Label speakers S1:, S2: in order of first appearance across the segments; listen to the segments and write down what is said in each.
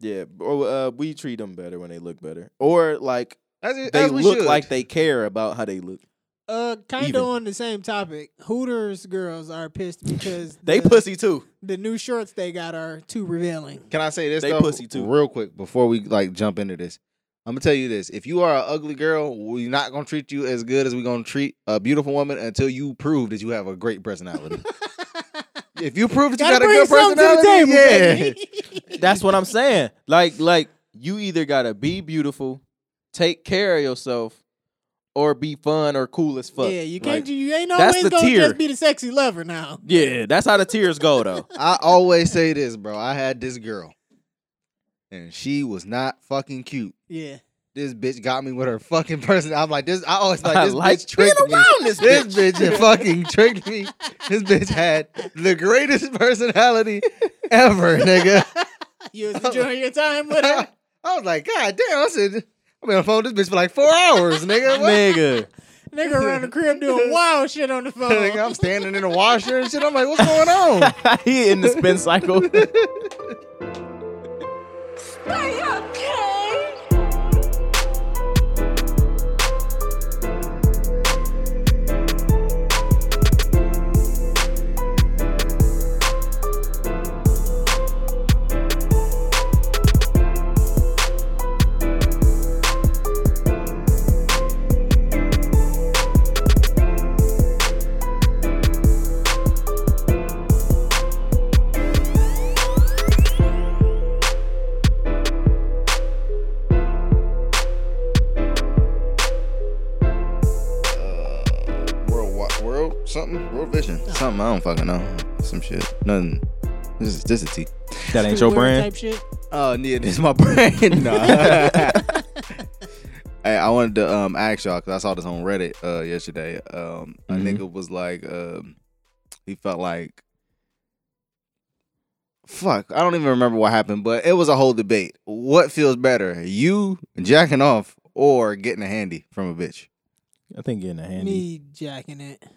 S1: Yeah, or uh, we treat them better when they look better, or like
S2: As, it-
S1: they
S2: as we
S1: look
S2: should.
S1: like they care about how they look.
S3: Uh, kind
S1: Even.
S3: of on the same topic. Hooters girls are pissed because
S1: They
S3: the,
S1: pussy too.
S3: the new shorts they got are too revealing.
S2: Can I say this
S1: They
S2: though,
S1: pussy, too.
S2: real quick before we like jump into this? I'm gonna tell you this: if you are an ugly girl, we're not gonna treat you as good as we're gonna treat a beautiful woman until you prove that you have a great personality. if you prove that you got
S3: Gotta
S2: a
S3: bring
S2: good
S3: something to the
S2: personality,
S3: table,
S2: yeah,
S1: That's what I'm saying. Like like you either gotta be beautiful, take care of yourself, or be fun or cool as fuck.
S3: yeah, you
S1: Like,
S3: can't. you ain't
S1: that's
S3: always
S1: the
S3: gonna
S1: tier.
S3: just be the sexy lover now.
S1: yeah, that's how the tears go though.
S2: I always say this, bro. I had this girl, and she was not fucking cute.
S3: Yeah,
S2: This bitch got me with her fucking person. I'm like this. I always like
S1: I
S2: this
S1: like
S2: bitch tricked
S1: being
S2: me.
S1: around this
S2: This
S1: bitch.
S2: bitch had fucking tricked me. This bitch had the greatest personality ever, nigga.
S3: you was enjoying your time with her.
S2: I was like, God damn. I said, I've been on the phone with this bitch for like four hours, nigga. What?
S1: Nigga.
S3: Nigga around the crib doing wild shit on the
S2: Nigga,
S3: phone.
S2: I'm standing in the washer and shit. I'm like, what's going on?
S1: he in the spin cycle.
S2: World, Wa- world, something, world vision, something. I don't fucking know. Some shit, nothing. This is this is tea.
S1: that ain't your
S3: Streetwear
S1: brand.
S3: Type shit.
S2: Oh, yeah, this is my brain. nah. hey, I wanted to um ask y'all because I saw this on Reddit uh yesterday. Um, a
S1: Mhm.
S2: nigga was like, um, he felt like, fuck, I don't even remember what happened, but it was a whole debate. What feels better, you jacking off or getting a handy from a bitch?
S1: I think getting a handy.
S3: Me jacking it. If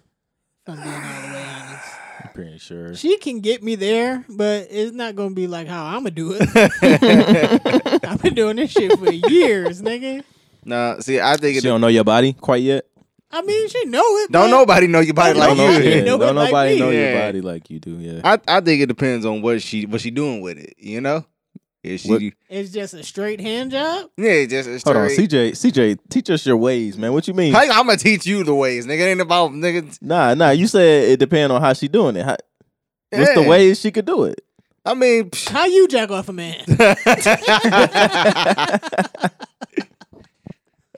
S3: I'm being all the way honest.
S1: I'm pretty sure.
S3: She can get me there, but it's not gonna be like how I'm gonna do it. I've been doing this shit for years, nigga.
S2: Nah, see, I think
S1: She
S2: it.
S1: don't know your body quite yet.
S3: I mean, she know it.
S2: Don't
S3: but
S2: nobody know your body
S3: Don't
S2: like
S3: nobody
S2: you.
S3: know
S1: yeah,
S3: it
S1: don't
S3: like
S1: nobody
S3: me.
S1: know your
S2: Yeah.
S1: body like you do. Yeah.
S2: I, I think it depends on what she what she doing with it. You know, if she
S1: What-
S3: It's just a straight hand job.
S2: yeah just a
S1: Hold on,
S2: straight-
S1: CJ. CJ, teach us your ways, man. What you mean?
S2: Hey, I'm gonna teach you the ways, nigga. It ain't about nigga.
S1: Nah, nah. You said it depend on how she doing it. How, What's the
S2: Yeah.
S1: ways she could do it?
S2: I mean, psh.
S3: How you jack off a man?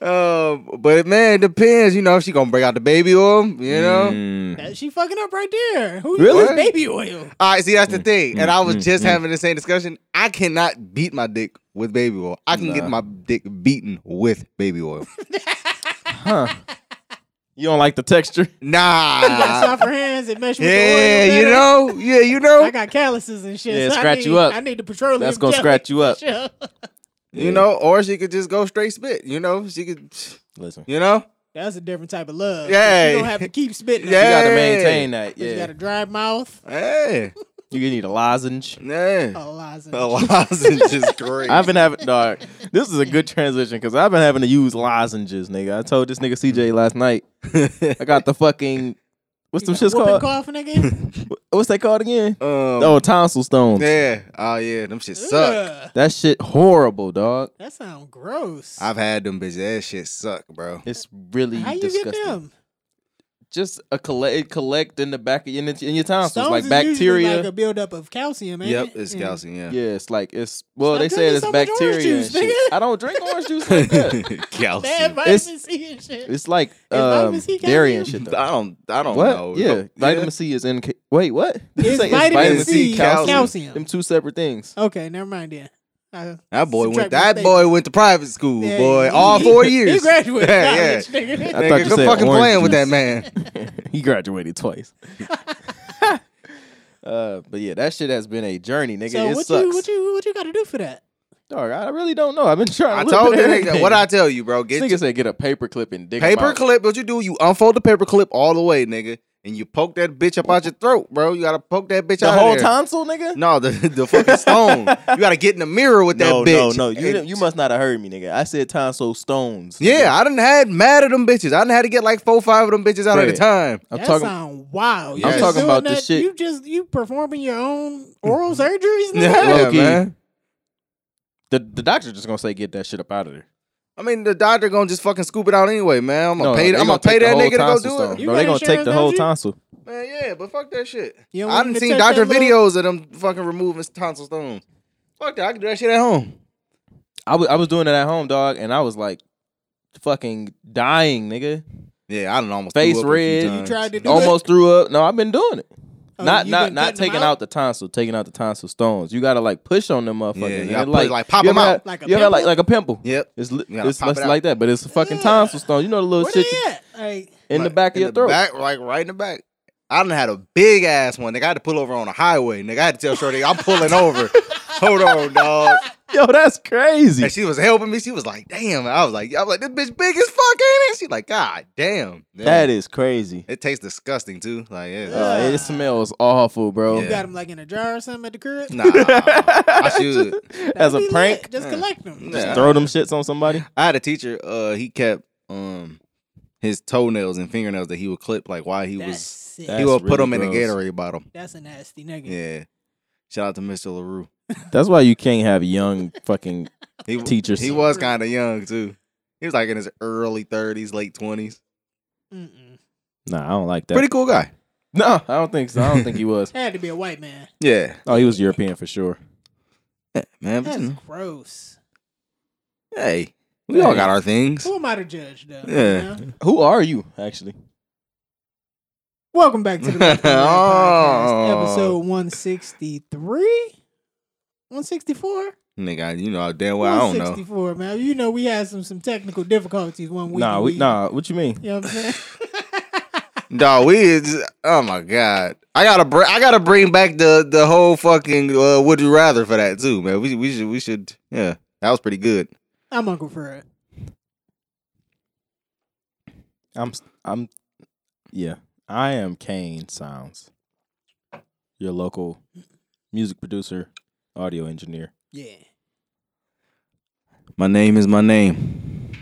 S2: um, but man, it depends. You know, if she gonna break out the baby oil, you know.
S1: Mm.
S3: That- she fucking up right there. Who
S1: Really?
S3: really? baby oil?
S2: All right, see, that's the thing. and I was
S1: mm,
S2: just
S1: mm.
S2: having the same discussion. I cannot beat my dick with baby oil. I can get
S1: Nah.
S2: my dick beaten with baby oil.
S1: Huh. You don't like the texture? Ah.
S2: nah.
S3: Softer hands. It mesh with
S2: yeah,
S3: the oil.
S2: you
S3: better.
S2: know. Yeah, you know.
S3: I got calluses and shit.
S1: Yeah,
S3: so I
S1: scratch
S3: need-
S1: you up.
S3: I need the petroleum.
S1: That's gonna
S3: jelly.
S1: scratch you up.
S3: Sure.
S2: You know, or she could just go straight spit. You know, she could.
S1: Listen,
S2: You know.
S3: That's a different type of love.
S2: Yeah.
S3: you don't have to keep spitting.
S1: you
S2: Yeah.
S3: Yeah,
S1: gotta
S2: Hey.
S1: maintain that.
S3: you got
S1: Yeah,
S3: a dry mouth.
S2: Hey,
S1: you need a lozenge.
S2: yeah.
S3: Oh, Liza.
S2: A lozenge is great.
S1: I've been having dog. This is a good transition because I've been having to use lozenges, nigga. I told this nigga
S3: Mm.
S1: CJ last night. I got the fucking what's
S3: You
S1: them
S3: got
S1: shits
S3: whooping
S1: called?
S3: cough, nigga.
S1: What's they called again?
S2: um,
S1: Oh, tonsil stones.
S2: yeah. Oh yeah, them shit suck.
S3: Ugh,
S1: That shit horrible, dog.
S3: that sounds gross.
S2: I've had them bitches. That shit suck, bro.
S1: It's really
S3: How you
S1: disgusting.
S3: get them?
S1: Just a collect, it collect in the back of your, in your tonsils,
S3: Stones
S1: like
S3: is usually
S1: bacteria.
S3: like a buildup of calcium. ain't
S2: Yep,
S3: it?
S2: it's
S3: Yeah.
S2: calcium. Yeah.
S1: Yeah, it's like it's well,
S3: Stop
S1: they say it's
S3: drinking so much orange
S1: bacteria.
S3: juice,
S1: and shit.
S3: nigga.
S1: I don't drink orange juice like that.
S3: Bad
S2: calcium.
S3: vitamin
S1: Oh, It's-
S3: C and shit.
S1: It's like
S3: vitamin
S1: um,
S3: C
S1: dairy and
S2: I
S1: shit. Though.
S2: don't. I don't
S1: what?
S2: know.
S1: Yeah, vitamin C is in. Ca- Wait, what? You
S3: It's
S1: say
S3: vitamin, C, calcium.
S1: Them two separate things.
S3: Okay, never mind then. Uh,
S2: That boy went.
S3: Subtract
S2: That
S3: mistake.
S2: boy went to private school,
S3: yeah,
S2: boy.
S3: he-
S2: all four years.
S3: He graduated
S2: Yeah, yeah.
S3: college, nigga.
S1: I
S2: Nigga,
S1: thought you
S2: quit
S1: said
S2: fucking
S1: orange
S2: playing with
S1: juice.
S2: that man.
S1: he graduated twice. uh, but yeah, that shit has been a journey, nigga.
S3: so
S1: it
S3: what
S1: sucks.
S3: you what you what you got to do for that?
S1: Dog, I really don't know. I've been trying. to
S2: I
S1: look
S2: told
S1: at
S2: you
S1: everything.
S2: nigga, what I tell you, bro. Get
S1: This nigga said get a paper clip and dig 'em
S2: Paper
S1: out.
S2: clip, what you do, you unfold the paper clip all the way, nigga. and you poke that bitch up out your throat, bro. You gotta poke that bitch
S1: The
S2: out of
S1: whole
S2: there.
S1: tonsil, nigga.
S2: No, the the fucking stone. you gotta get in the mirror with
S1: no,
S2: that bitch.
S1: no, no. You
S2: And-
S1: didn't- you must not have heard me, nigga. I said tonsil stones.
S2: Yeah, I done had mad at them bitches. I done had to get like four, five of them bitches out at
S1: Fred.
S2: a time.
S1: I'm
S3: that
S1: talking.
S3: sound wild. You
S2: I'm
S3: just
S1: talking
S3: doing
S1: about this
S3: that-
S1: shit. Mm-hmm.
S3: You just you performing your own oral surgeries now?
S2: Yeah,
S1: Low-key.
S2: man.
S1: The the doctor just gonna say get that shit up out of there.
S2: I mean, the doctor gonna just fucking scoop it out anyway, man. I'm gonna
S1: No,
S2: pay.
S1: they
S2: I'm gonna
S1: take
S2: pay
S1: the
S2: that
S1: whole
S2: nigga to go
S1: tonsil
S2: do
S1: stone.
S2: it.
S3: You
S1: No, they
S3: got
S1: gonna take
S3: insurance,
S1: the whole
S3: don't you?
S1: tonsil.
S2: Man, yeah, but fuck that shit.
S3: You don't
S2: I
S3: want
S2: done
S3: him to
S2: seen
S3: touch
S2: doctor
S3: that
S2: videos of them fucking removing tonsil stones. Fuck that, I can do that shit at home.
S1: I was I was doing it at home, dog, and I was like, fucking dying, nigga.
S2: Yeah, I done almost
S1: Face
S2: threw up a few
S1: red. You
S2: times.
S3: tried to do
S1: Almost threw up. No, I've been doing it.
S3: Oh,
S1: not
S3: you
S1: not
S3: been
S1: not
S3: cutting 'em
S1: taking
S3: out?
S1: out the tonsil, taking out the tonsil stones. You gotta like push on them motherfuckers.
S2: Yeah, you
S1: nigga.
S2: gotta push, like, pop
S1: you
S2: 'em
S1: ever
S2: out.
S1: had-
S3: Like a
S1: you ever had, like
S3: pimple?
S1: like a pimple.
S2: Yep.
S1: It's li-
S2: You gotta
S1: it's,
S2: pop
S1: it's
S2: it out.
S1: like that, but it's a fucking
S3: Ugh.
S1: tonsil stone. You know the little
S3: Where
S1: shit
S3: they
S1: you-
S3: at? Like
S1: in the
S2: Like,
S1: back of
S2: in
S1: your
S2: the
S1: throat.
S2: back, like right in the back. I done had a big ass one. Nigga, I had to pull over on a highway. Nigga, I had to tell Shorty, I'm pulling over. Hold on, dog.
S1: Yo, that's crazy.
S2: And she was helping me. She was like, damn. I was like, I was like, this bitch big as fuck, ain't it? She like, God damn.
S1: That is crazy.
S2: It tastes disgusting too. Like, yeah.
S1: Uh, it smells awful, bro.
S3: you got them like in a jar or something at the crib.
S2: Nah. I should.
S1: As a
S3: Be lit.
S1: prank,
S3: just
S2: Yeah.
S3: collect them.
S2: Yeah.
S1: throw them shits on somebody.
S2: I had a teacher, uh, he kept um his toenails and fingernails that he would clip like while he
S3: That's
S2: was
S3: sick.
S1: That-
S2: he
S1: That's
S2: would put
S1: really
S2: them in the
S1: gross.
S2: Gatorade bottle.
S3: That's a nasty nigga.
S2: Yeah. Shout out to Mr. LaRue.
S1: That's why you can't have young fucking
S2: He,
S1: teachers.
S2: He was kind of young too. He was like in his early thirties, late twenties.
S3: Mm-mm.
S1: Nah, I don't like that.
S2: Pretty cool guy.
S1: no, I don't think so. I don't think he was.
S3: Had to be a white man.
S2: Yeah,
S1: Oh, he was European for sure.
S2: Yeah, man. But,
S3: That's
S2: you know,
S3: gross.
S2: hey, we all
S1: Hey.
S2: got our things.
S3: Who am I to judge though? you
S2: Yeah.
S3: know?
S1: Who are you actually?
S3: Welcome back to the Left and Right
S2: Oh.
S3: Podcast, episode one sixty three. 164?
S2: Nigga, you know damn well I don't know.
S3: 164, man. You know, we had some some technical difficulties one week.
S1: nah,
S3: and
S1: we, nah. What you mean?
S3: You know what I'm saying?
S2: Dog, we is just, oh my god. I gotta br- I gotta bring back the the whole fucking uh, would you rather for that too, man. We we should we should yeah. That was pretty good.
S3: I'm Uncle Fred.
S1: I'm I'm yeah. I am Kane Sounds, your local music producer, audio engineer.
S3: Yeah.
S2: My name is my name.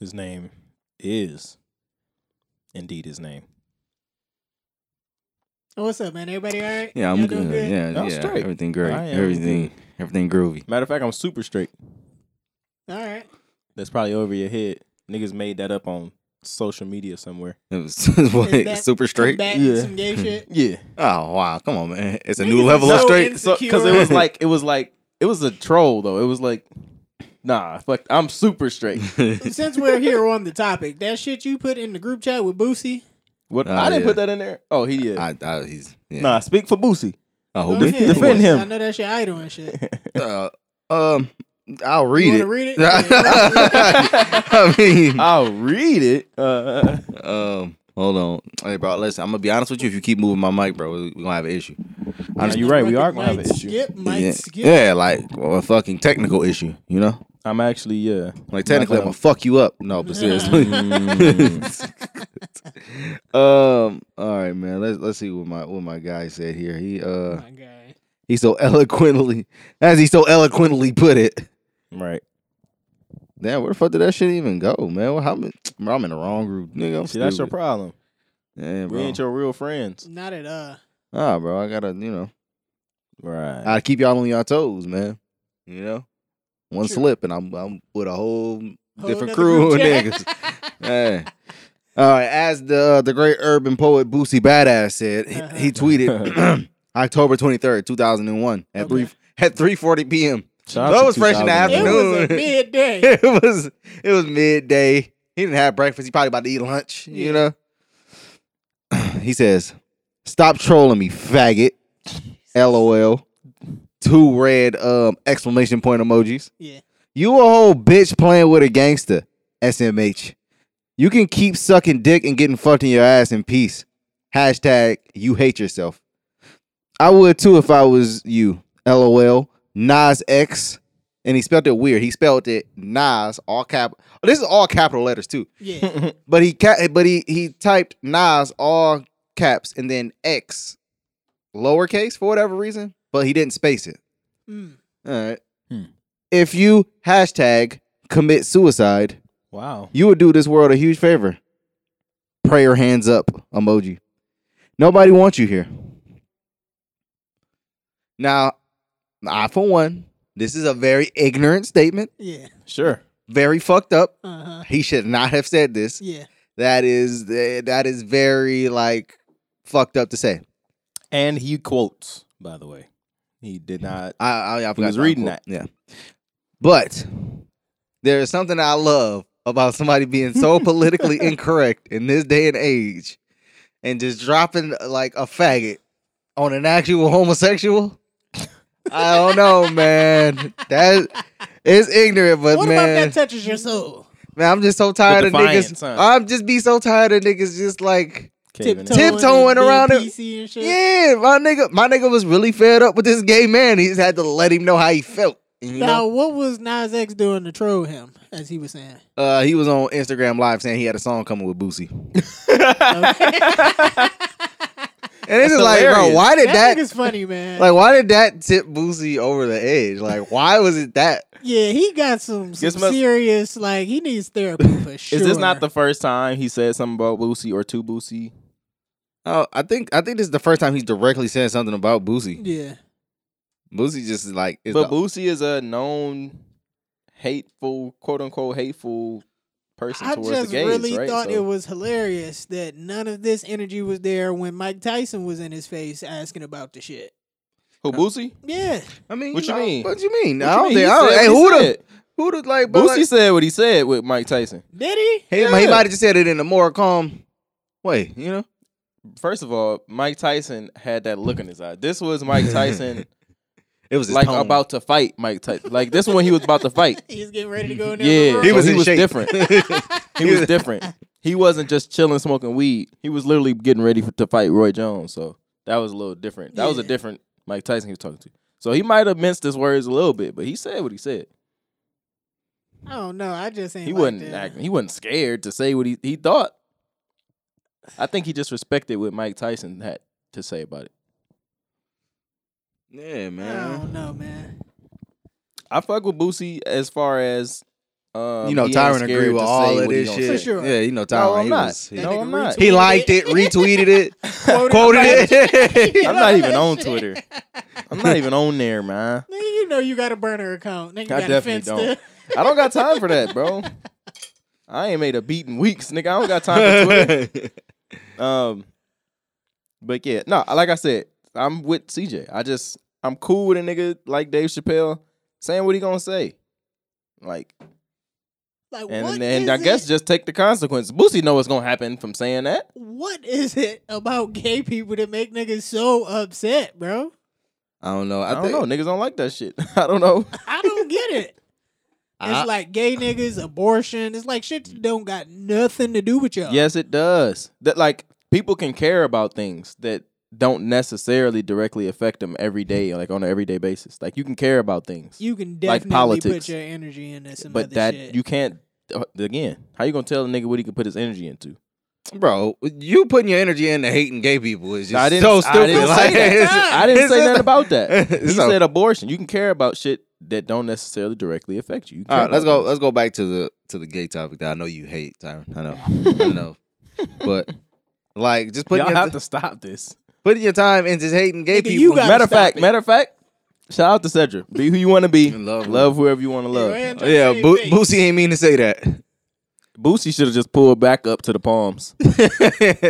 S1: His name is indeed his name.
S3: Oh, what's up, man? Everybody all right?
S2: Yeah, I'm
S3: Y'all
S2: good.
S3: doing
S2: Yeah,
S1: I'm
S2: yeah.
S1: straight.
S2: Everything great.
S1: I am
S2: Everything everything groovy.
S1: Matter of fact, I'm super straight.
S3: All right.
S1: That's probably over your head. Niggas made that up on social media somewhere.
S2: It was what,
S3: Is that
S2: super straight.
S3: Back
S1: Yeah.
S3: some gay shit.
S1: Yeah.
S2: Oh wow, come on, man! It's a
S3: Niggas
S2: new
S3: is
S2: level of
S3: so
S2: straight.
S3: ins-
S1: So because it was like it was like it was a troll though. It was like, nah, fuck. I'm super straight.
S3: Since we're here on the topic, that shit you put in the group chat with Boosie.
S1: What?
S2: Oh,
S1: I didn't
S2: yeah.
S1: put that in there. Oh, he did.
S2: I, I, he's yeah.
S1: Ah, Nah, speak for Boosie.
S2: I hope
S3: Go
S2: it-
S3: ahead.
S1: Oh, Defend him.
S3: I know that's your idol and shit.
S2: Uh, um, I'll read
S3: You
S2: it.
S3: wanna read it?
S2: I mean,
S1: I'll read it. Uh,
S2: um, hold on, hey, bro. Listen, I'm gonna be honest with you. If you keep moving my mic, bro, we're gonna have an issue.
S1: nah, you're right. We are gonna have an
S3: Might
S1: issue.
S3: Skip, might
S2: yeah,
S3: skip.
S2: yeah, like well, a fucking technical issue. You know,
S1: I'm actually yeah.
S2: like technically, I'm gonna fuck you up. No, but seriously.
S1: Mm.
S2: um, all right, man. Let's let's see what my what my guy said here. He uh.
S3: Oh My guy.
S2: He so eloquently, as he so eloquently put it.
S1: right.
S2: Damn, where the fuck did that shit even go, man? Well, how many, bro, I'm in the wrong group, nigga. I'm
S1: See, that's your
S2: stupid.
S1: problem.
S2: Damn,
S1: We
S2: bro.
S1: ain't your real friends.
S3: Not at uh
S2: Nah, bro, I gotta, you know,
S1: Right.
S2: I gotta keep y'all on y'all toes, man. You know, one
S3: True.
S2: slip and I'm I'm with a whole,
S3: whole
S2: different
S3: nother
S2: crew of
S3: group chat.
S2: niggas. Hey. All right, as the the great urban poet Boosie Badass said, he, he tweeted October 23rd, 2001 at
S3: Okay.
S2: 3 at 3:40 p.m.
S1: Shout out
S2: That
S1: to
S2: was fresh in the
S1: 2001.
S3: It was a
S2: Afternoon.
S3: midday.
S2: it was it was midday. He didn't have breakfast. He probably about to eat lunch.
S3: Yeah.
S2: You know. He says, "Stop trolling me, faggot." LOL. Two red um exclamation point emojis.
S3: Yeah.
S2: You a whole bitch playing with a gangster. SMH. You can keep sucking dick and getting fucked in your ass in peace. Hashtag you hate yourself. I would too if I was you. LOL. Nas X and he spelled it weird. He spelled it Nas, all cap. This is all capital letters too.
S3: Yeah.
S2: But he ca- but he he typed Nas all caps and then X lowercase for whatever reason, but he didn't space it.
S3: Mm.
S2: All right.
S1: Hmm.
S2: If you hashtag commit suicide,
S1: Wow.
S2: you would do this world a huge favor. Prayer hands up emoji. Nobody wants you here. Now, I for one, this is a very ignorant statement,
S3: Yeah.
S1: Sure.
S2: very fucked up.
S3: Uh huh.
S2: He should not have said this.
S3: Yeah.
S2: That is eh, that is very like fucked up to say.
S1: And he quotes, by the way. He did not.
S2: I I, I forgot
S1: was
S2: to
S1: reading
S2: unquote. Yeah, but there is something I love about somebody being so politically incorrect in this day and age, and just dropping like a faggot on an actual homosexual. I don't know, man. That it's ignorant, but
S3: what
S2: man,
S3: about that touches your soul?
S2: man, I'm just so tired of
S1: defiance, huh?
S2: niggas. I'm just be so tired of niggas just like.
S1: Caving in.
S2: Tiptoe. Tiptoeing
S3: being
S2: around it.
S3: PC and shit.
S2: Yeah, my nigga, my nigga was really fed up with this gay man. He just had to let him know how he felt. You know?
S3: Now, what was Nas X doing to troll him, as he was saying?
S2: Uh, he was on Instagram Live saying he had a song coming with Boosie, and it's just like, bro,
S1: hilarious.
S2: why did
S3: That
S2: that?
S3: nigga's funny, man.
S2: like, why did that tip Boosie over the edge? Like, why was it that?
S3: yeah, he got some, some
S1: This must-
S3: serious. Like, he needs therapy for sure.
S1: Is this not the first time he said something about Boosie or to Boosie?
S2: Oh, I think I think this is the first time he's directly saying something about Boosie.
S3: Yeah,
S2: Boosie just is like, is
S1: but
S2: the-
S1: Boosie is a known hateful, quote unquote hateful person
S3: I
S1: towards
S3: just
S1: the gays,
S3: really
S1: right?
S3: thought
S1: So-
S3: it was hilarious that none of this energy was there when Mike Tyson was in his face asking about the shit.
S1: who Boosie?
S3: Yeah,
S2: I mean,
S1: what you
S2: know,
S1: mean?
S2: What you mean?
S1: What
S2: I
S1: you
S2: don't
S1: mean?
S2: think.
S1: He
S2: I don't,
S1: said
S2: hey,
S1: what
S2: who
S1: he
S2: the
S1: said.
S2: who the like? But
S1: Boosie
S2: like,
S1: said what he said with Mike Tyson.
S3: did he?
S2: he,
S1: Yeah.
S2: he might have just said it in a more calm way. You know,
S1: First of all, Mike Tyson had that look in his eye. This was Mike Tyson,
S2: it was his
S1: like
S2: tone.
S1: about to fight Mike Tyson. Like this one, he was about to fight.
S3: He's getting ready to go in there.
S1: Yeah,
S2: He
S1: he was,
S2: was
S1: he
S2: in
S1: was
S2: shape.
S1: different. he was different. He wasn't just chilling, smoking weed. He was literally getting ready for, to fight Roy Jones. So that was a little different. That was a
S3: Yeah.
S1: different Mike Tyson he was talking to. So he might have minced his words a little bit, but he said what he said.
S3: I don't know. I just ain't.
S1: He
S3: like
S1: wasn't
S3: that.
S1: acting. He wasn't scared to say what he, he thought. I think he just respected what Mike Tyson had to say about it.
S2: yeah,
S3: I
S2: man.
S3: don't know, man.
S1: I fuck with Boosie as far as um,
S2: you know,
S1: he ain't
S2: Tyron
S1: scared
S2: agree with
S1: to
S2: all
S1: say
S2: of
S1: what he
S2: this
S1: gonna
S2: shit.
S1: say.
S3: For sure.
S2: Yeah, you know, Tyron.
S1: No,
S2: he
S1: I'm not.
S2: Was, he,
S1: no,
S3: That
S1: I'm
S3: nigga
S1: not.
S2: he
S3: Tweeted
S2: liked it,
S3: it.
S2: retweeted it,
S3: Quoted
S2: quoted
S3: You
S2: it.
S1: I'm
S3: know
S1: not
S3: that
S1: even on
S3: shit.
S1: Twitter. I'm not even on there, man.
S3: Nigga, you know you got a burner account. Nigga,
S1: I
S3: got a
S1: definitely
S3: fence
S1: don't.
S3: to-
S1: I don't got time for that, bro. I ain't made a beat in weeks, nigga. I don't got time for Twitter. Um, but yeah, no, like I said, I'm with CJ. I just I'm cool with a nigga like Dave Chappelle saying what he gonna say, like,
S3: Like,
S1: and
S3: what
S1: and, and I
S3: is
S1: guess
S3: it-
S1: just take the consequences. Boosie know what's gonna happen from saying that.
S3: what is it about gay people that make niggas so upset, bro?
S2: I don't know. I,
S1: I, don't
S2: think,
S1: know. Niggas don't like that shit. I don't know.
S3: I don't get it. It's
S2: I-
S3: like gay niggas, abortion. It's like shit that don't got nothing to do with y'all.
S1: Yes, it does. That like people can care about things that don't necessarily directly affect them every day, like on an everyday basis. Like you can care about things,
S3: you can
S1: Like
S3: definitely put
S1: politics.
S3: your energy into some
S1: but
S3: other
S1: that
S3: shit.
S1: you can't. uh, Again, how you gonna tell a nigga what he can put his energy into?
S2: bro, you putting your energy into hating gay people is just
S1: I didn't-
S2: so
S1: I
S2: stupid.
S1: didn't
S2: like,
S1: say that.
S2: it's-
S1: I didn't
S2: it's
S1: say
S2: just-
S1: nothing about that. He
S2: it's so-
S1: said abortion. You can care about shit that don't necessarily directly affect you. You
S2: All
S1: care
S2: right, let's go.
S1: about
S2: Let's go back to the to the gay topic that I know you hate, Tyron. I know, I know, but like just
S1: things.
S2: putting
S1: Y'all
S2: your,
S1: have to stop this.
S2: putting your time into hating gay
S3: Nigga,
S2: people.
S3: you gotta
S1: Matter of
S3: stop
S1: fact,
S3: it.
S1: matter of fact, shout out to Cedric. Be who you want to be.
S2: Love
S1: Love,
S2: him.
S1: whoever you want to
S3: go ahead.
S1: love.
S2: Oh, yeah,
S3: Same
S2: Bo-
S3: thing.
S2: Boosie ain't mean to say that.
S1: Boosie should have just pulled back up to the palms.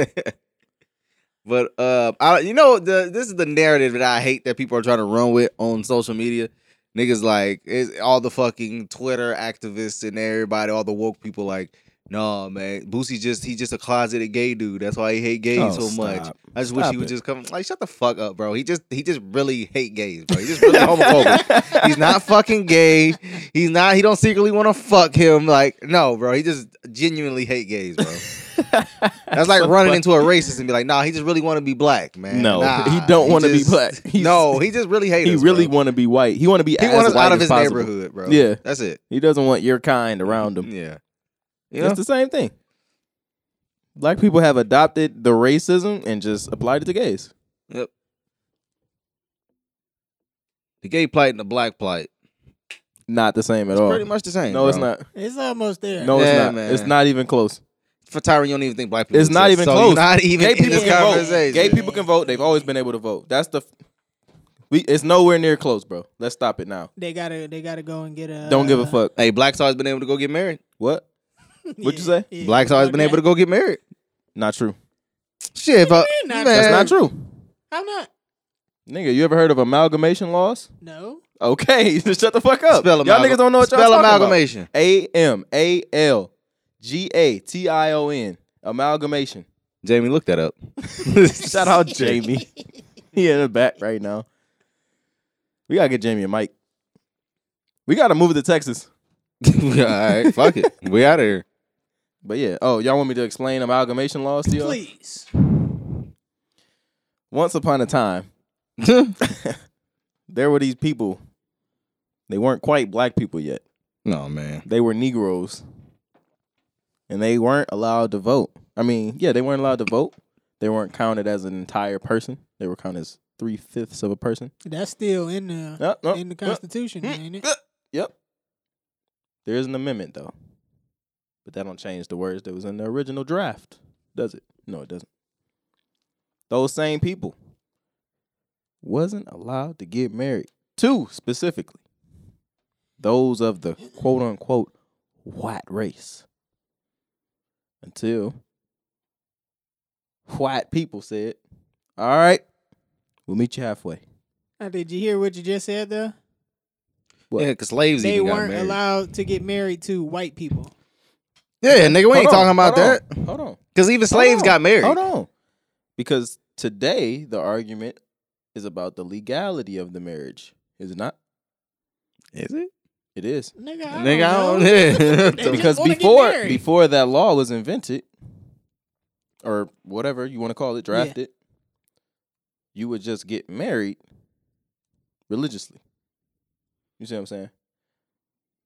S2: but uh, I, you know, the, this is the narrative that I hate that people are trying to run with on social media. Niggas like it's all the fucking Twitter activists and everybody, all the woke people. Like, no man, Boosie just he just a closeted gay dude. That's why he hate gays
S1: Oh,
S2: so much.
S1: stop.
S2: I just wish
S1: Stop
S2: he would
S1: it.
S2: just come. Like, shut the fuck up, bro. He just he just really hate gays, bro. He's just really homophobic. He's not fucking gay. He's not. He don't secretly want to fuck him. Like, no, bro. He just genuinely hate gays, bro. That's like running into a racist and be like, nah, he just really want to be black, man.
S1: No,
S2: Nah,
S1: he don't wanna be
S2: just-
S1: black. He's-
S2: no, he just really hates.
S1: He really want to be white. He want to be
S2: he
S1: as
S2: wants us
S1: white
S2: out of
S1: as
S2: his
S1: possible.
S2: neighborhood, bro.
S1: Yeah.
S2: that's it.
S1: He doesn't want your kind around him.
S2: Yeah,
S1: It's
S2: you know?
S1: the same thing. Black people have adopted the racism and just applied it to gays.
S2: the gay plight and the black plight.
S1: Not the same at
S2: It's
S1: all.
S2: pretty much the same.
S1: no, it's
S2: bro.
S1: not.
S3: It's almost there.
S1: No, it's
S2: Yeah,
S1: not.
S2: man.
S1: It's not even close.
S2: For Tyron, you don't even think black people.
S1: It's not
S2: exist,
S1: even
S2: so
S1: close.
S2: you're Not even
S1: Gay
S2: in
S1: people
S2: this
S1: can vote.
S2: conversation.
S1: Gay people can vote. They've always been able to vote. That's the. We. It's nowhere near close, bro. Let's stop it now.
S3: They gotta they gotta go and get a.
S1: Don't give a fuck.
S2: Hey, blacks always been able to go get married.
S1: What? What'd you say?
S2: Blacks always been able to go get married.
S1: Not true.
S2: Shit, but
S3: mean
S2: man,
S3: not true?
S1: That's not true.
S3: I'm not.
S1: Nigga, you ever heard of amalgamation laws?
S3: No.
S1: Okay, just shut the fuck up.
S2: Spell
S1: y'all
S2: amalgam-
S1: niggas don't know what y'all
S2: spell
S1: talking
S2: amalgamation.
S1: about. A M A L G A T I O N amalgamation.
S2: Jamie, look that up.
S1: Shout out Jamie. he in the back right now. We gotta get Jamie and Mike. We gotta move to Texas.
S2: All right, fuck it. We out of here.
S1: But yeah. Oh, y'all want me to explain amalgamation laws to y'all?
S3: Please.
S1: Once upon a time, there were these people. They weren't quite black people yet.
S2: no man.
S1: They were Negroes. And they weren't allowed to vote. I mean, yeah, they weren't allowed to vote. They weren't counted as an entire person. They were counted as three fifths of a person.
S3: That's still in the
S1: Yep, yep,
S3: in the
S1: yep,
S3: Constitution,
S1: mm,
S3: ain't
S1: uh.
S3: it?
S1: Yep. There is an amendment though. But that don't change the words that was in the original draft, does it? No, it doesn't. Those same people wasn't allowed to get married. Two specifically. Those of the quote unquote white race. Until white people said, All right, we'll meet you halfway.
S3: Now, Uh, did you hear what you just said though?
S1: What?
S2: Yeah, because slaves
S3: They
S2: even got
S3: weren't
S2: married.
S3: allowed to get married to white people.
S2: Yeah, nigga, we
S1: Hold
S2: ain't
S1: on,
S2: talking about
S1: hold
S2: that.
S1: on, Hold on.
S2: Because even slaves
S1: on,
S2: got married.
S1: Hold on. Because today the argument is about the legality of the marriage, is it not?
S2: Is it?
S1: It is.
S3: Nigga, I
S2: Nigga, I
S3: don't
S2: don't.
S3: know.
S2: Yeah.
S3: just
S1: Because
S3: wanna get
S1: before
S3: married.
S1: before that law was invented, or whatever you want to call it, drafted, you would just get married religiously. You see what I'm saying?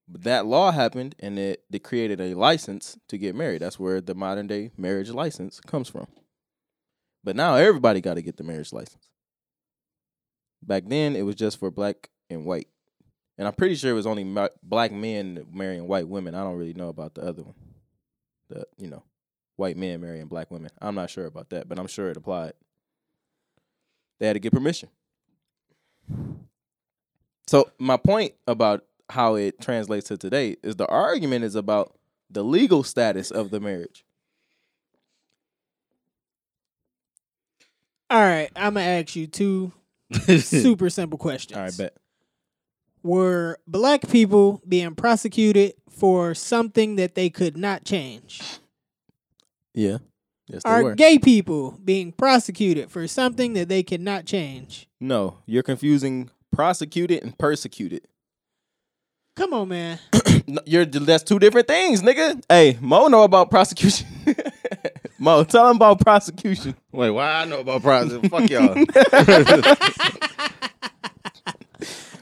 S1: But that law happened and it, it created a license to get married. That's where the modern day marriage license comes from. But now everybody got to get the marriage license. Back then, it was just for black and white. And I'm pretty sure it was only ma- black men marrying white women. I don't really know about the other one. The, you know, white men marrying black women. I'm not sure about that, but I'm sure it applied. They had to get permission. So, my point about how it translates to today is the argument is about the legal status of the marriage.
S3: All right, I'm gonna ask you two super simple questions.
S1: All right, bet.
S3: Were black people being prosecuted for something that they could not change?
S1: Yeah. Yes, they
S3: Are
S1: were.
S3: gay people being prosecuted for something that they could not change?
S1: no, you're confusing prosecuted and persecuted.
S3: Come on, man.
S1: No, You're that's two different things, nigga. Hey, Mo know about prosecution. Mo, tell him about prosecution.
S2: Wait, why I know about prostitution? Fuck y'all.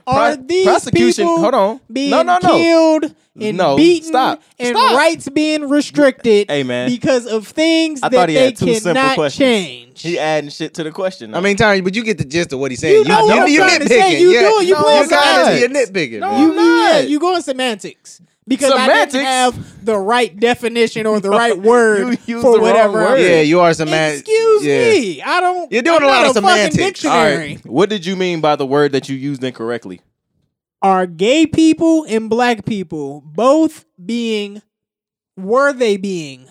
S3: Are
S1: Pro-
S3: these
S1: prosecution-
S3: people
S1: hold on.
S3: being
S1: No, no, no.
S3: killed and
S1: No,
S3: beaten
S1: stop.
S3: and
S1: Stop.
S3: rights being restricted
S1: Hey, man.
S3: because of things
S1: I
S3: that
S1: thought he
S3: they
S1: had two simple
S3: cannot
S1: questions.
S3: change?
S1: He adding shit to the question.
S2: I mean, Tyron, but you get the gist of what he's saying.
S3: You know what I'm
S2: you
S3: trying to say.
S2: nitpicking.
S3: You
S2: yeah.
S3: do it. You
S2: No,
S3: playing
S2: you got it. You're
S1: semantics.
S2: nitpicking.
S1: No,
S2: bro.
S1: I'm
S3: you, yeah,
S1: not.
S3: you go in semantics because I
S1: Semantics?
S3: didn't have the right definition or the right word
S1: you used
S3: for
S1: the wrong
S3: whatever. I
S1: word.
S3: meant.
S2: yeah, you are semantic.
S3: Excuse
S2: yeah.
S3: me, I don't.
S2: You're doing
S3: I'm
S2: a lot
S3: not
S2: of
S3: fucking
S2: semantics.
S1: all
S3: Dictionary.
S1: right. What did you mean by the word that you used incorrectly?
S3: Are gay people and black people both being? Were they being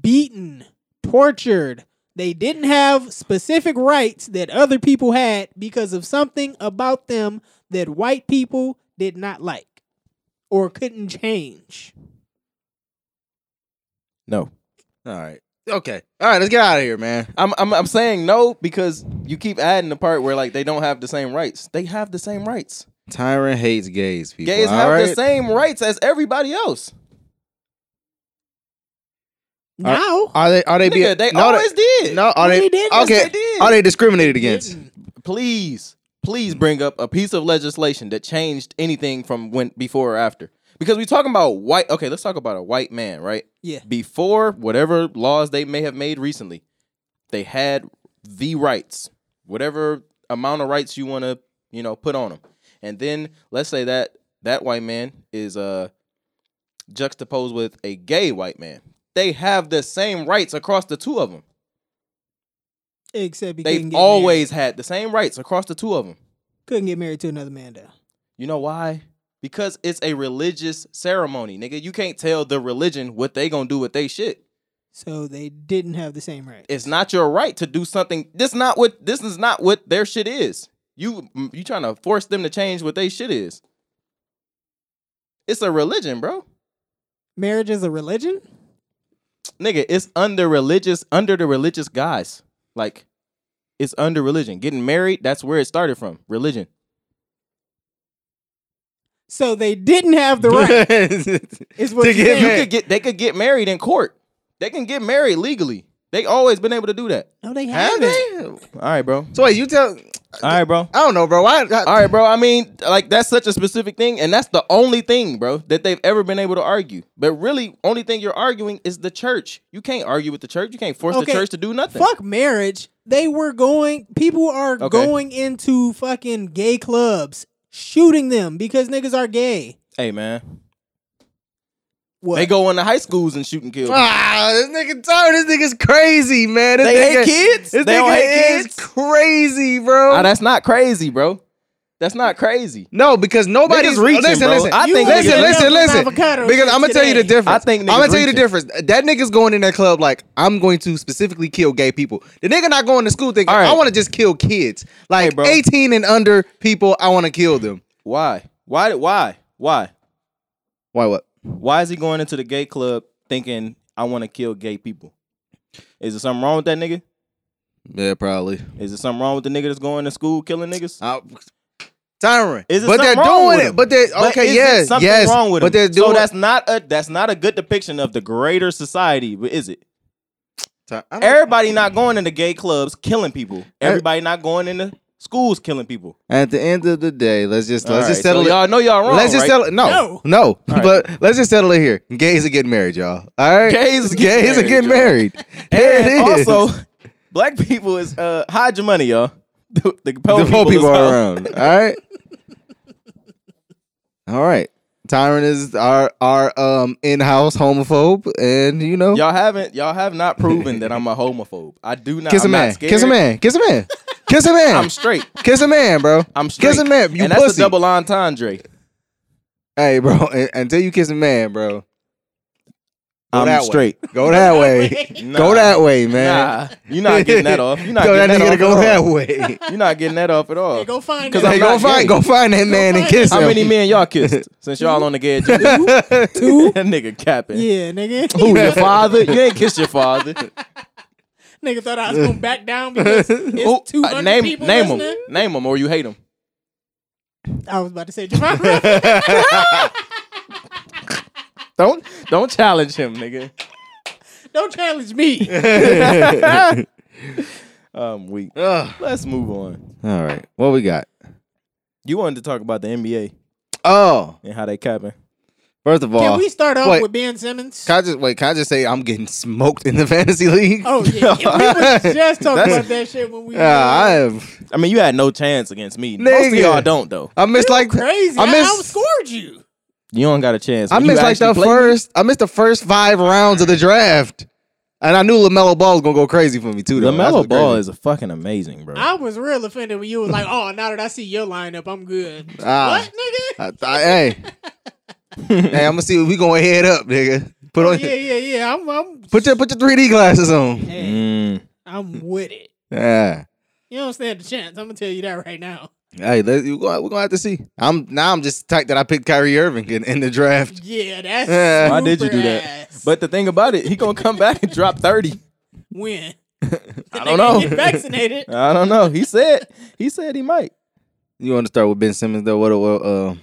S3: beaten, tortured? They didn't have specific rights that other people had because of something about them that white people did not like or couldn't change.
S1: No.
S2: All right. Okay. All right. Let's get out of here, man.
S1: I'm I'm I'm saying no because you keep adding the part where like they don't have the same rights. They have the same rights.
S2: Tyron hates gays. People.
S1: Gays
S2: all
S1: have the
S2: right?
S1: same rights as everybody else.
S3: Now,
S2: Are they? Are they? being?
S1: Nigga, they
S2: no,
S1: always did.
S2: No, are
S3: They
S2: they?
S3: did, yes,
S2: okay.
S1: they did.
S2: Are they discriminated against?
S3: Didn't.
S1: please, please bring up a piece of legislation that changed anything from when before or after. Because we're talking about white. Okay, let's talk about a white man, right?
S3: yeah,
S1: Before whatever laws they may have made recently, they had the rights, whatever amount of rights you want to, you know, put on them. And then let's say that that white man is uh juxtaposed with a gay white man. They have the same rights across the two of them.
S3: except you couldn't
S1: They've
S3: get married.
S1: always had the same rights across the two of them.
S3: couldn't get married to another man though.
S1: You know why? Because it's a religious ceremony, nigga. You can't tell the religion what they gonna do with they shit.
S3: So they didn't have the same right.
S1: It's not your right to do something. This not what this is not what their shit is. You you trying to force them to change what they shit is. It's a religion, bro.
S3: Marriage is a religion.
S1: Nigga, it's under religious under the religious guys. Like it's under religion. Getting married, that's where it started from. Religion.
S3: So they didn't have the right. Is what
S2: To
S3: you
S2: get
S3: said.
S1: You
S2: married.
S1: could get they could get married in court. They can get married legally. They always been able to do that.
S3: No, they
S2: Have
S3: haven't.
S2: they?
S1: All right, bro.
S2: So wait, you tell?
S1: All right, bro.
S2: I don't know, bro. Why?
S1: All right, bro. I mean, like that's such a specific thing, and that's the only thing, bro, that they've ever been able to argue. But really, only thing you're arguing is the church. You can't argue with the church. You can't force the
S3: Okay.
S1: church to do nothing.
S3: Fuck marriage. They were going. People are
S1: Okay.
S3: going into fucking gay clubs, shooting them because niggas are gay.
S1: Hey, man.
S3: What?
S1: They go into high schools and shoot and kill.
S2: Ah, this nigga Tyler, this nigga's crazy, man. This
S1: They hate
S2: nigga,
S1: kids?
S2: This
S1: They
S2: nigga
S1: don't hate
S2: is
S1: kids?
S2: crazy, bro.
S1: Ah, that's not crazy, bro. That's not crazy.
S2: no, because nobody's
S1: Niggas reaching,
S2: Listen,
S1: bro.
S2: listen.
S1: I
S3: You
S1: think
S3: was
S1: niggas-
S2: listen,
S3: enough
S2: listen,
S3: of
S2: listen.
S3: avocado
S2: Because
S3: shit
S2: I'm gonna tell you the
S3: today.
S2: difference.
S1: I think
S2: I'm gonna
S1: niggas
S2: tell you the
S1: reaching.
S2: difference. That nigga's going in that club like I'm going to specifically kill gay people. The nigga not going to school thinking
S1: All right.
S2: I want to just kill kids, like
S1: bro.
S2: 18 and under people. I want to kill them.
S1: Why? Why? Why? Why?
S2: Why? What?
S1: Why is he going into the gay club thinking I want to kill gay people? Is there something wrong with that nigga?
S2: Yeah, probably.
S1: Is there something wrong with the nigga that's going to school killing niggas?
S2: I, Uh, Tyron.
S1: Is it
S2: but they're
S1: something wrong
S2: doing
S1: with
S2: it.
S1: him?
S2: But they're
S1: But
S2: okay.
S1: is
S2: yes.
S1: it something
S2: yes.
S1: wrong with
S2: but
S1: him?
S2: they're doing.
S1: so that's not a that's not a good depiction of the greater society, but is it?
S2: Ty- I don't-
S1: Everybody not going into gay clubs killing
S2: Uh,
S1: people. Everybody not going into schools killing people.
S2: At the end of the day, let's just let's
S1: All
S2: just
S1: right,
S2: settle
S1: so
S2: it.
S1: y'all know y'all wrong.
S2: let's just
S1: right?
S2: settle it. No,
S3: No.
S2: no.
S1: All right.
S2: But let's just settle it here. Gays are getting married, y'all. All right.
S1: Gays are getting
S2: Gays are
S1: married,
S2: getting
S1: y'all.
S2: married. There
S1: And
S2: it is.
S1: also, black people is uh hide your money, y'all. The, the poor
S2: the
S1: people,
S2: poor
S1: is,
S2: people are
S1: uh,
S2: around. All right. All right. Tyron is our our um in house homophobe, and you know,
S1: Y'all haven't y'all have not proven that I'm a homophobe. I do not
S2: kiss a
S1: I'm not
S2: man,
S1: scared.
S2: kiss a man, kiss a man, kiss a man.
S1: I'm straight.
S2: Kiss a man, bro.
S1: I'm straight.
S2: Kiss a man. You
S1: and
S2: pussy.
S1: that's a double entendre.
S2: Hey, bro. un- Until you kiss a man, bro. Go
S1: I'm
S2: that way.
S1: straight.
S2: Go that way.
S1: Nah.
S2: Go that way, man.
S1: Nah, you're not getting that off. You're not
S2: Yo,
S1: getting
S2: that
S1: that,
S2: nigga
S1: off.
S2: to go
S1: at
S2: that
S1: all.
S2: way.
S1: You're not getting that off at all.
S3: Hey, go find
S1: Because
S3: it.
S1: I'm
S2: hey,
S1: not
S2: go find
S1: gay.
S2: go find that man and
S3: find
S2: kiss
S1: How
S2: him.
S1: many men y'all kissed since y'all on the gay agenda?
S3: Two?
S1: that nigga capping.
S3: Yeah, nigga.
S1: Who your father? You ain't kissed your father.
S3: nigga thought I was gonna back down because
S1: Who-
S3: it's two
S1: uh,
S3: hundred
S1: name
S3: people
S1: name
S3: listening.
S1: him. Name him or you hate him.
S3: I was about to say Javon.
S1: Don't don't challenge him, nigga.
S3: Don't challenge me.
S1: I'm weak.
S2: Ugh.
S1: Let's move on.
S2: All right. What we got?
S1: You wanted to talk about the NBA
S2: Oh,
S1: and how they capping.
S2: first of all,
S3: Can we start off
S2: wait.
S3: with Ben Simmons?
S2: can I just wait? Can I just say I'm getting smoked in the fantasy league?
S3: Oh yeah, we was just talking about that shit when we.
S2: Yeah, I am.
S1: I mean, you had no chance against me. Most of
S2: Nigga.
S1: y'all don't though.
S2: I missed like
S3: crazy.
S2: I
S3: I,
S2: miss-
S3: outscored you.
S1: You don't got a chance.
S2: I
S1: When you
S2: missed like the
S1: actually play me,
S2: first. I missed the first five rounds of the draft, and I knew Lamelo Ball was gonna go crazy for me too. though. That's
S1: Lamelo
S2: what's
S1: Ball
S2: crazy.
S1: is a fucking amazing, bro.
S3: I was real offended when you was like, "Oh, now that I see your lineup, I'm good."
S2: Ah.
S3: what, nigga?
S2: I, I, hey, hey, I'm gonna see if we gonna head up, nigga. Put on,
S3: Oh, yeah, yeah, yeah. I'm, I'm,
S2: put your put your 3D glasses on.
S3: hey,
S1: Mm.
S3: I'm with it.
S2: Yeah.
S3: You don't stand a chance. I'm gonna tell you that right now.
S2: Hey, let, you go, we're gonna have to see. I'm now. I'm just tight that I picked Kyrie Irving in, in the draft.
S3: Yeah, that's.
S2: Yeah.
S1: Why did you do
S3: super
S1: that?
S3: ass.
S1: But the thing about it, he gonna come back and drop thirty.
S3: when?
S1: I don't know.
S3: Get vaccinated.
S1: I don't know. He said he said he might.
S2: You want to start with Ben Simmons though? What? what uh,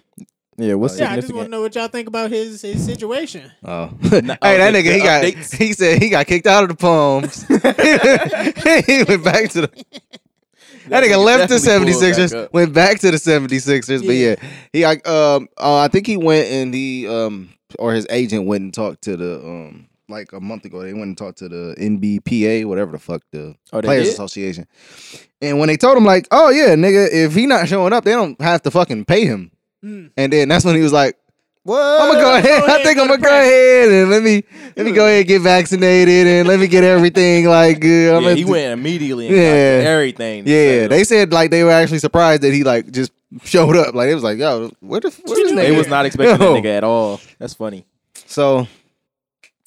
S1: Yeah, what's
S3: Yeah, I just want
S1: significant?
S3: to know what y'all think about his his situation.
S2: Oh, hey, that
S1: updates-
S2: nigga, he got
S1: updates.
S2: he said he got kicked out of the palms. he went back to the that nigga left the
S1: definitely pulled back
S2: 76ers,
S1: up.
S2: went back to the 76ers.
S3: Yeah.
S2: But yeah, he like um uh, I think he went and he um or his agent went and talked to the um like a month ago. They went and talked to the NBPA, whatever the fuck the
S1: Oh, they
S2: Players
S1: did?
S2: Association. And when they told him like, "Oh yeah, nigga, if he not showing up, they don't have to fucking pay him."
S1: Hmm.
S3: Mm.
S2: And then that's when he was like,
S1: What?
S2: I'm gonna go ahead. I
S3: ahead,
S2: think
S3: go
S2: I'm
S3: to
S2: gonna go
S3: practice.
S2: ahead and let me let me
S1: Hmm.
S2: go ahead and get vaccinated and let me get everything like good. I'm
S1: Yeah,
S2: gonna
S1: he
S2: do-
S1: went immediately and
S2: Yeah.
S1: got everything.
S2: Yeah, they said like they were actually surprised that he like just showed up. Like it was like, yo, where the where
S3: you
S2: this
S3: doing
S1: They
S2: nigga?
S3: here?
S1: was not expecting
S2: Yo.
S1: that nigga at all. That's funny.
S2: So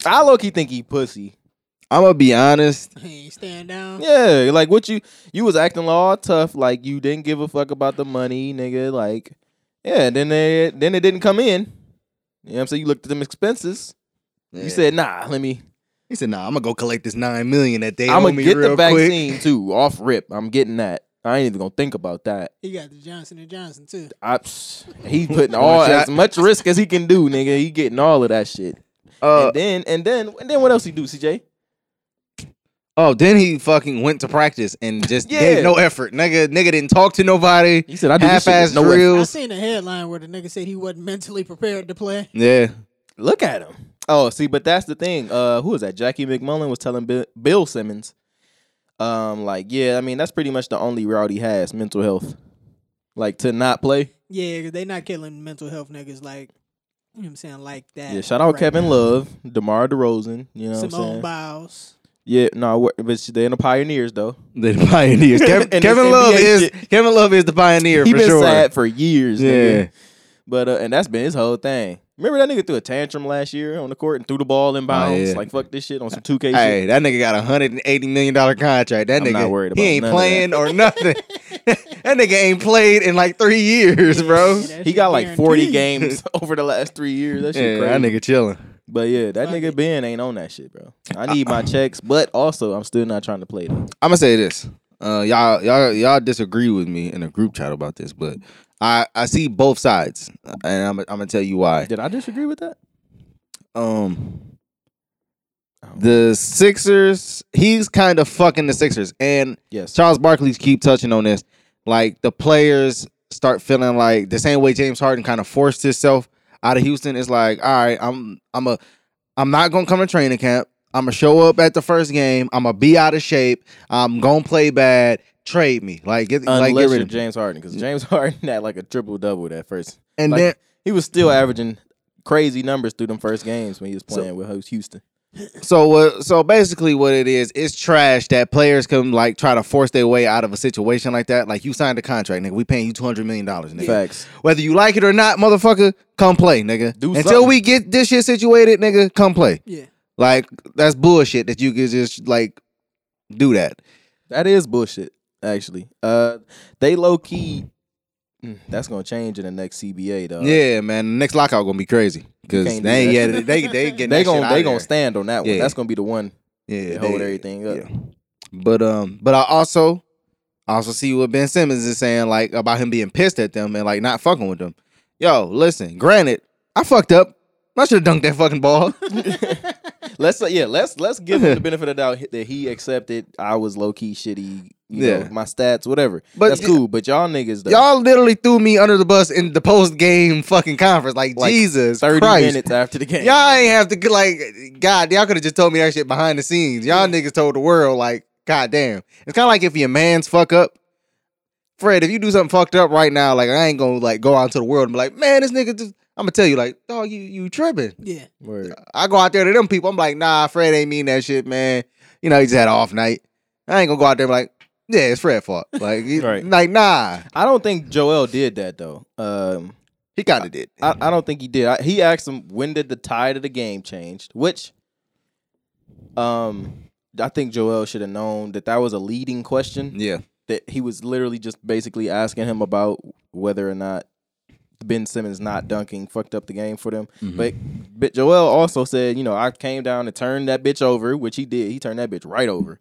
S1: I low key think he pussy.
S2: I'm gonna be honest.
S3: He ain't stand down.
S1: Yeah, like what you you was acting all tough, like you didn't give a fuck about the money, nigga. Like, yeah, then they then it didn't come in. You know what I'm saying? You looked at them expenses.
S2: Yeah.
S1: You said, nah, let me
S2: he said, nah, I'm gonna go collect this nine million that they
S1: I'm
S2: owe
S1: gonna
S2: me
S1: get
S2: real
S1: the
S2: quick.
S1: vaccine too, off rip. I'm getting that. I ain't even gonna think about that.
S3: He got the Johnson and Johnson too.
S1: I, psh, he putting all
S2: shot.
S1: as much risk as he can do, nigga. He getting all of that shit.
S2: Uh,
S1: and then and then and then what else he do, CJ?
S2: oh, then he fucking went to practice and just
S1: Yeah.
S2: gave no effort. Nigga, nigga didn't talk to nobody.
S1: He said, I do this shit
S2: Half-ass
S1: with no effort."
S3: I
S2: drills.
S3: seen a headline where the nigga said he wasn't mentally prepared to play.
S2: Yeah.
S1: Look at him. Oh, see, but that's the thing. Uh, who was that? Jackie McMullen was telling Bill, Bill Simmons, um, like, yeah, I mean, that's pretty much the only route he has, mental health, like to not play.
S3: Yeah, 'cause they not killing mental health niggas like you know what I'm saying like that.
S1: Yeah, shout out
S3: right
S1: Kevin
S3: now.
S1: Love, DeMar DeRozan. You know what I'm
S3: Simone
S1: saying?
S3: Biles.
S1: yeah, no, we're- but they're in the Pioneers though.
S2: The pioneers. Kev-
S1: And this
S2: Kevin Love
S1: NBA
S2: is
S1: shit.
S2: Kevin Love is the pioneer
S1: He
S2: for
S1: been
S2: sure.
S1: sad for years.
S2: Yeah.
S1: nigga. But uh, and that's been his whole thing. Remember that nigga threw a tantrum last year on the court and threw the ball in bounds.
S2: Oh, yeah.
S1: Like fuck this shit on some two K shit.
S2: Hey, that nigga got a hundred and eighty million dollar contract. That
S1: I'm
S2: nigga,
S1: not worried about
S2: he ain't
S1: none of that.
S2: playing or nothing. that nigga ain't played in like three years, bro.
S3: Yeah, that
S1: He
S3: shit
S1: got like forty
S3: guaranteed.
S1: games over the last three years. That shit
S2: Yeah,
S1: crazy.
S2: that nigga chilling.
S1: But yeah, that
S3: Fuck
S1: nigga
S3: it.
S1: Ben ain't on that shit, bro.
S2: Uh,
S1: I need my checks, but also I'm still not trying to play them.
S2: I'm gonna say this. Uh, y'all, y'all, y'all disagree with me in a group chat about this, but I, I see both sides, and I'm, I'm gonna tell you why.
S1: Did I disagree with that?
S2: Um,
S1: Oh.
S2: the Sixers, he's kind of fucking the Sixers, and
S1: Yes.
S2: Charles Barkley's keep touching on this. Like the players start feeling like the same way James Harden kind of forced himself out of Houston. It's like, all right, I'm I'm a I'm not gonna come to training camp. I'm gonna show up at the first game. I'm gonna be out of shape. I'm gonna play bad. Trade me, like get
S1: Unless
S2: like get rid
S1: you're
S2: of me.
S1: James Harden, because James Harden had like a triple double that first.
S2: And
S1: like,
S2: then
S1: He was still averaging crazy numbers through them first games when he was playing with Houston.
S2: So uh, so basically what it is, it's trash that players can like try to force their way out of a situation like that. Like you signed a contract, nigga. We paying you two hundred million dollars, nigga.
S1: Facts.
S2: Whether you like it or not, motherfucker, come play, nigga.
S1: Do
S2: Until
S1: something.
S2: we get this shit situated, nigga, come play.
S3: Yeah.
S2: Like that's bullshit that you can just like do that.
S1: That is bullshit, actually. Uh, they low key. Mm, That's gonna change in the next CBA though.
S2: Mm-hmm. yeah, man. Next lockout gonna be crazy
S1: You
S2: because
S1: can't do
S2: they ain't
S1: that.
S2: yet. They they getting
S1: they
S2: that shit
S1: gonna
S2: outta
S1: they gonna
S2: there.
S1: stand on that one.
S2: Yeah.
S1: That's gonna be the one
S2: yeah,
S1: that hold everything up.
S2: yeah. But um, but I also I also see what Ben Simmons is saying like about him being pissed at them and like not fucking with them. Yo, listen. Granted, I fucked up. I should have dunked that fucking ball.
S1: Let's uh, yeah, let's let's give him the benefit of the doubt that he accepted I was low key shitty, you
S2: Yeah.
S1: know, my stats, whatever.
S2: But-
S1: But that's cool. But y'all niggas though,
S2: Y'all literally threw me under the bus in the post game fucking conference. Like,
S1: Like,
S2: Jesus
S1: 30
S2: Christ.
S1: minutes after the game.
S2: Y'all ain't have to like God, y'all could have just told me that shit behind the scenes. Y'all niggas told the world, like, God damn. It's kinda like if your man's fuck up. Fred, if you do something fucked up right now, like I ain't gonna like go out to the world and be like, man, this nigga just I'm gonna tell you, like, dog, you you tripping.
S3: Yeah.
S1: Word.
S2: I go out there to them people, I'm like, nah, Fred ain't mean that shit, man. You know, he just had an off night. I ain't gonna go out there and be like, yeah, it's Fred's fault. Like, he-
S1: Right.
S2: like nah.
S1: I don't think Joel did that though. Um,
S2: He kinda did.
S1: I, I don't think he did. I, he asked him when did the tide of the game changed, which, um, I think Joel should have known that that was a leading question.
S2: Yeah.
S1: that he was literally just basically asking him about whether or not Ben Simmons not dunking fucked up the game for them. But, but Joel also said, you know, I came down and turned that bitch over, which he did. He turned that bitch right over.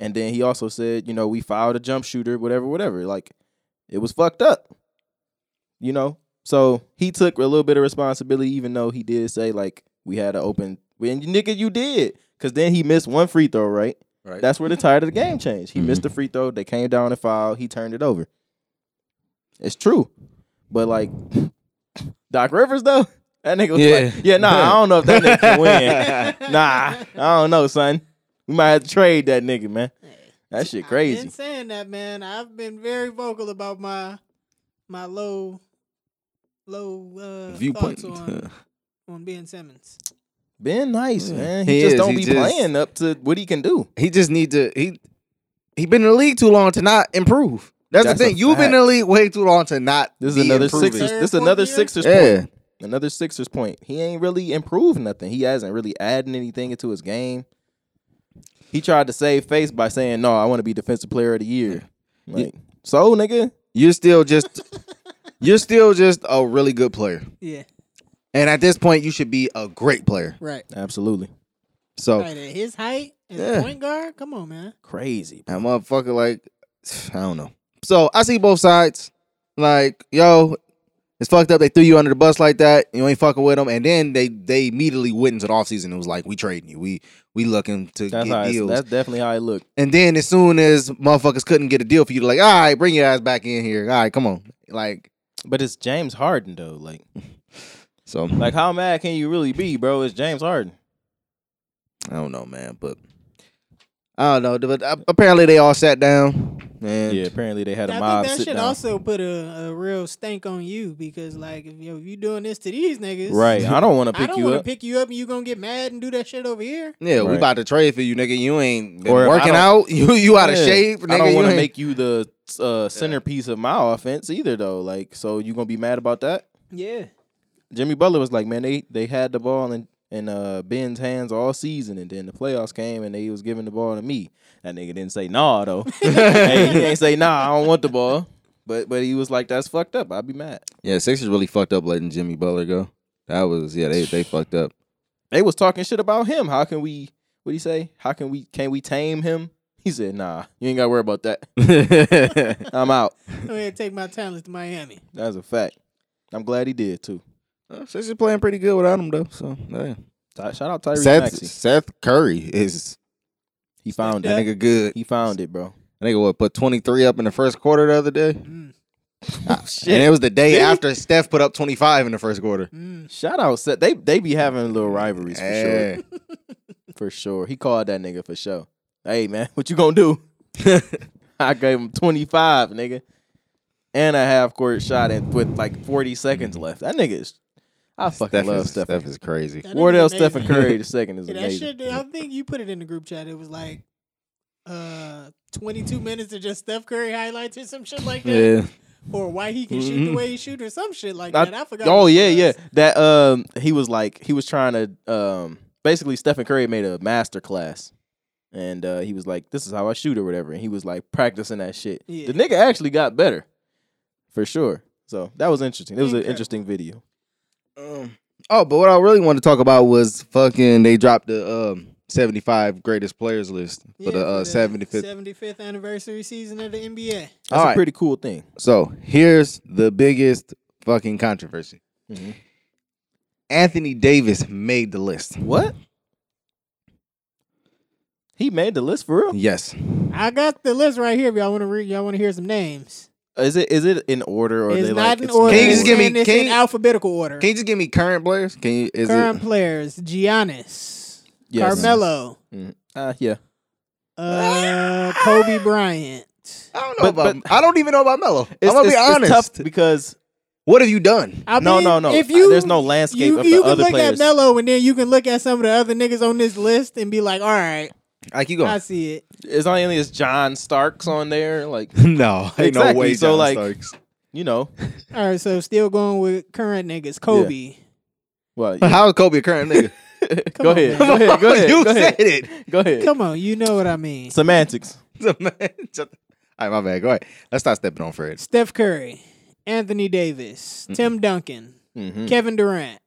S1: And then he also said, you know, we fouled a jump shooter, whatever, whatever. Like, it was fucked up. You know? So he took a little bit of responsibility, even though he did say like we had an open. And nigga, you did, cause then he missed one free throw, right?
S2: Right.
S1: That's where the tide of the game changed. He
S4: Mhm.
S1: missed the
S2: Mm-hmm.
S1: free throw. They came down and fouled. He turned it over. It's true, but like Doc Rivers though, that nigga was
S2: Yeah.
S1: like, yeah, nah, I don't know if that nigga can win. nah, I don't know, son. We might have to trade that nigga, man. That shit
S3: I've been
S1: crazy.
S3: saying that, man. I've been very vocal about my my low low uh,
S4: Viewpoint.
S3: thoughts on, on Ben Simmons.
S1: Been nice,
S4: Yeah.
S1: man. He,
S2: He
S1: just
S2: is.
S1: don't
S2: He
S1: be
S2: just-
S1: playing up to what he can do.
S2: He just need to he he been in the league too long to not improve. That's,
S1: That's
S2: the
S1: a
S2: thing. You've been in the league way too long to not.
S1: This is
S2: be
S1: another
S2: improving.
S1: Sixers.
S3: Third,
S1: This is
S3: fourth
S1: another
S3: year?
S1: Sixers
S2: Yeah,
S1: point. Another Sixers point. He ain't really improved nothing. He hasn't really added anything into his game. He tried to save face by saying, "No, I want to be defensive player of the year." Like, so nigga,
S2: you're still just you're still just a really good player,
S3: Yeah,
S2: and at this point, you should be a great player.
S3: right.
S1: absolutely Oh.
S2: So
S3: Right at his height as
S2: Yeah.
S3: a point guard, come on, man.
S1: crazy.
S2: that motherfucker, like I don't know. So I see both sides. Like yo, it's fucked up. They threw you under the bus like that. You ain't fucking with them, and then they they immediately went into the offseason. It was like we trading you. We we looking to
S1: That's how.
S2: get
S1: it's-
S2: deals.
S1: That's definitely how it looked.
S2: And then as soon as motherfuckers couldn't get a deal for you, like, all right, bring your ass back in here. All right, come on. Like,
S1: But it's James Harden though. Like,
S2: so
S1: like how mad can you really be, bro? It's James Harden.
S2: I don't know, man, but I don't know. But uh, apparently they all sat down. And
S1: Yeah. Apparently they had a
S3: I
S1: mob
S3: think that
S1: sit
S3: should
S1: down.
S3: also put a, a real stank on you because, like, if yo, if you doing this to these niggas,
S1: right. I don't want to
S3: I
S1: pick
S3: don't
S1: you
S3: want to
S1: up.
S3: pick you up and you gonna get mad and do that shit over here.
S2: yeah, we
S1: Right.
S2: about to trade for you, nigga. You ain't been
S1: Or if I
S2: working
S1: don't-
S2: out. You you out of
S1: Yeah.
S2: shape, nigga.
S1: I don't
S2: You
S1: want to
S2: ain't-
S1: make you the uh, centerpiece of my offense either, though. Like, so you gonna be mad about that?
S3: Yeah,
S1: Jimmy Butler was like, man, they they had the ball in in uh, Ben's hands all season, and then the playoffs came, and they was giving the ball to me. That nigga didn't say nah though. hey, he ain't say nah. I don't want the ball. But but he was like, that's fucked up. I'd be mad.
S2: Yeah, Sixers really fucked up letting Jimmy Butler go. That was yeah, they they fucked up.
S1: They was talking shit about him. How can we? What do you say? How can we? Can we tame him? He said, nah. You ain't gotta worry about that. I'm out.
S3: I'm gonna take my talents to Miami.
S1: That's a fact. I'm glad he did too.
S2: Uh, Sixers playing pretty good without him though. So yeah.
S1: Ty- Shout out Tyrese
S2: Seth
S1: Maxey.
S2: Seth Curry is
S1: He found
S2: that
S1: it.
S2: nigga good.
S1: He found it, bro.
S2: I think what put 23 up in the first quarter the other day.
S3: Mm,
S2: And
S1: Shit.
S2: it was the day
S1: Did he?
S2: after Steph put up 25 in the first quarter.
S3: mm.
S1: Shout out Seth. They they be having little rivalries for
S2: Yeah.
S1: sure. For sure. He called that nigga for sure. Hey man, what you gonna do? I gave him 25, nigga. And a half court shot and with like 40 seconds left. That nigga is I fucking
S2: Steph,
S1: love
S2: is,
S1: Steph.
S2: Steph is crazy.
S3: That nigga's
S1: Wardell
S3: amazing.
S1: Stephen Curry the second is
S3: Yeah, that
S1: amazing.
S3: shit, I think you put it in the group chat. It was like uh 22 minutes of just Steph Curry highlights or some shit like that. Or why he can shoot the
S2: Mhm.
S3: way he shoot or some shit like
S1: Mm-hmm. I-
S3: that. I forgot.
S1: Oh
S3: what it
S1: yeah, yeah.
S3: was.
S1: That um he was like he was trying to um basically Stephen Curry made a master class. And uh, he was like, This is how I shoot or whatever. And he was like practicing that shit.
S3: Yeah.
S1: The nigga actually got better. For sure. So that was interesting. It was an
S3: Incredible.
S1: interesting video.
S2: Um, oh, but what I really wanted to talk about was fucking they dropped the um, 75 greatest players list for
S3: Yeah,
S2: the uh, 75th.
S3: 75th anniversary season of the NBA.
S1: That's
S2: All
S1: a
S2: right.
S1: pretty cool thing.
S2: So here's the biggest fucking controversy.
S1: Mhm.
S2: Anthony Davis made the list.
S1: What? He made the list for real?
S2: Yes.
S3: I got the list right here. If y'all want to read, y'all want to hear some names.
S1: Is it is it in order or
S3: it's
S1: they
S3: not
S1: like
S3: in
S1: it's
S3: order.
S2: Can you just give me-
S3: and it's
S2: can
S3: in
S2: you-
S3: alphabetical order.
S2: Can you just give me current players? Can you? Is it?
S3: Current players: Giannis,
S1: Yes.
S3: Carmelo,
S1: Uh, yeah.
S3: uh, Kobe Bryant.
S2: I don't know
S1: But-
S2: about.
S1: but-
S2: I don't even know about Melo. I'm
S1: It's-
S2: gonna be
S1: it's-
S2: honest.
S1: it's tough because
S2: What have you done?
S3: I
S1: no,
S3: mean,
S1: no, no.
S3: If
S1: Uh,
S3: you,
S1: There's no landscape
S3: you,
S1: of
S3: you
S1: the
S3: can
S1: other
S3: look at
S1: players.
S3: Melo, and then you can look at some of the other niggas on this list and be like, "All right,
S2: I keep
S3: I see it."
S1: It's not only is John Starks on there, like
S2: no, ain't no
S1: Exactly,
S2: way.
S1: so,
S2: John
S1: like-
S2: Starks.
S1: you know,
S3: All right, so still going with current niggas: Kobe,
S1: well,
S2: how is Kobe a current nigga?
S1: go,
S3: on,
S1: ahead,
S3: man.
S1: go ahead, go ahead,
S2: you
S1: go ahead,
S2: said it.
S1: go ahead.
S3: Come on, you know what I mean.
S1: Semantics.
S2: So, man, shut the- All right, my bad. Go ahead. Let's not stepping on Fred.
S3: Steph Curry, Anthony Davis, Tim Duncan,
S1: Mm-hmm.
S3: Kevin Durant,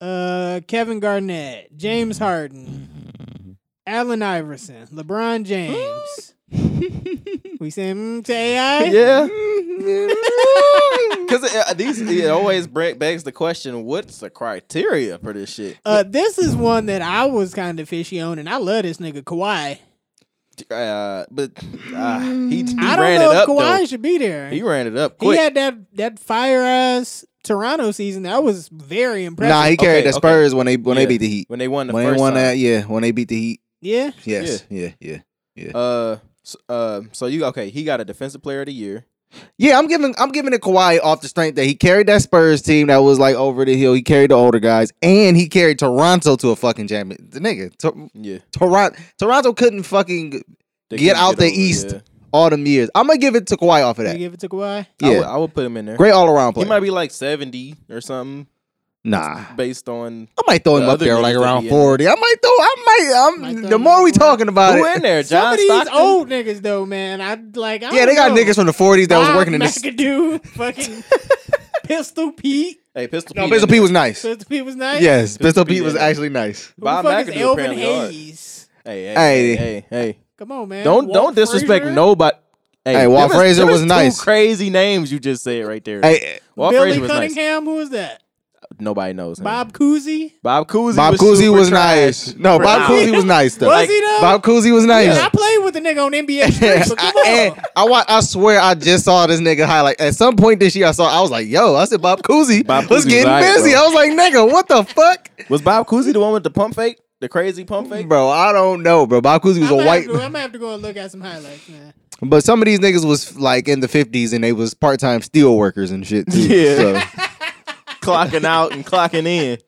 S3: uh, Kevin
S1: Mm.
S3: Garnett, James Harden, Allen Iverson, LeBron James, We send mm, to AI.
S1: yeah. Because these it always bre- begs the question: What's the criteria for this shit?
S3: Uh, this is one that I was kind of fishy on, and I love this nigga Kawhi.
S1: Uh, but uh, he, he
S3: I don't
S1: ran it
S3: know if
S1: up.
S3: Kawhi
S1: Though.
S3: should be there.
S1: He
S3: He,
S1: ran it up quick.
S3: had that that fire ass Toronto season. That was very impressive.
S2: Nah, he carried
S1: Okay,
S2: the
S1: okay.
S2: Spurs when they when
S1: Yeah.
S2: they beat the Heat.
S1: when they won the
S2: When they
S1: first
S2: won
S1: time.
S2: that, yeah, when they beat the Heat,
S3: yeah,
S2: yes, yeah, yeah,
S1: Uh, so, uh, so you okay? He got a defensive player of the year.
S2: yeah. I'm giving I'm giving it Kawhi off the strength that he carried that Spurs team that was like over the hill. He carried the older guys, and he carried Toronto to a fucking champion. The nigga, to,
S1: Yeah,
S2: Toronto, Toronto couldn't fucking
S1: They
S2: Get
S1: couldn't
S2: out the
S1: over it,
S2: East.
S1: yeah.
S2: all them years. I'm gonna give it to Kawhi off of
S3: you
S2: that.
S3: give it to
S1: I
S3: Kawhi.
S2: Yeah.
S1: would- I would put him in there.
S2: Great all around
S1: He
S2: player.
S1: might be like seventy or something,
S2: nah,
S1: based on
S2: I might throw him
S1: The
S2: up
S1: other
S2: there
S1: niggas
S2: like
S1: that
S2: around
S1: be in there.
S2: forty. I might throw. I might.
S3: Might
S2: I'm,
S3: throw
S2: the
S3: him
S2: more we
S3: around
S2: talking about
S1: who
S2: it,
S1: in there.
S3: Some
S1: John
S3: of these
S1: Stockton.
S3: old niggas though, man. I like. I
S2: yeah, they got
S3: don't know.
S2: niggas from the forties that was working in
S3: Bob
S2: this.
S3: McAdoo, fucking Pistol Pete.
S1: Hey, Pistol
S2: No,
S1: Pete
S2: Pistol
S1: in there.
S2: Pete was nice.
S3: Pistol Pete was nice.
S2: Yes,
S1: Pistol
S2: Pistol
S1: Pete
S2: Pete was
S1: in there.
S2: actually nice.
S3: Who
S1: Bob
S3: the fuck is
S1: McAdoo
S3: Elvin
S1: apparently hard.
S3: Hayes?
S1: Hey, hey,
S2: Hey.
S1: hey, hey, hey.
S3: Come on, man.
S1: Don't
S3: Walt
S1: don't disrespect
S3: Frazier?
S1: nobody.
S2: Hey,
S1: them
S2: Walt
S1: is-
S2: Frazier
S1: them is
S2: was
S1: two
S2: nice.
S1: Crazy names you just said right there.
S2: Hey,
S1: Walt
S3: Billy
S1: Frazier was nice.
S3: Cunningham. Who is that?
S1: Nobody knows. him.
S3: Bob Cousy.
S1: Bob Cousy.
S2: Bob
S1: was
S2: Cousy
S1: super
S2: was
S1: trash.
S2: nice. No, Bob
S1: Wow.
S2: Cousy was nice though.
S3: Was
S1: Like,
S3: he though?
S2: Bob Cousy was nice.
S3: Yeah, I played with the nigga on NBA Street, but come
S2: I,
S3: on.
S2: and I, wa- I swear I just saw this nigga highlight at some point this year. I saw I was like, "Yo," I said, "Bob Cousy
S1: Bob
S2: was
S1: Cousy
S2: getting
S1: was aight,
S2: busy."
S1: bro.
S2: I was like, "Nigga, what the fuck,
S1: Was Bob Cousy the one with the pump fake? The crazy pump fake?
S2: bro?" I don't know, bro. Bob Cousy was
S3: I'm
S2: a
S3: gonna
S2: white,
S3: Have to, I'm gonna have to go and look at some highlights, man.
S2: but some of these niggas was like in the fifties and they was part time steel workers and shit too.
S1: Yeah.
S2: so.
S1: clocking out and clocking in.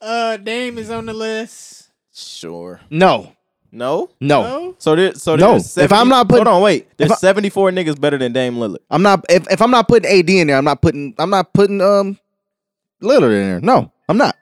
S3: Uh, Dame is on the list. Oh,
S1: Sure.
S2: no,
S1: No.
S2: no,
S3: No,
S1: So there. So
S2: No,
S1: there's
S2: if I'm not putting-
S1: hold on, wait.
S2: I-
S1: There's 74 niggas better than Dame Lillard.
S2: I'm not. If, if I'm not putting AD in there, I'm not putting. I'm not putting um, Lillard in there. No, I'm not.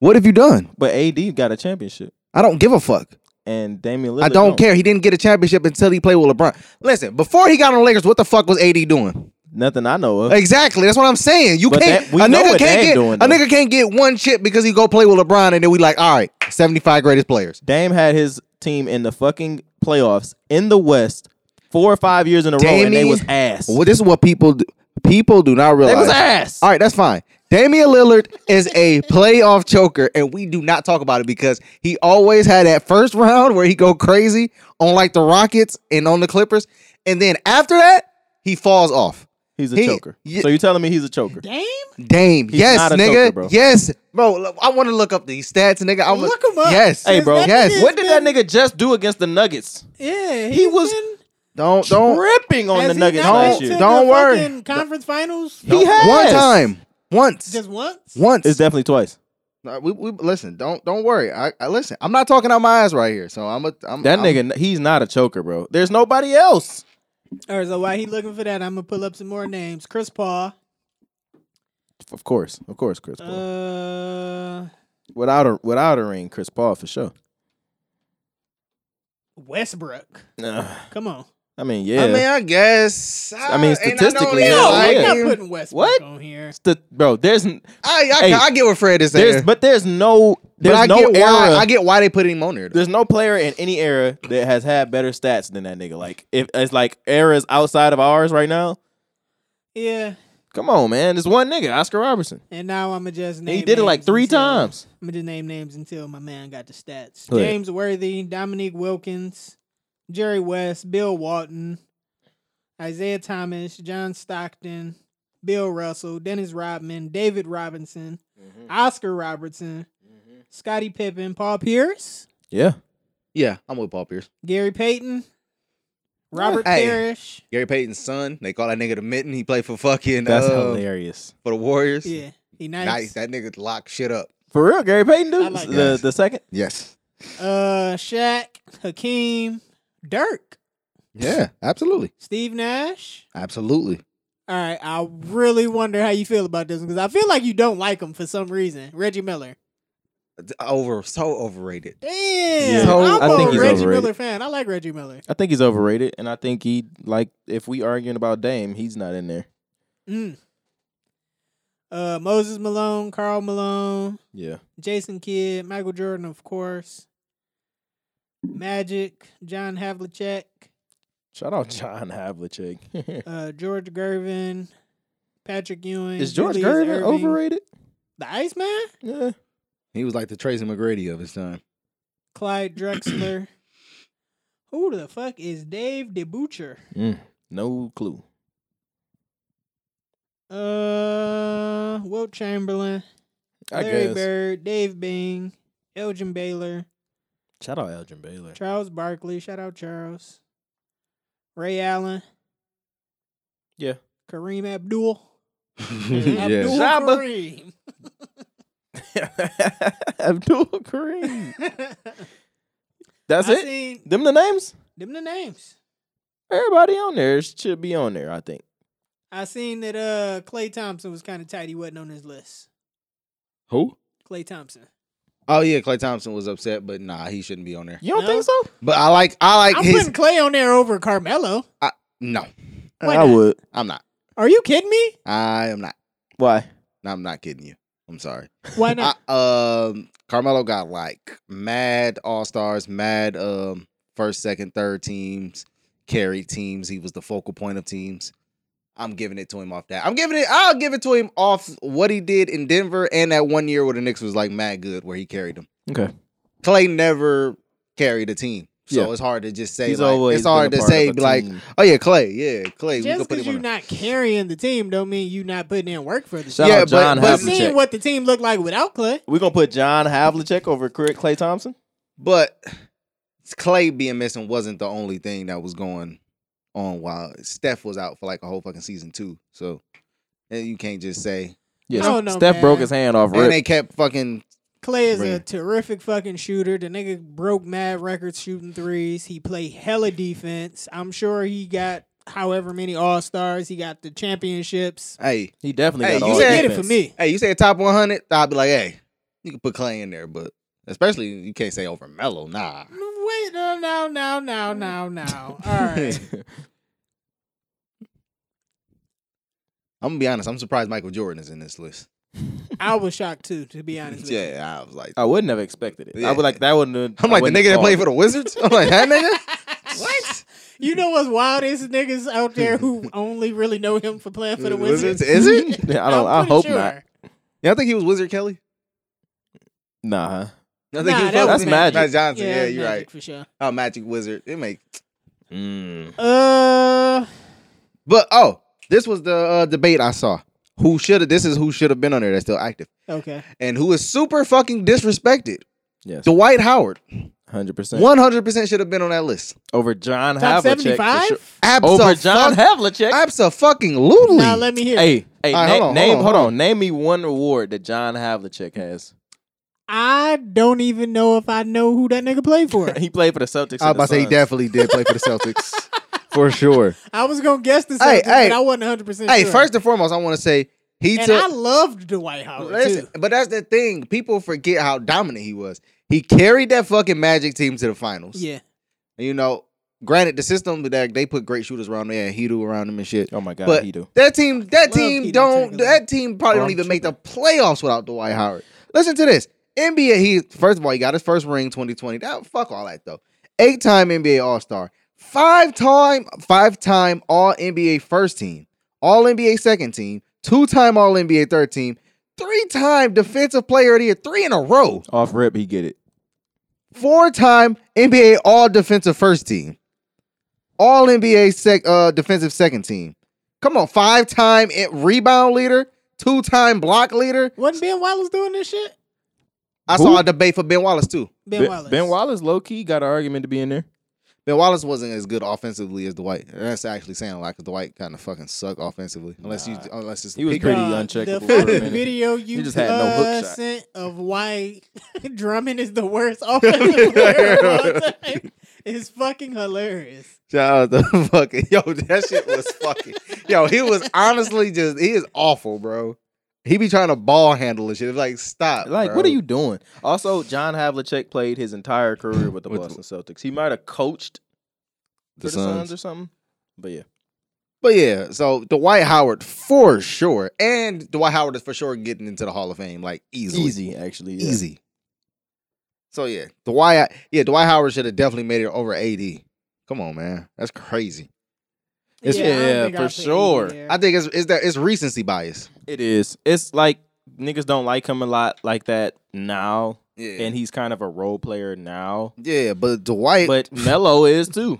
S2: What have you done?
S1: But AD got a championship,
S2: I don't give a fuck.
S1: and Damian Lillard.
S2: I don't care. He didn't get a championship until he played with LeBron. Listen, before he got on the Lakers, what the fuck was AD doing?
S1: Nothing I know of.
S2: Exactly. That's what I'm saying. You
S1: But
S2: can't.
S1: that- we
S2: a
S1: know
S2: nigga
S1: what
S2: can't
S1: Dame
S2: get.
S1: doing,
S2: a
S1: though.
S2: nigga can't get one chip because he go play with LeBron, and then we like, all right, 75 greatest players.
S1: Dame had his team in the fucking playoffs in the West four or five years in a row, and they
S2: Damian-
S1: was ass.
S2: Well, this is what people do. people do not
S1: They
S2: realize.
S1: was ass.
S2: All right, that's fine. Damian Lillard is a playoff choker, and we do not talk about it because he always had that first round where he go crazy on like the Rockets and on the Clippers, and then after that he falls off.
S1: He's a
S2: He-
S1: choker.
S2: Ye-
S1: so you telling me he's a choker?
S3: Dame.
S2: Dame,
S1: He's
S2: yes,
S1: not a
S2: nigga,
S1: choker, bro.
S2: yes, bro. look, I want to look up these stats, nigga. I wanna,
S3: Look him up.
S2: Yes,
S1: Hey, bro.
S3: That
S2: Yes.
S3: nigga's
S1: What did that
S3: been-
S1: nigga just do against the Nuggets?
S3: Yeah,
S1: He
S3: he's
S1: was
S3: been,
S2: don't don't
S1: Ripping on
S3: has
S1: the
S3: he
S1: Nuggets
S3: not been
S1: last
S3: to
S1: year.
S3: the
S2: Don't worry.
S3: fucking Conference finals.
S1: He has
S2: one time, once,
S3: Just once.
S2: once.
S1: It's definitely twice.
S2: Uh, we, we listen. Don't don't worry. I, I listen. I'm not talking out my eyes right here. So I'm a I'm,
S1: That
S2: I'm-
S1: nigga, he's not a choker, bro. There's nobody else.
S3: All right, so while he looking for that, I'm gonna pull up some more names. Chris Paul.
S1: Of course, of course, Chris Paul.
S3: Uh,
S1: without a without a ring, Chris Paul for sure.
S3: Westbrook. Come on.
S1: I mean, yeah.
S2: I mean, I guess. I,
S1: mean,
S2: ain't I known
S1: statistically,
S2: it.
S1: Yeah,
S3: no,
S1: I
S3: we're
S1: am.
S3: not
S2: I,
S3: putting Westbrook
S1: What?
S3: on here.
S1: It's the- bro, there's n-
S2: I, I,
S1: Hey.
S2: I get what Fred is saying.
S1: there's but there's no
S2: But
S1: there's
S2: I
S1: no
S2: get
S1: era.
S2: why I get why they put him on there. though.
S1: there's no player in any era that has had better stats than that nigga. Like if it's like eras outside of ours right now.
S3: Yeah.
S1: Come on, man. There's one nigga, Oscar Robertson.
S3: And now I'm gonna just
S1: And
S3: name.
S1: he did it like
S3: names
S1: three
S3: until-
S1: times.
S3: I'm gonna just name names until my man got the stats.
S1: Go ahead.
S3: James Worthy, Dominique Wilkins, Jerry West, Bill Walton, Isaiah Thomas, John Stockton, Bill Russell, Dennis Rodman, David Robinson, Oscar Robertson, Scottie Pippen, Paul Pierce,
S1: Yeah.
S2: yeah, I'm with Paul Pierce.
S3: Gary Payton, Robert
S2: Hey.
S3: Parrish.
S2: Gary Payton's son. They call that nigga the mitten. He played for fucking
S1: That's
S2: uh,
S1: hilarious.
S2: for the Warriors.
S3: Yeah, he
S2: Nice.
S3: nice.
S2: That nigga lock shit up.
S1: For real, Gary Payton
S3: I
S1: dude?
S3: like
S1: the
S2: that.
S1: the second?
S2: Yes.
S3: Uh, Shaq, Hakeem, Dirk,
S2: Yeah. Absolutely.
S3: Steve Nash.
S2: Absolutely.
S3: All right, I really wonder how you feel about this because I feel like you don't like him for some reason. Reggie Miller.
S2: Over so overrated.
S3: Damn,
S1: Yeah.
S3: I'm
S1: I think
S3: a
S1: he's
S3: Reggie
S1: overrated.
S3: Miller fan. I like Reggie Miller.
S1: I think he's overrated. And I think he like if we arguing about Dame, he's not in there.
S3: Mm. Uh, Moses Malone, Carl Malone,
S1: Yeah.
S3: Jason Kidd, Michael Jordan, of course. Magic, John Havlicek,
S1: Shout out John Havlicek.
S3: Uh, George Gervin, Patrick Ewing.
S1: Is George
S3: Julius
S1: Gervin
S3: Erving.
S1: overrated?
S3: The Iceman?
S1: Yeah.
S2: He was like the Tracy McGrady of his time.
S3: Clyde Drexler. Who the fuck is Dave DeBucher?
S1: No clue.
S3: Uh, Wilt Chamberlain,
S1: I
S3: Larry
S1: guess.
S3: Bird, Dave Bing, Elgin Baylor,
S1: Shout out Elgin Baylor.
S3: Charles Barkley. Shout out Charles. Ray Allen.
S1: Yeah.
S3: Kareem Abdul. Mm-hmm. Abdul
S2: yeah.
S1: Jabba. Abdul Kareem.
S3: Kareem.
S1: That's
S3: I
S1: it.
S3: Seen
S1: Them the names.
S3: them the names.
S1: Everybody on there should be on there. I think.
S3: I seen that uh Clay Thompson was kind of tight. He wasn't on his list.
S2: Who?
S3: Clay Thompson.
S2: Oh yeah, Clay Thompson was upset, but nah, he shouldn't be on there.
S1: You don't
S3: No.
S1: think so?
S2: But I like I like
S3: I'm
S2: his Uh,
S3: putting Clay on there over Carmelo.
S2: No,
S3: Why not?
S1: would.
S2: I'm not.
S3: Are you kidding me?
S2: I am not.
S1: Why?
S2: I'm not kidding you. I'm sorry.
S3: Why not?
S2: I, um Carmelo got like mad all stars, mad um first, second, third teams, carry teams. He was the focal point of teams. I'm giving it to him off that. I'm giving it. I'll give it to him off what he did in Denver and that one year where the Knicks was like mad good, where he carried them.
S1: Okay.
S2: Clay never carried a team, so
S1: Yeah.
S2: it's hard to just say.
S1: He's
S2: like,
S1: always.
S2: it's hard to say be like, oh yeah, Clay, yeah, Clay. we
S3: Just
S2: could put
S3: because
S2: him on
S3: you're
S2: a-
S3: not carrying the team don't mean you not putting in work for the
S1: Shout
S3: team.
S2: Yeah,
S1: out John
S2: but- but
S3: But
S2: Havlicek.
S3: seeing
S1: Havlicek.
S3: what the team looked like without Clay,
S1: We're gonna put John Havlicek over Clay Thompson.
S2: But Clay being missing wasn't the only thing that was going on while Steph was out for like a whole fucking season too. So and you can't just say.
S1: Yes.
S3: I don't know,
S1: Steph
S3: man.
S1: broke his hand off.
S2: And
S1: Rip.
S2: they kept fucking.
S3: Clay is a
S2: Right.
S3: terrific fucking shooter. The nigga broke mad records shooting threes. He played hella defense. I'm sure he got however many All Stars. He got the championships.
S2: Hey,
S1: He definitely
S2: Hey,
S1: got
S2: you
S1: all
S3: he
S2: said-
S3: did it
S1: defense.
S3: for me.
S2: hey, you say top one hundred? I'd be like, hey, you can put Clay in there, but especially you can't say over Melo. Nah,
S3: Wait, no, no, no, no, no, no. All right.
S2: I'm gonna be honest. I'm surprised Michael Jordan is in this list.
S3: I was shocked too, to be honest with you.
S2: Yeah, I was like,
S1: I wouldn't have expected it. I would like that Oh, wouldn't.
S2: I'm like the nigga that played for the Wizards. I'm like that nigga.
S3: What? You know what's wild is niggas out there who only really know him for playing for the Wizards.
S2: is it?
S1: the. I don't. I
S3: I'm pretty
S1: hope
S3: sure.
S1: not.
S2: Yeah, I think he was Wizard Kelly.
S1: Nah.
S2: I think
S3: Nah,
S2: he was
S3: that
S2: fucking-
S1: was Magic.
S2: Magic Johnson. Yeah,
S3: it was
S2: you're
S3: Magic
S2: right.
S3: for sure.
S2: Oh, Magic Wizard. It make Mm.
S3: Uh,
S2: But oh, this was the uh, debate I saw. Who should have? This is who should have been on there. That's still active,
S3: okay.
S2: and who is super fucking disrespected.
S1: Yes.
S2: Dwight Howard,
S1: Hundred percent.
S2: one hundred percent should have been on that list.
S1: over John Havlicek.
S3: Top
S1: for
S3: seventy-five.
S1: sure. Over John
S2: Absolutely,
S1: Havlicek.
S2: absolutely.
S3: Now let me hear. it.
S1: Hey, hey,
S2: All
S1: na-
S2: right, hold on,
S1: name,
S2: hold on,
S1: hold
S2: hold
S1: on. Name me one award that John Havlicek has.
S3: I don't even know if I know who that nigga played for.
S1: He played for the Celtics. and
S2: I was about
S1: the
S2: to say he
S1: Suns.
S2: definitely did play for the Celtics for sure.
S3: I was gonna guess the
S2: Hey,
S3: Celtics,
S2: hey.
S3: but I wasn't one hundred percent.
S2: Hey,
S3: sure.
S2: first and foremost, I want to say he
S3: and
S2: took.
S3: I loved Dwight Howard
S2: Listen,
S3: too.
S2: but that's the thing. People forget how dominant he was. He carried that fucking Magic team to the finals.
S3: Yeah,
S2: You know, granted, the system that they put great shooters around there and Hedo around them and shit.
S1: Oh my God,
S2: But
S1: he do.
S2: That team, that
S3: Love
S2: team
S3: Hedo
S2: don't.
S3: Chamberlain.
S2: That team probably don't
S1: Wrong
S2: even make the playoffs without Dwight Howard. Listen to this. NBA. He first of all, he got his first ring 2020. That fuck all that though. Eight time NBA All Star, five time, five time All NBA First Team, All NBA Second Team, two time All NBA Third Team, three time Defensive Player of the Year, three in a row,
S1: Off rip, he get it.
S2: four time NBA All Defensive First Team, All NBA sec, uh, Defensive Second Team. Come on, five time rebound leader, two time block leader.
S3: wasn't Ben Wallace doing this shit?
S2: I
S1: Who?
S2: saw a debate for Ben Wallace too.
S3: Ben, Wallace.
S1: Ben Wallace, low key, got an argument to be in there.
S2: Ben Wallace wasn't as good offensively as Dwight. And That's actually saying a lot because Dwight kind of fucking suck offensively. Unless you, unless it's
S1: He was
S2: pick-
S1: pretty
S3: Uh,
S1: uncheckable
S3: The
S1: for a
S3: fucking
S1: minute.
S3: video you
S1: just had no
S3: uh,
S1: hook shot.
S3: sent of why Drummond is the worst offensive player of all time is fucking hilarious.
S2: Shout out to fucking yo, that shit was fucking yo. He was honestly just he is awful, bro. He be trying to ball handle and shit. Like stop.
S1: Like,
S2: Uh, bro.
S1: what are you doing? Also, John Havlicek played his entire career with the
S2: With-
S1: Boston Celtics. He might have coached for
S2: The
S1: the Suns
S2: Suns.
S1: or something. But yeah,
S2: But yeah, so Dwight Howard for sure, and Dwight Howard is for sure getting into the Hall of Fame like easily,
S1: easy actually. yeah.
S2: easy. So yeah, Dwight, yeah, Dwight Howard should have definitely made it over AD Come on, man. That's crazy.
S1: It's-
S3: I don't
S1: Yeah,
S3: think
S1: for
S3: I'll put Iggy
S1: sure.
S3: there.
S2: I think it's it's that it's recency bias.
S1: It is. It's like niggas don't like him a lot like that now,
S2: Yeah.
S1: and he's kind of a role player now.
S2: yeah, but Dwight
S1: But Melo is too.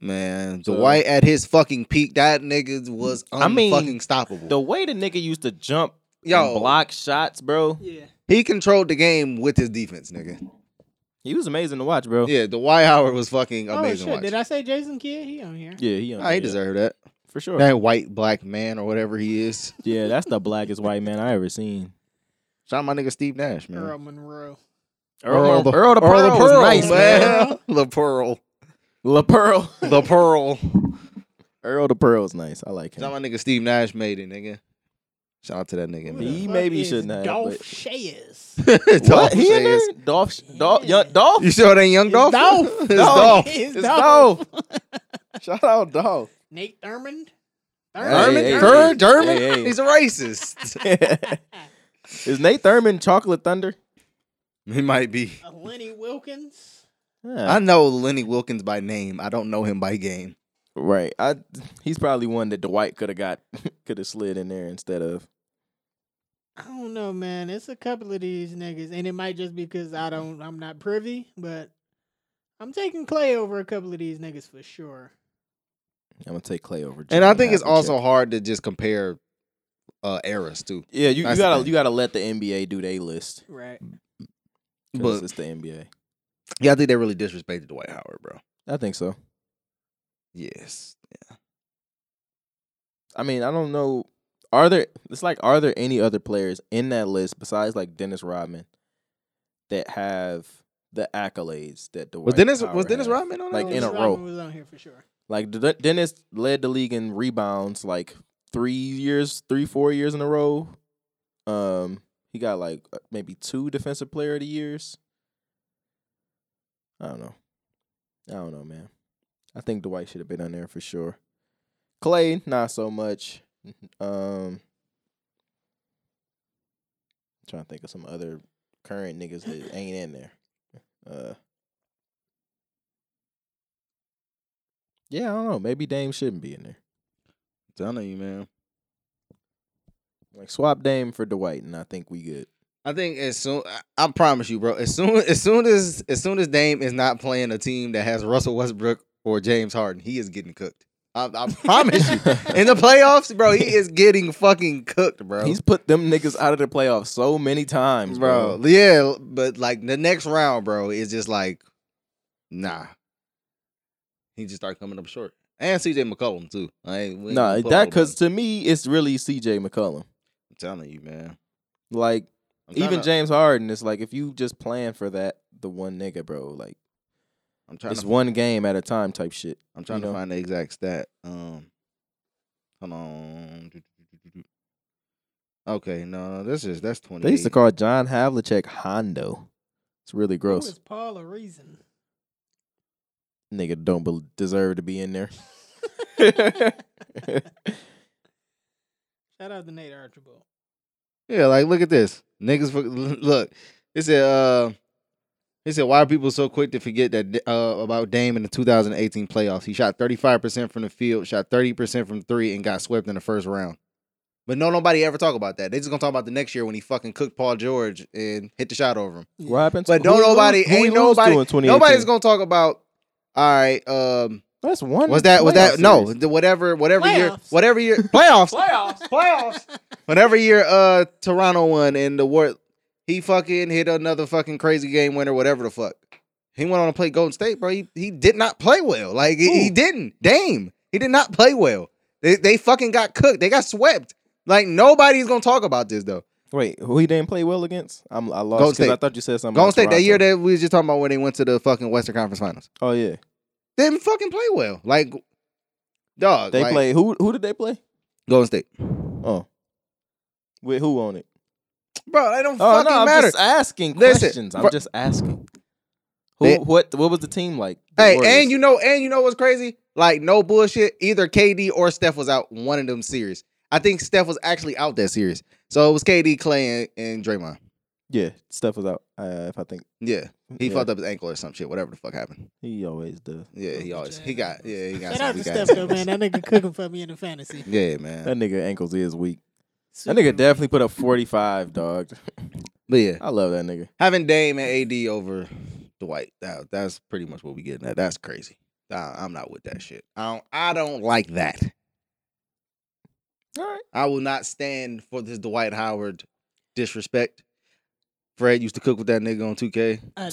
S2: man,
S1: So-
S2: Dwight at his fucking peak, that nigga was
S1: I mean,
S2: unfucking stoppable.
S1: The way the nigga used to jump
S2: Yo.
S1: and block shots, bro.
S3: yeah.
S2: he controlled the game with his defense, nigga.
S1: He was amazing to watch, bro. Yeah,
S2: Yeah, Dwight Howard was fucking
S3: Oh
S2: amazing.
S3: shit!
S2: to watch.
S3: Did I say Jason Kidd? He on here.
S1: he, on
S2: Nah, he
S1: there,
S2: deserved that.
S1: for sure.
S2: That white black man or whatever he is.
S1: Yeah, that's the blackest white man I ever seen.
S2: Shout out my nigga Steve Nash, man.
S3: Earl Monroe.
S1: Earl, Earl, the Pearl, was nice, man.
S2: The Pearl.
S1: La Pearl.
S2: The Pearl.
S1: Earl the Pearl's nice. I like
S2: Shout
S1: him.
S2: out my nigga Steve Nash made it, nigga. Shout out to that nigga,
S3: Who the
S1: He
S3: fuck
S1: maybe
S3: is
S1: shouldn't have,
S3: Dolph
S1: but-
S3: Shays.
S2: man.
S1: What? He in
S2: Sayers.
S1: there? Dolph. Dolph.
S3: Yeah.
S1: Young, Dolph.
S2: You sure it ain't Young
S3: It's
S2: Dolph?
S3: Dolph.
S2: it's
S1: Dolph.
S2: Dolph.
S3: It's
S1: It's
S3: Dolph.
S1: Dolph. Shout out Dolph.
S3: Nate Thurmond.
S2: Thurman?
S1: Hey, hey,
S2: Thurman?
S1: hey.
S2: Thurman?
S1: Hey, hey.
S2: He's a racist.
S1: Is Nate Thurman Chocolate Thunder?
S2: he might be.
S3: Uh, Lenny Wilkins.
S1: Yeah.
S2: I know Lenny Wilkins by name. I don't know him by game.
S1: right. I he's probably one that Dwight could have got could have slid in there instead of.
S3: I don't know, man. It's a couple of these niggas, and it might just be because I don't, I'm not privy, but I'm taking Clay over a couple of these niggas for sure.
S1: I'm gonna take Clay over.
S2: And I think
S1: Jimmy
S2: it's also
S1: Havlicek.
S2: hard to just compare uh eras too.
S1: yeah. You, you
S2: That's the
S1: gotta
S2: thing.
S1: you gotta let the NBA do their list.
S3: Right.
S1: 'cause
S2: But-
S1: it's the NBA.
S2: Yeah, I think they really disrespected Dwight Howard, bro.
S1: I think so.
S2: Yes.
S1: I mean, I don't know. Are there? It's like, are there any other players in that list besides like Dennis Rodman that have the accolades that Dwight?
S2: Was Dennis was
S1: Howard
S2: Dennis
S1: have?
S2: Rodman on that
S1: Like,
S2: list?
S1: in a
S3: Dennis
S1: row.
S3: Rodman was on here for sure.
S1: Like D- Dennis led the league in rebounds like three years, three four years in a row. Um, he got like uh, maybe two defensive player of the years. I don't know. I don't know, man. I think Dwight should have been on there for sure. Clay, not so much. Um, trying to think of some other current niggas that ain't in there. Uh, yeah, I don't know. Maybe Dame shouldn't be in there.
S2: I'm telling you, man.
S1: Like swap Dame for Dwight, and I think we good.
S2: I think as soon I- I promise you, bro. As soon as soon as as soon as Dame is not playing a team that has Russell Westbrook or James Harden, he is getting cooked. I, I promise you. In the playoffs, bro, he is getting fucking cooked, bro.
S1: He's put them niggas out of the playoffs so many times,
S2: bro.
S1: bro.
S2: Yeah, but like the next round, bro, is just like, nah. He just start coming up short, and CJ McCollum too. I ain't, we ain't
S1: Nah,
S2: gonna put
S1: that
S2: all
S1: because to me it's really C.J. McCollum.
S2: I'm telling you, man.
S1: Like
S2: I'm trying
S1: even
S2: to-
S1: James Harden, it's like if you just plan for that, the one nigga, bro. Like
S2: I'm trying
S1: it's
S2: to
S1: one game at a time type shit.
S2: I'm trying
S1: know?
S2: to find the exact stat. Um, hold on. Okay, no, no, this is that's twenty.
S1: They used to call John Havlicek Hondo. It's really
S3: Who
S1: gross.
S3: is Paul a reason?
S1: Nigga don't bel deserve to be in there.
S3: Shout out to Nate Archibald.
S2: yeah, like look at this, niggas. For, look, it said. Uh, it said, "Why are people so quick to forget that uh, about Dame in the 2018 playoffs? He shot 35 percent from the field, shot 30 percent from three, and got swept in the first round." But no, nobody ever talk about that. They just gonna talk about the next year when he fucking cooked Paul George and hit the shot over him.
S1: what happened? to-
S2: But
S1: who
S2: don't
S1: we lose-
S2: nobody-
S1: who we
S2: ain't
S1: lose to
S2: nobody-
S1: in 2018?
S2: Nobody's gonna talk about. All right, um,
S1: That's one.
S2: Was that was
S1: playoff
S2: that no
S1: series.
S2: the whatever whatever year
S3: Playoffs.
S2: whatever year playoffs
S3: Playoffs. Playoffs.
S2: whatever year uh Toronto won and the war he fucking hit another fucking crazy game winner whatever the fuck he went on to play Golden State bro he, he did not play well like he, he
S3: Who?
S2: didn't Dame he did not play well they they fucking got cooked they got swept like nobody's gonna talk about this though
S1: Wait, who he didn't play well against? I'm, I lost
S2: Golden
S1: because I
S2: State.
S1: thought you said something.
S2: Golden
S1: about
S2: State that year
S1: Toronto.
S2: that we was just talking about when they went to the fucking Western Conference Finals
S1: Oh yeah,
S2: they didn't fucking play well like dog
S1: they
S2: like,
S1: played. Who who did they play?
S2: Golden State
S1: Oh, with who on it?
S2: bro they don't
S1: Oh
S2: fucking
S1: no, I'm
S2: matter.
S1: just asking
S2: Listen,
S1: questions. I'm
S2: bro-
S1: just asking. Who
S2: They-
S1: what what was the team like? The
S2: Hey,
S1: Warriors?
S2: and you know, and you know what's crazy? Like, no bullshit. Either KD or Steph was out one of them series. I think Steph was actually out that series. So it was KD, Clay, and, and Draymond.
S1: Yeah, Steph was out. Uh, if I think
S2: Yeah, he
S1: Yeah.
S2: fucked up his ankle or some shit. Whatever the fuck happened.
S1: he always does.
S2: Yeah, he
S3: Bitch
S2: always
S3: ass
S2: he got yeah he got.
S3: Shout out
S2: some
S3: to
S2: weak ass
S3: Steph though,
S2: ankles.
S3: man. That nigga cooking for me in the fantasy.
S2: Yeah, man.
S1: That nigga ankles is weak. That
S3: Super-
S1: nigga definitely put up forty five, dog.
S2: But yeah,
S1: I love that nigga.
S2: having Dame and AD over Dwight that that's pretty much what we getting at. That's crazy. I, I'm not with that shit. I don't I don't like that.
S1: All right.
S2: I will not stand for this Dwight Howard disrespect. Fred used to cook with that nigga on 2K.
S3: I
S2: Yeah,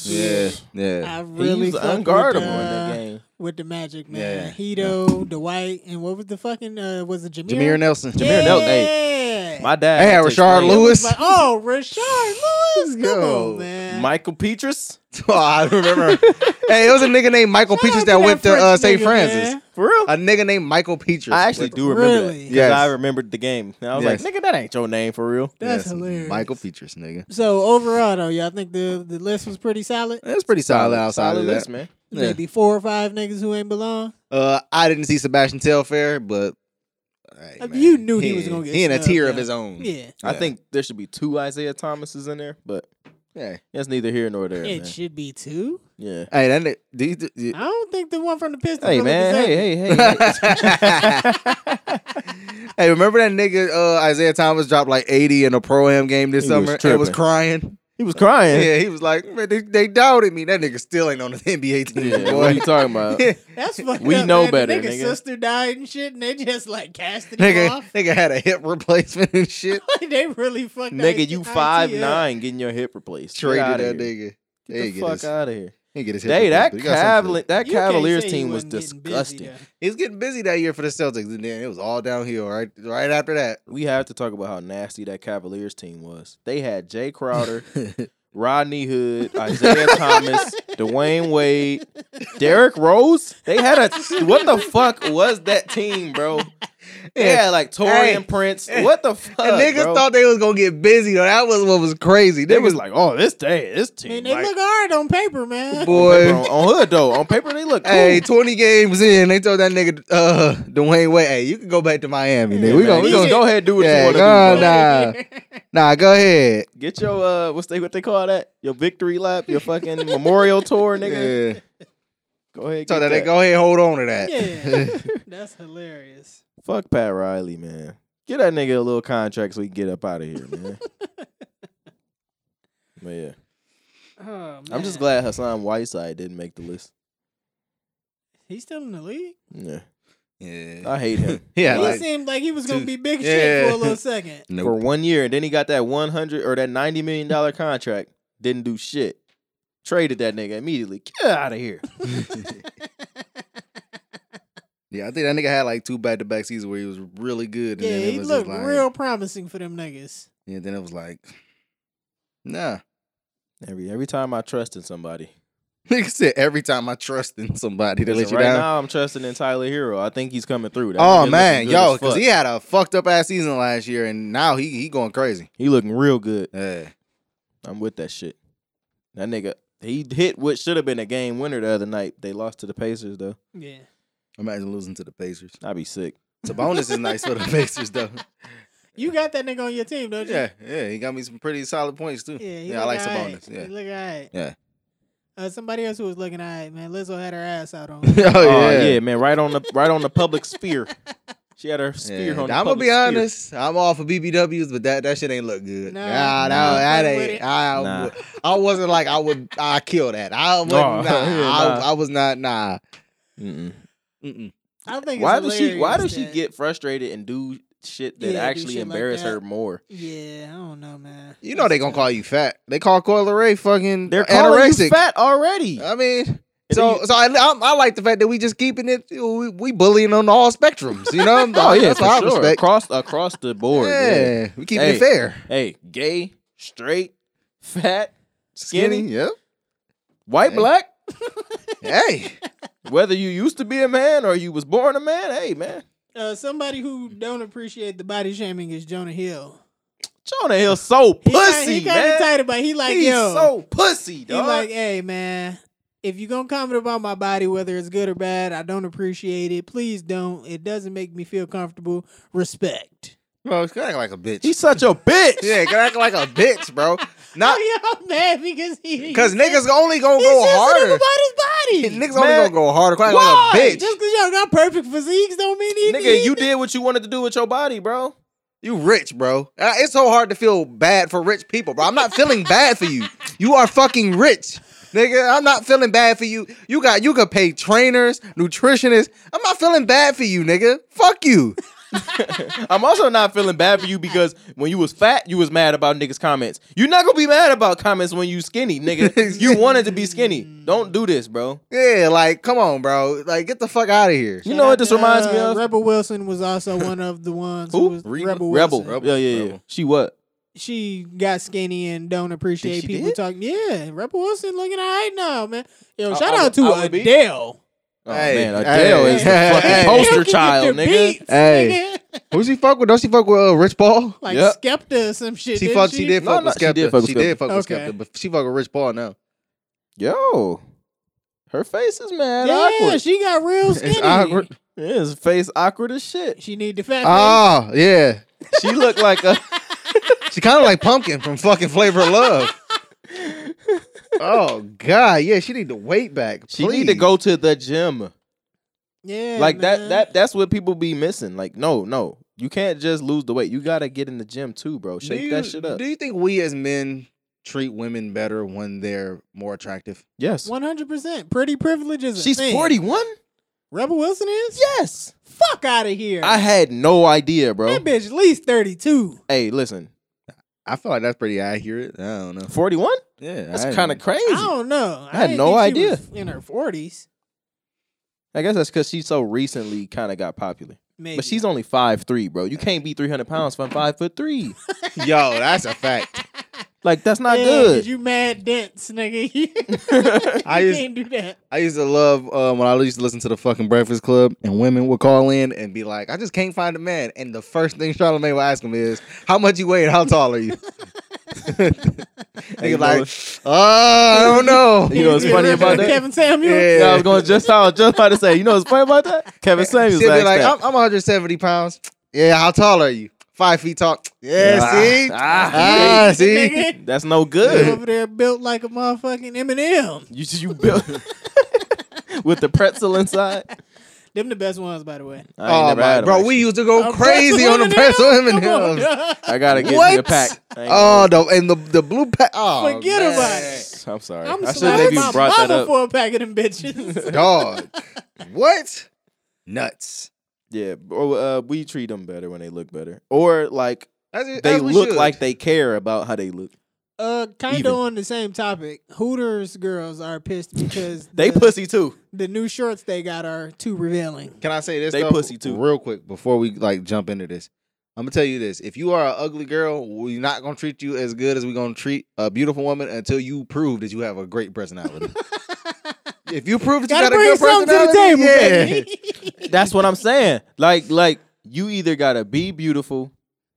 S3: did.
S2: yeah.
S3: I
S1: Really
S3: really
S1: he was
S3: fuck
S1: unguardable
S3: with,
S1: in
S3: uh,
S1: that game.
S3: with the Magic man.
S2: Yeah,
S3: Hedo, Dwight, and what was the fucking uh, was it Jameer?
S2: Jameer Nelson.
S1: Jameer Nelson,
S3: Yeah.
S1: My
S2: They
S1: dad.
S2: had
S1: takes
S2: Rashard
S1: players.
S2: Lewis.
S3: Like, oh, Rashard Lewis. Come
S2: Yo,
S3: on, man.
S1: Michael Petrus.
S2: Oh, I remember. hey, it was a nigga named Michael
S3: Shout
S2: Peaches
S3: out
S2: that
S3: to
S2: went to
S3: French
S2: uh, St.
S3: nigga,
S2: Francis.
S3: man.
S1: For real.
S2: A nigga named Michael Peaches.
S1: I actually do remember that
S3: Really?
S1: because
S2: Yes.
S1: I remembered the game. And I was
S2: Yes.
S1: like, nigga, that ain't your name for real.
S3: That's hilarious.
S2: Michael Peaches, nigga.
S3: So overall, though, y'all think the the list was pretty solid.
S2: That's pretty solid, outside
S1: solid
S2: of that.
S1: list, man.
S2: Yeah.
S3: Maybe four or five niggas who ain't belong.
S2: Uh, I didn't see Sebastian Telfair, but hey,
S3: Uh,
S2: man,
S3: you knew he was gonna get
S2: He in a
S3: snubbed,
S2: tier of
S3: though.
S2: his own.
S3: Yeah,
S1: I
S2: Yeah.
S1: think there should be two Isaiah Thomases in there, but
S2: Yeah.
S1: that's neither here nor there,
S3: it
S1: man.
S3: should be two.
S1: Yeah.
S2: Hey, that nigga. Do you, do you-
S3: I don't think the one from the Pistons.
S1: Hey
S3: really
S1: man,
S3: deserved
S1: hey,
S3: it.
S1: hey, hey,
S2: hey, remember that nigga uh, Isaiah Thomas dropped like 80 in a pro am game this
S1: He was
S2: summer and was
S1: tripping.
S2: crying?
S1: he was crying.
S2: Yeah, he was like, man, they, they doubted me. That nigga still ain't on the NBA team,
S1: Yeah, what are
S2: boy.
S1: you talking about?
S3: That's fucked
S1: We
S3: up,
S1: know
S3: man. The
S1: better,
S3: nigga's
S1: nigga.
S3: sister died and shit, and they just like casted him
S2: nigga,
S3: off.
S2: nigga had a hip replacement and shit.
S3: Like, they really fucked.
S1: Nigga,
S3: IT
S1: you
S3: up.
S1: five nine getting your hip replaced. Get
S2: Traded
S1: outta
S2: that
S1: here.
S2: nigga.
S1: Get
S2: He
S1: the
S2: get
S1: fuck
S2: his-
S1: out of here.
S2: He get his hip
S1: Hey, that
S2: replacement, but he got some
S1: Caval-
S2: shit.
S1: that
S3: You can't
S1: Cavaliers
S3: say he
S1: team was
S3: wasn't getting busy,
S1: disgusting.
S3: though.
S2: He was getting busy that year for the Celtics, and then it was all downhill right right after that.
S1: We have to talk about how nasty that Cavaliers team was. They had Jay Crowder, Rodney Hood, Isaiah Thomas, Dwayne Wade, Derrick Rose. They had a what the fuck was that team, bro? They had like Torian
S2: Hey.
S1: Prince. What the fuck?
S2: and niggas
S1: bro?
S2: thought they was gonna get busy though. That was what was crazy.
S1: They
S2: Niggas
S1: was like, oh, this day, this
S3: I
S1: team.
S3: mean, they
S1: like,
S3: look hard on paper, man.
S1: paper,
S2: boy.
S1: on, on hood though, on paper they look cool.
S2: Hey, 20 games in, they told that nigga uh Dwayne Wade, hey, you can go back to Miami, nigga. we
S1: Yeah, man, you
S2: gonna, we gonna
S1: just
S2: go.
S1: go ahead and do what
S2: Yeah,
S1: you want to do.
S2: nah,
S1: bro.
S2: nah. Nah, go ahead.
S1: Get your uh, what's they what they call that? Your victory lap, your fucking memorial tour, nigga.
S2: Yeah.
S1: Go ahead,
S2: So
S1: get
S2: that they
S1: that.
S2: go ahead, hold on to that.
S3: Yeah. That's hilarious.
S1: Fuck Pat Riley, man. Get that nigga a little contract so he can get up out of here, man. but yeah,
S3: Oh, man.
S1: I'm just glad Hassan Whiteside didn't make the list.
S3: he's still in the league.
S1: Yeah,
S2: yeah.
S1: I hate him
S2: yeah,
S3: he
S2: like,
S3: seemed like he was gonna
S2: two-
S3: be big
S2: yeah.
S3: shit for a little second.
S1: for
S2: nope.
S1: one year, and then he got that 100 or that 90 million dollar contract. Didn't do shit. Traded that nigga immediately. Get out of here.
S2: yeah, I think that nigga had like two back to back seasons where he was really good. And
S3: yeah,
S2: then it
S3: he
S2: was
S3: looked
S2: just like,
S3: real promising for them niggas.
S2: Yeah, then it was like, nah.
S1: Every every time I trust in somebody,
S2: Nigga said every time I trust in somebody, they let
S1: Listen,
S2: you
S1: right
S2: down.
S1: now I'm trusting in Tyler Hero. I think he's coming through. That nigga
S2: oh
S1: looking
S2: man,
S1: good
S2: yo,
S1: as
S2: because
S1: fuck.
S2: he had a fucked up ass season last year, and now he he going crazy.
S1: he looking real good.
S2: Yeah.
S1: I'm with that shit. That nigga, he hit what should have been a game winner the other night. They lost to the Pacers though.
S3: Yeah.
S2: Imagine losing to the Pacers.
S1: I'd be sick.
S2: Sabonis is nice for the Pacers, though.
S3: You got that nigga on your team, don't you?
S2: Yeah, yeah, he got me some pretty solid points too.
S3: Yeah, he
S2: I
S3: look
S2: like
S3: alright.
S2: Sabonis.
S3: He
S2: Yeah.
S3: look alright.
S2: Yeah.
S3: Uh, somebody else who was looking alright, man. Lizzo had her ass out on.
S2: oh,
S1: Oh yeah. man, right on the right on the public sphere. She had her spear on. The
S2: I'm gonna
S1: public
S2: be
S1: sphere.
S2: honest. I'm all for BBWs, but that, that shit ain't look good.
S3: Nah,
S1: nah.
S2: nah, that
S3: Fuck with
S2: ain't.
S3: it.
S2: I,
S1: Nah.
S2: I wasn't like I would. I kill that. I was
S1: Nah,
S2: not.
S1: yeah,
S2: I,
S1: nah.
S2: I was not. Nah.
S1: Mm-mm.
S2: Mm-mm.
S3: I think.
S1: Why
S3: it's
S1: does she? Why
S3: hilarious
S1: does she
S3: that-
S1: get frustrated and do shit that
S3: Yeah, do
S1: actually
S3: shit like
S1: embarrass
S3: that.
S1: her more?
S3: Yeah, I don't know, man.
S2: You know they gonna call you fat. They call Coil Ray fucking
S1: They're calling
S2: anorexic.
S1: you fat already.
S2: I mean,
S1: And
S2: so
S1: you-
S2: so I, I, I like the fact that we just keeping it. We, we bullying on all spectrums. You know?
S1: oh yeah,
S2: that's
S1: for
S2: what
S1: sure.
S2: I respect.
S1: Across across the board.
S2: yeah.
S1: yeah.
S2: we keeping
S1: Hey.
S2: it fair.
S1: Hey, gay, straight, fat, skinny,
S2: Yep.
S1: white,
S2: Hey.
S1: black.
S2: hey.
S1: Whether you used to be a man or you was born a man, hey man,
S3: Uh, somebody who don't appreciate the body shaming is Jonah Hill.
S1: Jonah Hill so
S3: He kinda-
S1: pussy,
S3: he kind
S1: man.
S3: of tight about. He like
S1: He's
S3: yo.
S1: so pussy,
S3: he
S1: dog.
S3: like, hey man, if you gonna comment about my body, whether it's good or bad, I don't appreciate it. Please don't. It doesn't make me feel comfortable. Respect.
S2: Bro, it's acting like a bitch.
S1: He's such a bitch.
S2: yeah, acting like a bitch, bro. Not
S3: I'm mad because he
S2: because niggas only gonna
S3: he's
S2: go
S3: sensitive
S2: harder.
S3: about his body.
S2: Niggas only gonna go harder. Cry
S3: Why?
S2: like a bitch.
S3: Just because y'all got perfect physiques don't mean he
S1: Nigga,
S3: he-
S1: you did what you wanted to do with your body, bro.
S2: You rich, bro. Uh, It's so hard to feel bad for rich people, bro. I'm not feeling bad for you. You are fucking rich. Nigga, I'm not feeling bad for you. You got you could pay trainers, nutritionists. I'm not feeling bad for you, nigga. Fuck you.
S1: I'm also not feeling bad for you because when you was fat, you was mad about niggas' comments. You're not gonna be mad about comments when you skinny, nigga. you wanted to be skinny. Don't do this, bro.
S2: Yeah, like come on, bro. Like get the fuck out of here.
S1: You know what this
S3: Uh,
S1: reminds me of?
S3: Rebel Wilson was also one of the ones
S1: Who?
S3: who was
S2: Reba?
S3: Rebel
S1: Rebel.
S3: Wilson.
S2: Rebel.
S1: Yeah, yeah, yeah.
S2: Rebel.
S1: She what?
S3: She got skinny and don't appreciate
S1: she
S3: people
S1: did?
S3: talking. Yeah, Rebel Wilson looking all right now, man. Yo,
S1: I-
S3: shout
S1: I
S3: out
S1: would-
S3: to
S1: I would be.
S3: Adele.
S1: Oh
S2: Hey,
S1: man, Adele
S2: hey,
S1: is the fucking
S2: hey.
S1: poster
S3: Adele can
S1: child,
S3: get the
S1: nigga.
S3: beats,
S2: Hey.
S3: nigga.
S2: Who's she fuck with? Don't she fuck with uh, Rich Paul?
S3: like
S1: Yep.
S3: Skepta or some shit.
S2: She
S3: didn't
S2: fucked. She did
S1: No,
S2: fuck
S1: no,
S2: with
S1: she did fuck
S2: Skepta.
S1: with
S2: She did fuck with
S3: Okay.
S2: Skepta, but she fuck with Rich Paul now.
S1: Yo, her face is mad
S3: Yeah,
S1: awkward.
S3: she got real skinny.
S2: It's awkward.
S1: Yeah, his face awkward as shit.
S3: She need the fat. face.
S2: Ah, yeah.
S1: She looked like a.
S2: She kind of like Pumpkin from fucking Flavor of Love. oh God, yeah. She need to weight back.
S1: She need to
S2: please.
S1: go to the gym.
S3: yeah,
S1: like that
S3: man.
S1: that that's what people be missing. Like no, no. You can't just lose the weight. You got to get in the gym too, bro.
S2: Do
S1: Shake
S2: you-
S1: that shit up.
S2: Do you think we as men treat women better when they're more attractive?
S1: yes.
S3: One hundred percent. Pretty privilege is a
S1: She's
S3: thing.
S1: 41?
S3: Rebel Wilson is.
S1: Yes.
S3: Fuck out of here.
S1: I had no idea, bro.
S3: that bitch at least thirty two.
S1: Hey, listen.
S2: I feel like that's pretty accurate. I don't know.
S1: 41?
S2: Yeah,
S1: That's
S2: I-
S1: kind of crazy.
S3: I don't know.
S1: I had
S3: didn't
S1: no
S3: think she
S1: idea.
S3: was in her forties.
S1: I guess that's because she so recently kind of got popular.
S3: Maybe.
S1: But she's only five three, bro. You can't be 300 pounds from 5 foot 3.
S2: Yo, that's a fact.
S1: Like, that's not
S3: Yeah, 'cause
S1: good.
S3: You mad dense, nigga. you
S2: I used-
S3: can't do that.
S2: I used to love uh, when I used to listen to the fucking Breakfast Club, and women would call in and be like, "I just can't find a man," and the first thing Charlamagne would ask him is, "How much you weigh and how tall are you?"
S1: Hey, you
S2: Nigga
S1: know
S2: like,
S1: what-
S2: "Oh, I don't know."
S1: You know what's
S3: You
S1: funny
S3: remember
S1: about that?
S3: Kevin Samuel.
S2: Yeah.
S1: Yeah, I was going to just I was just about to say, you know what's funny about that? Kevin Samuels
S2: She'll be
S1: asked
S2: like,
S1: that.
S2: I'm, I'm 170 pounds. Yeah, how tall are you? Five feet tall. Yeah,
S1: Ah,
S2: see?
S1: ah,
S2: Ah, see?
S3: Nigga,
S1: That's no
S3: you
S1: good.
S3: over there built like a motherfucking Eminem.
S1: You you built with the pretzel inside.
S3: Them the best ones, by the way.
S1: I ain't
S2: Oh,
S1: never
S2: my,
S1: had 'em,
S2: bro,
S1: actually.
S2: we used to go
S3: A
S2: crazy
S3: pretzel
S2: on the
S3: M&M?
S2: press women.
S3: Come on.
S1: I gotta get
S2: What?
S1: you a pack. I ain't
S2: Oh, the, and the, the blue pack. Oh,
S3: Forget
S2: man.
S3: about
S1: gonna-
S3: it.
S1: I'm sorry.
S3: I'm
S1: I should
S3: slapping
S1: have
S3: my
S1: you brought
S3: mama
S1: that up.
S3: for a pack of them bitches.
S2: Dog. what? Nuts.
S1: yeah, or, uh, we treat them better when they look better, or like
S2: That's, that's
S1: they
S2: what we
S1: look
S2: should.
S1: like they care about how they look.
S3: uh, kind
S1: Even.
S3: of on the same topic. Hooters girls are pissed because
S1: They
S3: the,
S1: pussy too.
S3: the new shorts they got are too revealing.
S2: Can I say this?
S1: They
S2: though,
S1: pussy, too.
S2: Real quick before we like jump into this, I'm gonna tell you this: if you are an ugly girl, we're not gonna treat you as good as we're gonna treat a beautiful woman until you prove that you have a great personality. if you prove that you
S3: Gotta
S2: got a
S3: bring
S2: good
S3: something to
S2: personality,
S3: the table,
S2: yeah.
S3: baby.
S1: That's what I'm saying. Like like you either gotta be beautiful,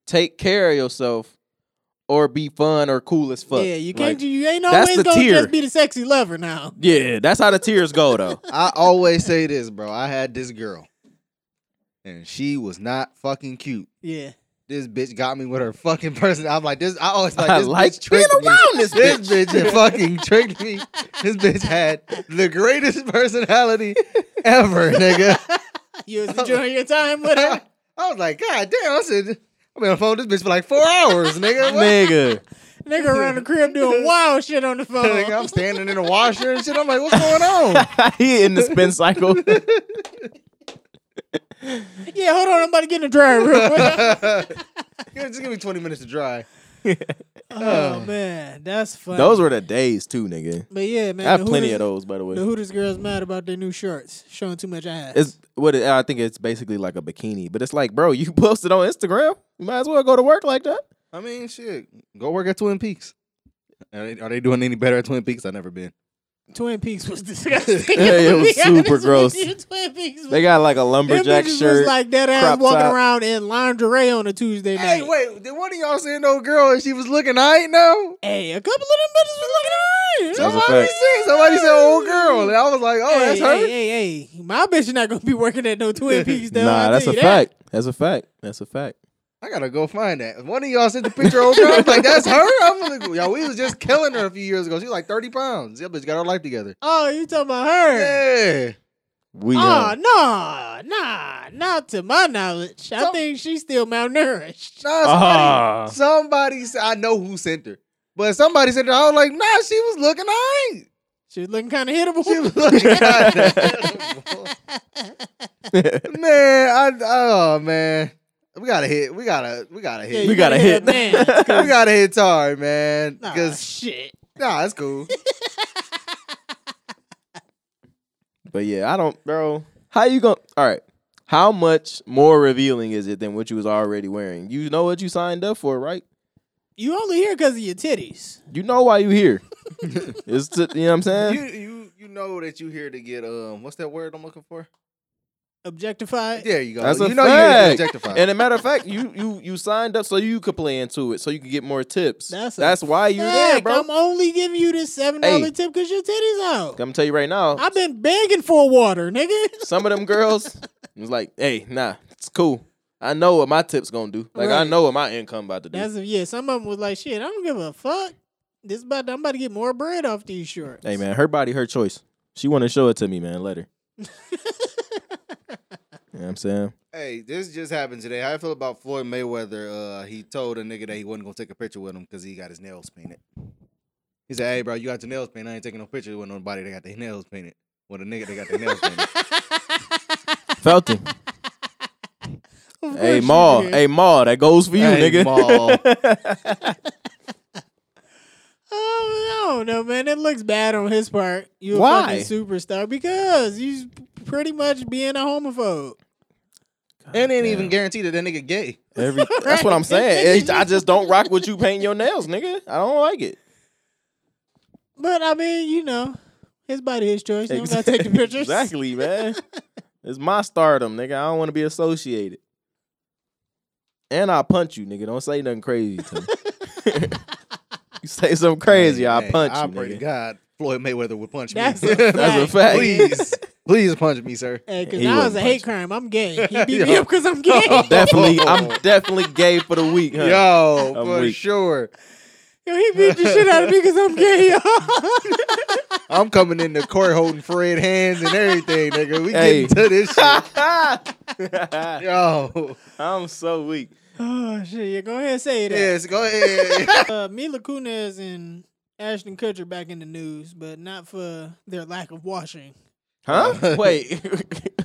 S1: take care of yourself, or be fun or cool as fuck.
S3: Yeah, you
S1: Like,
S3: can't. do you ain't
S1: that's
S3: always
S1: the
S3: gonna
S1: tier.
S3: just be the sexy lover now.
S1: yeah, that's how the tears go though.
S2: I always say this, bro. I had this girl, and she was not fucking cute.
S3: Yeah,
S2: This bitch got me with her fucking person. I'm like this. I always like
S1: I
S2: this
S1: like
S2: bitch
S1: being
S2: tricked me.
S1: around this
S2: This bitch fucking tricked me. This bitch had the greatest personality ever, nigga.
S3: you
S2: Oh.
S3: was enjoying your time with her.
S2: I was like, God damn! I said, I've been on the phone with this bitch for like four hours, nigga. What?
S1: Nigga,
S3: Nigga around the crib doing wild shit on the phone.
S2: Nigga, I'm standing in the washer and shit. I'm like, what's going on?
S1: he in the spin cycle.
S3: yeah, hold on, I'm about to get in the dryer real quick.
S2: Yeah, just give me 20 minutes to dry.
S3: oh man, that's funny.
S1: Those were the days too, nigga.
S3: but yeah, man,
S1: I have
S3: the
S1: plenty
S3: Hooters-
S1: of those, by the way.
S3: The Hooters girls mad about their new shorts showing too much ass.
S1: It's what it, I think it's basically like a bikini, but it's like, bro, you posted on Instagram. You might as well go to work like that.
S2: I mean, shit, go work at Twin Peaks. Are they, are they doing any better at Twin Peaks? I've never been.
S3: Twin Peaks was disgusting.
S1: Yeah, it
S3: I'm gonna
S1: was
S3: be
S1: super
S3: honest with
S1: gross.
S3: you, Twin Peaks. was-
S1: They got like a
S3: them
S1: lumberjack
S3: bitches was
S1: shirt.
S3: like dead ass
S1: crop
S3: walking
S1: top.
S3: around in lingerie on a Tuesday night.
S2: Hey, wait, did one of y'all see an old girl and she was looking all right now?
S3: Hey, a couple of them bitches was looking all right.
S1: That's a
S2: Somebody
S1: fact.
S2: said, somebody said old girl. And I was like, oh,
S3: hey,
S2: that's her?
S3: Hey, hey, hey. My bitch not gonna be working at no Twin Peaks though.
S1: nah,
S3: I'll
S1: that's
S3: tell
S1: a
S3: you that.
S1: fact. That's a fact. That's a fact.
S2: I gotta go find that. One of y'all sent the picture over. I was like, that's her. I'm like, y'all, we was just killing her a few years ago. She was like 30 pounds. That bitch got her life together.
S3: Oh, you talking about her?
S2: Yeah.
S1: We
S3: Oh
S1: uh,
S3: no, nah, not to my knowledge. I
S2: So-
S3: think she's still malnourished.
S2: Nah, somebody,
S1: Ah.
S2: somebody s- I know who sent her. But somebody sent her. I was like, nah, she was looking all right.
S3: She was looking kind of hittable.
S2: She was looking all right. Man, I oh man. We gotta hit. We gotta we gotta
S3: Yeah,
S2: hit.
S3: you
S1: We gotta hit.
S3: that man.
S2: we gotta hit hard, man.
S3: Nah,
S2: Because
S3: shit.
S2: nah, it's cool.
S1: but yeah, I don't, bro. How you going? All right. How much more revealing is it than what you was already wearing? You know what you signed up for, right?
S3: You only here because of your titties.
S1: You know why you here. it's to, you know what I'm saying.
S2: you you you know that you here to get um what's that word I'm looking for?
S3: Objectified.
S2: There you go.
S1: Eh, That's
S2: you
S1: a
S2: know you're here to
S1: fact.
S2: objectify.
S1: and a matter of fact, you you you signed up so you could play into it, so you could get more tips.
S3: That's
S1: That's
S3: a
S1: why you there,
S3: Fuck,
S1: bro.
S3: I'm only giving you this seven dollar
S1: Hey.
S3: tip because your titties out.
S1: I'm tell you right now,
S3: I've been begging for water, nigga.
S1: some of them girls was like, "Hey, nah, it's cool. I know what my tips gonna do. Like I
S3: Right.
S1: know what my income about to do.
S3: That's yeah. Some of them was like, "Shit, I don't give a fuck. This about I'm about to get more bread off these shorts."
S1: hey man, her body, her choice. She want to show it to me, man. Let her. you know what I'm saying?
S2: Hey, this just happened today. How I feel about Floyd Mayweather? Uh, he told a nigga that he wasn't gonna take a picture with him because he got his nails painted. He said, "Hey, bro, you got your nails painted. I ain't taking no pictures with nobody that got their nails painted. With a nigga that got their nails painted."
S1: Felt him.
S3: Of course
S1: hey
S3: you
S1: Ma,
S3: did.
S1: hey Ma, that goes for you,
S2: Hey,
S1: nigga.
S2: Ma.
S3: Oh, I don't know, man. It looks bad on his part. You a
S1: Why?
S3: fucking superstar because he's pretty much being a homophobe.
S2: and they ain't
S1: Damn.
S2: even guarantee that that nigga gay.
S1: Every, that's what I'm saying. It- I just don't rock with you painting your nails, nigga. I don't like it.
S3: But I mean, you know, his body, his choice. You don't gotta take the pictures.
S1: Exactly, man. it's my stardom, nigga. I don't want to be associated. And I punch you, nigga. Don't say nothing crazy to me. you say something crazy, I
S2: Hey,
S1: punch
S2: I
S1: you,
S2: pray to
S1: nigga.
S2: God Floyd Mayweather would punch
S3: That's
S2: me.
S3: a fact.
S1: That's a fact.
S2: please, please punch me, sir.
S3: Hey, cause
S1: He
S3: now it's
S1: wouldn't
S3: a
S1: punch.
S3: hate
S1: Oh,
S3: crime. I'm gay. He beat me
S2: Yo.
S3: up because I'm gay.
S1: Definitely, I'm definitely gay for the week, huh?
S2: Yo,
S1: I'm
S2: for
S1: weak.
S2: sure.
S3: Yo, he beat the shit out of me because I'm gay. yo.
S2: I'm coming into court holding Fred hands and everything, nigga. We
S1: Hey.
S2: getting to this shit.
S1: Yeah.
S2: Yo.
S1: I'm so weak.
S3: oh shit! Yeah, go ahead and say that.
S2: Yes, go ahead.
S3: Uh, Mila Kunis and Ashton Kutcher back in the news, but not for their lack of washing.
S1: Huh? Wait.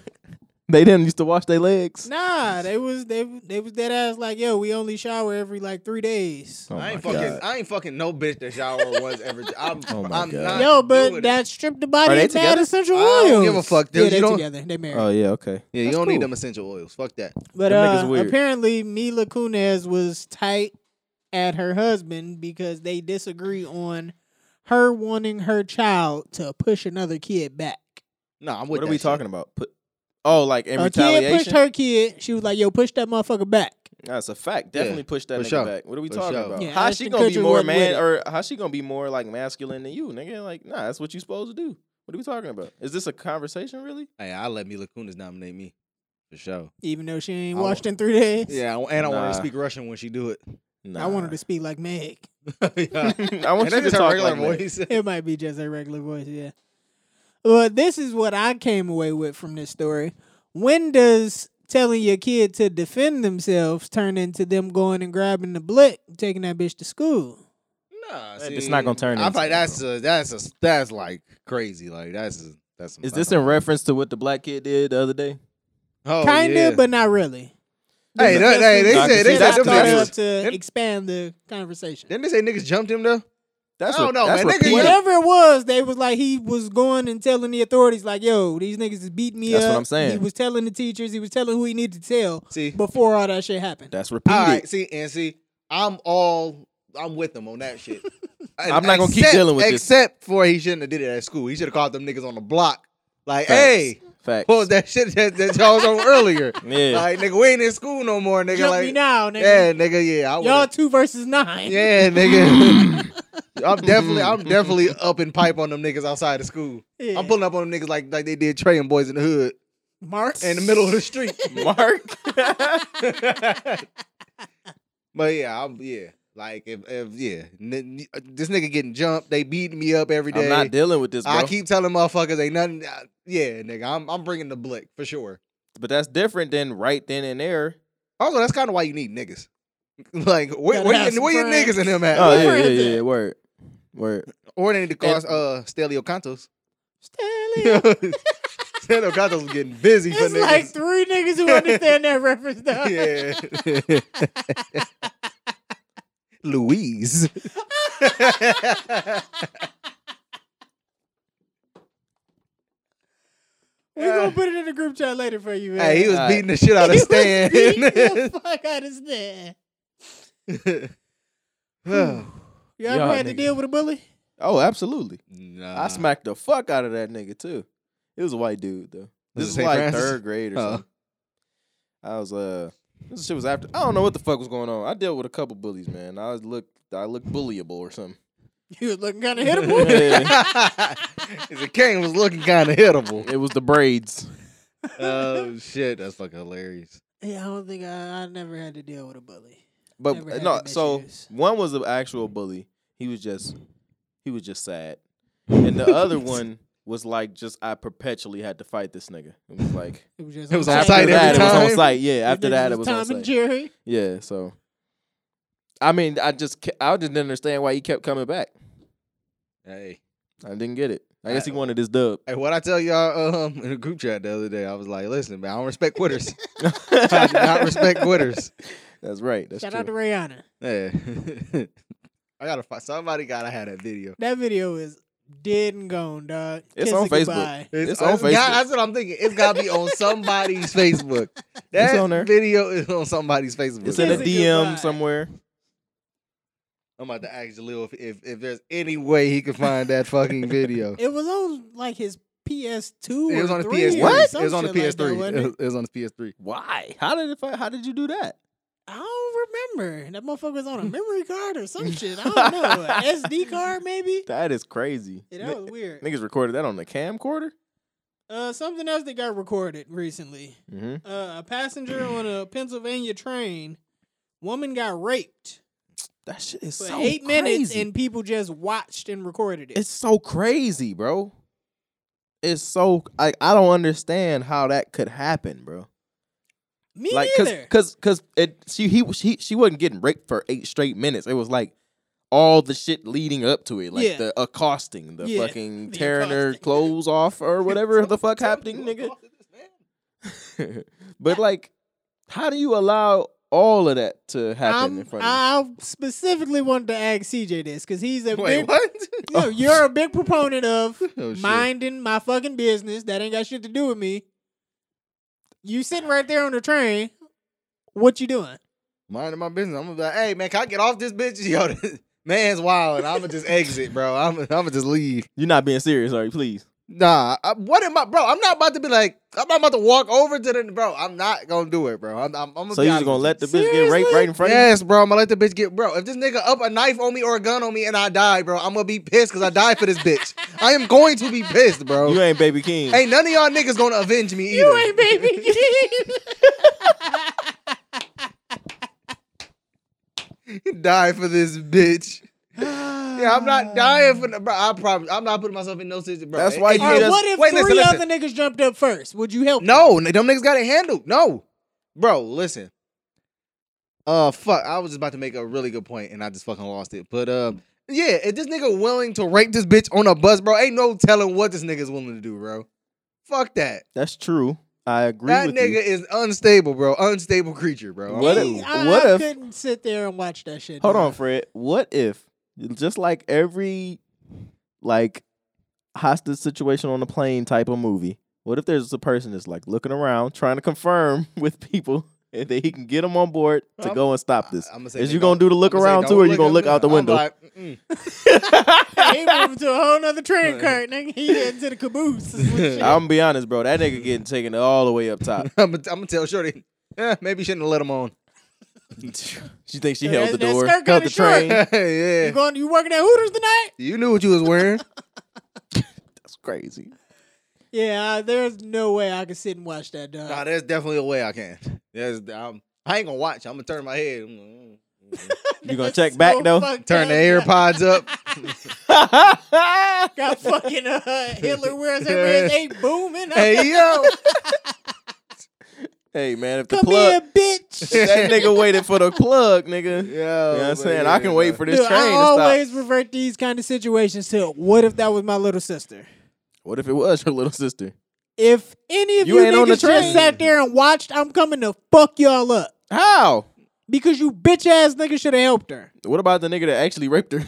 S1: they didn't used to wash their legs.
S3: Nah, they was they they was dead ass like, yo, we only shower every like three days.
S1: Oh
S2: I ain't
S1: my
S2: fucking
S1: God.
S2: I ain't fucking no bitch that shower once ever. I'm,
S1: Oh my
S2: I'm
S1: God.
S2: not
S3: Yo,
S2: doing
S3: but
S2: it.
S3: that stripped the body
S1: Are they
S3: of mad
S1: together?
S3: essential
S2: I
S3: oils.
S2: don't give a fuck, dude.
S3: Yeah, they
S2: You don't-
S3: together. They married.
S1: Oh yeah, okay.
S2: Yeah, you
S1: That's
S2: don't need
S1: cool.
S2: them essential oils. Fuck that.
S3: but
S1: them niggas
S3: uh,
S1: weird.
S3: apparently Mila Kunis was tight at her husband because they disagree on her wanting her child to push another kid back.
S2: No, I'm
S1: What
S2: with
S1: are
S2: that
S1: we
S2: shit.
S1: talking about? Put, oh, like in
S3: a kid
S1: retaliation.
S3: pushed her kid. She was like, yo, push that motherfucker back.
S1: That's a fact. Definitely push that
S2: for
S1: nigga
S2: sure.
S1: back. What are we
S2: For
S1: talking
S2: sure.
S1: about?
S3: Yeah,
S1: How she
S3: Ashton
S1: gonna be
S3: Kutcher
S1: more
S3: wasn't with
S1: man
S3: it.
S1: or how she gonna be more like masculine than you, nigga? Like, nah, that's what you supposed to do. What are we talking about? Is this a conversation really?
S2: Hey, I let Mila Kunis nominate me. For sure.
S3: Even though she ain't
S2: I wa-
S3: washed in three days.
S2: Yeah, and I want her
S1: Nah.
S2: to speak Russian when she do it.
S1: Nah.
S3: I wanted to speak like Meg.
S2: yeah.
S1: I want
S2: And
S1: you to
S2: that's just her
S1: talk
S2: regular
S1: like that.
S2: voice.
S3: It might be just a regular voice, yeah. But this is what I came away with from this story. When does telling your kid to defend themselves turn into them going and grabbing the blick, taking that bitch to school?
S2: Nah,
S1: That- it's not gonna turn
S2: I
S1: into
S2: like
S1: that,
S2: that's a, that's a, that's like crazy. Like that's a, that's. some-
S1: Is
S2: that's
S1: this in
S2: some-
S1: reference to what the black kid did the other day?
S2: Oh,
S3: Kinda,
S2: yeah.
S3: but not really.
S2: hey, that, hey, they
S1: Nah,
S2: said
S1: see,
S2: they said
S1: that's
S3: that's
S2: them
S1: kinda-
S2: niggas.
S3: up to
S2: them-
S3: expand the conversation.
S2: Didn't they say niggas jumped him though?
S1: That's
S2: I
S1: re-
S2: don't know,
S1: that's
S2: man. Nigga,
S1: repeated.
S2: you-
S3: Whatever it was, they was like he was going and telling the authorities, like, "Yo, these niggas is beating me
S1: That's
S3: up."
S1: what I'm saying.
S3: He was telling the teachers, he was telling who he needed to tell
S2: See,
S3: before all that shit happened.
S1: That's
S2: all
S1: repeated.
S2: right, see, and see, I'm all I'm with them on that shit.
S1: I'm not gonna keep dealing with this.
S2: except for he shouldn't have did it at school. He should have called them niggas on the block. Like,
S1: Facts.
S2: hey,
S1: Facts.
S2: what was that shit that, that y'all was on earlier?
S1: Yeah.
S2: Like, nigga, we ain't in school no more, nigga.
S3: Jump
S2: like,
S3: me now, nigga.
S2: yeah, nigga, yeah, I
S3: Y'all
S2: would've-
S3: two versus nine.
S2: yeah, nigga. I'm definitely, I'm definitely up in pipe on them niggas outside of school.
S3: Yeah.
S2: I'm pulling up on them niggas like like they did Trey and Boys in the Hood
S3: Mark
S2: in the middle of the street.
S1: Mark.
S2: But yeah, I'm yeah. Like if if yeah, n- n- this nigga getting jumped, they beating me up every day.
S1: I'm not dealing with this, bro.
S2: I keep telling motherfuckers ain't nothing. uh, yeah, nigga, I'm I'm bringing the blick for sure.
S1: but that's different than right then and there.
S2: Also, that's kind of why you need niggas. Like where
S3: Gotta
S2: where,
S3: have
S2: your,
S3: some
S2: where your
S3: friends.
S2: niggas and them at?
S1: Oh
S2: Like,
S1: yeah, yeah,
S3: Friends.
S1: yeah. Word, word.
S2: Or they need to call
S1: And-
S2: uh Stelio Cantos.
S3: Stanley.
S2: Stelio Cantos was getting busy for
S3: It's
S2: niggas.
S3: like three niggas who understand that reference though.
S2: yeah. Louise.
S3: we gonna put it in the group chat later for you, man.
S2: hey, he was
S1: Alright.
S2: beating the shit out of
S3: He was
S2: Stan.
S3: beating the fuck out of Stan. You ever
S1: Y'all
S3: had to
S1: niggas.
S3: deal with a bully?
S1: Oh, absolutely.
S2: nah.
S1: I smacked the fuck out of that nigga too. It was a white dude though. This
S2: Was it
S1: is
S2: St.
S1: like
S2: Francis?
S1: third grade or
S2: Oh.
S1: something. I was uh, this shit was after. I don't know what the fuck was going on. I dealt with a couple bullies, man. I was look, I looked bullyable or something.
S3: You was looking kind of hittable.
S1: Yeah.
S2: the king was looking kind of hittable.
S1: it was the braids.
S2: Oh shit, that's fucking hilarious.
S3: yeah, I don't think I, I never had to deal with a bully.
S1: But
S3: Never had
S1: no,
S3: them
S1: so
S3: issues.
S1: one was an actual bully. He was just he was just sad. And the other one was like just I perpetually had to fight this nigga. It was like
S3: It was just
S2: It was
S3: on
S2: on
S1: after
S2: site
S3: site.
S2: every
S1: that it was
S2: time?
S1: on site. Yeah, after that it was
S3: Tom
S1: on
S3: and
S1: site.
S3: Jerry.
S1: Yeah, so I mean, I just ca- I just didn't understand why he kept coming back.
S2: Hey,
S1: I didn't get it. I guess he
S2: Uh,
S1: wanted his dub.
S2: hey, what I tell y'all um in the group chat the other day, I was like, listen, man, I don't respect quitters. I do not respect quitters.
S1: That's right. That's
S3: Shout
S1: true.
S3: out to Rihanna.
S2: Yeah. I gotta find somebody. Gotta have that video.
S3: That video is dead and gone, dog.
S1: It's
S3: Kiss
S1: on
S3: it
S1: Facebook.
S3: goodbye.
S1: It's on
S2: got-
S1: Facebook.
S2: that's what I'm thinking. It's gotta be on somebody's Facebook. That
S1: on there.
S2: video is on somebody's Facebook.
S1: it's in a
S3: Kiss it goodbye.
S1: DM somewhere.
S2: I'm about to ask Jalil if, if if there's any way he could find that fucking video.
S3: It was on like hhis PS2.
S2: It was
S3: or
S2: on his PS3.
S3: 3 or
S2: What?
S3: some
S2: It was on the
S3: shit like that,
S2: PS3.
S3: wasn't
S2: it,
S3: it?
S2: was, it was on the PS3.
S1: Why? How did it? fi- How did you do that?
S3: I don't remember. That motherfucker was on a memory card or some shit. I don't know. An SD card maybe.
S1: That is crazy.
S3: Yeah, that was weird.
S1: Niggas recorded that on the camcorder.
S3: Uh, something else that got recorded recently.
S1: Mm-hmm.
S3: Uh, a passenger on a Pennsylvania train, woman got raped
S1: That shit is
S3: for
S1: so
S3: eight
S1: crazy.
S3: minutes, and people just watched and recorded it.
S1: it's so crazy, bro. It's so like I don't understand how that could happen, bro.
S3: Me
S1: like cause,
S3: neither.
S1: cause cause it she he she she wasn't getting raped for eight straight minutes. It was like all the shit leading up to it, like
S3: Yeah.
S1: the accosting, the
S3: Yeah,
S1: fucking
S3: the
S1: tearing her
S3: accosting.
S1: clothes off or whatever the fuck happening, nigga. but like, how do you allow all of that to happen
S3: I'm-
S1: in front of you?
S3: I specifically wanted to ask CJ this because he's a
S2: Wait,
S3: big.
S2: what?
S3: No, you're a big proponent of
S2: Oh, shit.
S3: minding my fucking business. That ain't got shit to do with me. You sitting right there on the train. What you doing?
S2: Minding my business. I'm gonna be like, hey man, can I get off this bitch? Yo, this man's wild, and I'm gonna just exit, bro. I'm I'm gonna just leave.
S1: You're not being serious, are you? Please.
S2: Nah, I, what am I, bro? I'm not about to be like, I'm not about to walk over to the, bro. I'm not gonna do it, bro. I'm, I'm, I'm gonna
S1: So
S2: be
S1: you just
S2: honest
S1: gonna
S2: with
S1: let the bitch get raped
S3: Seriously?
S1: right in front
S2: Yes, bro. I'm gonna let the bitch get, bro. If this nigga up a knife on me or a gun on me and I die, bro, I'm gonna be pissed because I died for this bitch. I am going to be pissed,
S1: of
S2: bro.
S1: you? You ain't baby king.
S2: ain't none of y'all niggas gonna avenge me either.
S3: You ain't baby
S2: die for this bitch. Yeah, I'm not dying for, the, bro. I promise, I'm not putting myself in no situation, bro.
S1: That's why
S2: And-
S1: you
S3: All
S2: and
S3: right,
S1: just-
S3: what if
S2: Wait,
S3: three
S2: listen, listen.
S3: other niggas jumped up first? Would you help?
S2: No, n- them niggas got it handled. No, bro, listen. Uh, fuck. I was just about to make a really good point, and I just fucking lost it. But um, yeah, if this nigga willing to rape this bitch on a bus, bro, ain't no telling what this nigga's willing to do, bro. Fuck that.
S1: That's true. I agree
S2: That
S1: with
S2: nigga
S1: you.
S2: is unstable, bro. Unstable creature, bro.
S1: What
S3: Me,
S1: if-
S3: I,
S1: what
S3: I
S1: if-
S3: couldn't sit there and watch that shit.
S1: Hold
S3: dog.
S1: on, Fred. What if just like every like hostage situation on a plane type of movie, what if there's a person that's like looking around trying to confirm with people that he can get them on board to
S2: I'm-
S1: go and stop this?
S2: I'm gonna
S1: Is you gonna do the look around too, or you gonna look out the window?
S3: He moved to a whole nother train cart, nigga. He heading to the caboose. and shit.
S1: I'm gonna be honest, bro. That nigga getting taken all the way up top.
S2: I'm, gonna, I'm gonna tell Shorty. Eh, maybe shouldn't have let him on.
S1: she thinks she
S3: That-
S1: held the
S3: that
S1: door,
S3: skirt
S1: held
S3: kinda
S1: the
S3: short.
S1: train.
S3: You
S2: yeah,
S3: going? You working at Hooters tonight?
S2: you knew what you was wearing.
S1: That's crazy.
S3: Yeah, I- there's no way I could sit and watch that, dog.
S2: Nah, there's definitely a way I can. There's, I'm, I ain't gonna watch. I'm gonna turn my head. I'm gonna, mm,
S1: You gonna check back, though?
S2: Turn the AirPods up.
S3: Got fucking uh, Hitler wears everywhere. His ain't booming.
S2: hey yo,
S1: hey man, if the
S3: Come
S1: plug
S3: here, bitch.
S1: if that nigga waited for the plug, nigga. You know
S2: yo.
S1: what I'm saying? I can wait for this
S3: Dude,
S1: train
S3: I
S1: to
S3: always
S1: stop.
S3: revert these kind of situations to what if that was my little sister?
S1: What if it was your little sister?
S3: If any of you,
S1: You ain't on
S3: niggas
S1: the
S3: just
S1: train.
S3: sat there and watched, I'm coming to fuck y'all up
S1: How?
S3: because you bitch ass niggas should have helped her.
S1: What about the nigga that actually raped her?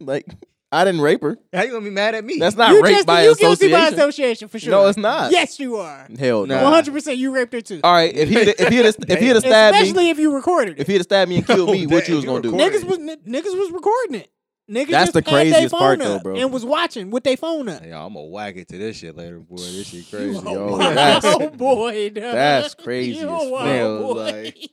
S1: like, I didn't rape her.
S2: How you gonna be mad at me?
S1: That's not
S3: you
S1: rape
S3: just
S1: by
S3: you guilty
S1: association.
S3: by association for sure.
S1: No, it's not.
S3: Yes, you are.
S1: Hell no.
S2: Nah.
S3: 100. percent You raped her too.
S1: All right, if he if he had if he had stabbed me,
S3: Especially if you recorded
S1: if
S3: it.
S1: he had stabbed me and killed me,
S2: No,
S1: what you was
S2: you
S1: gonna do?
S2: recorded
S3: niggas was n- niggas was recording it. Niggas
S1: That's
S3: just
S1: the
S3: had they
S1: craziest part,
S3: phone
S1: though,
S3: up
S1: bro.
S3: And was watching with their phone up.
S2: Yo, I'm gonna whack it to this shit later, boy. This shit crazy.
S1: a
S3: Oh,
S1: Yo,
S3: wow,
S1: that's-
S3: boy, duh.
S1: that's crazy
S3: You
S1: as
S3: a wild
S2: hell,
S3: boy.
S2: like-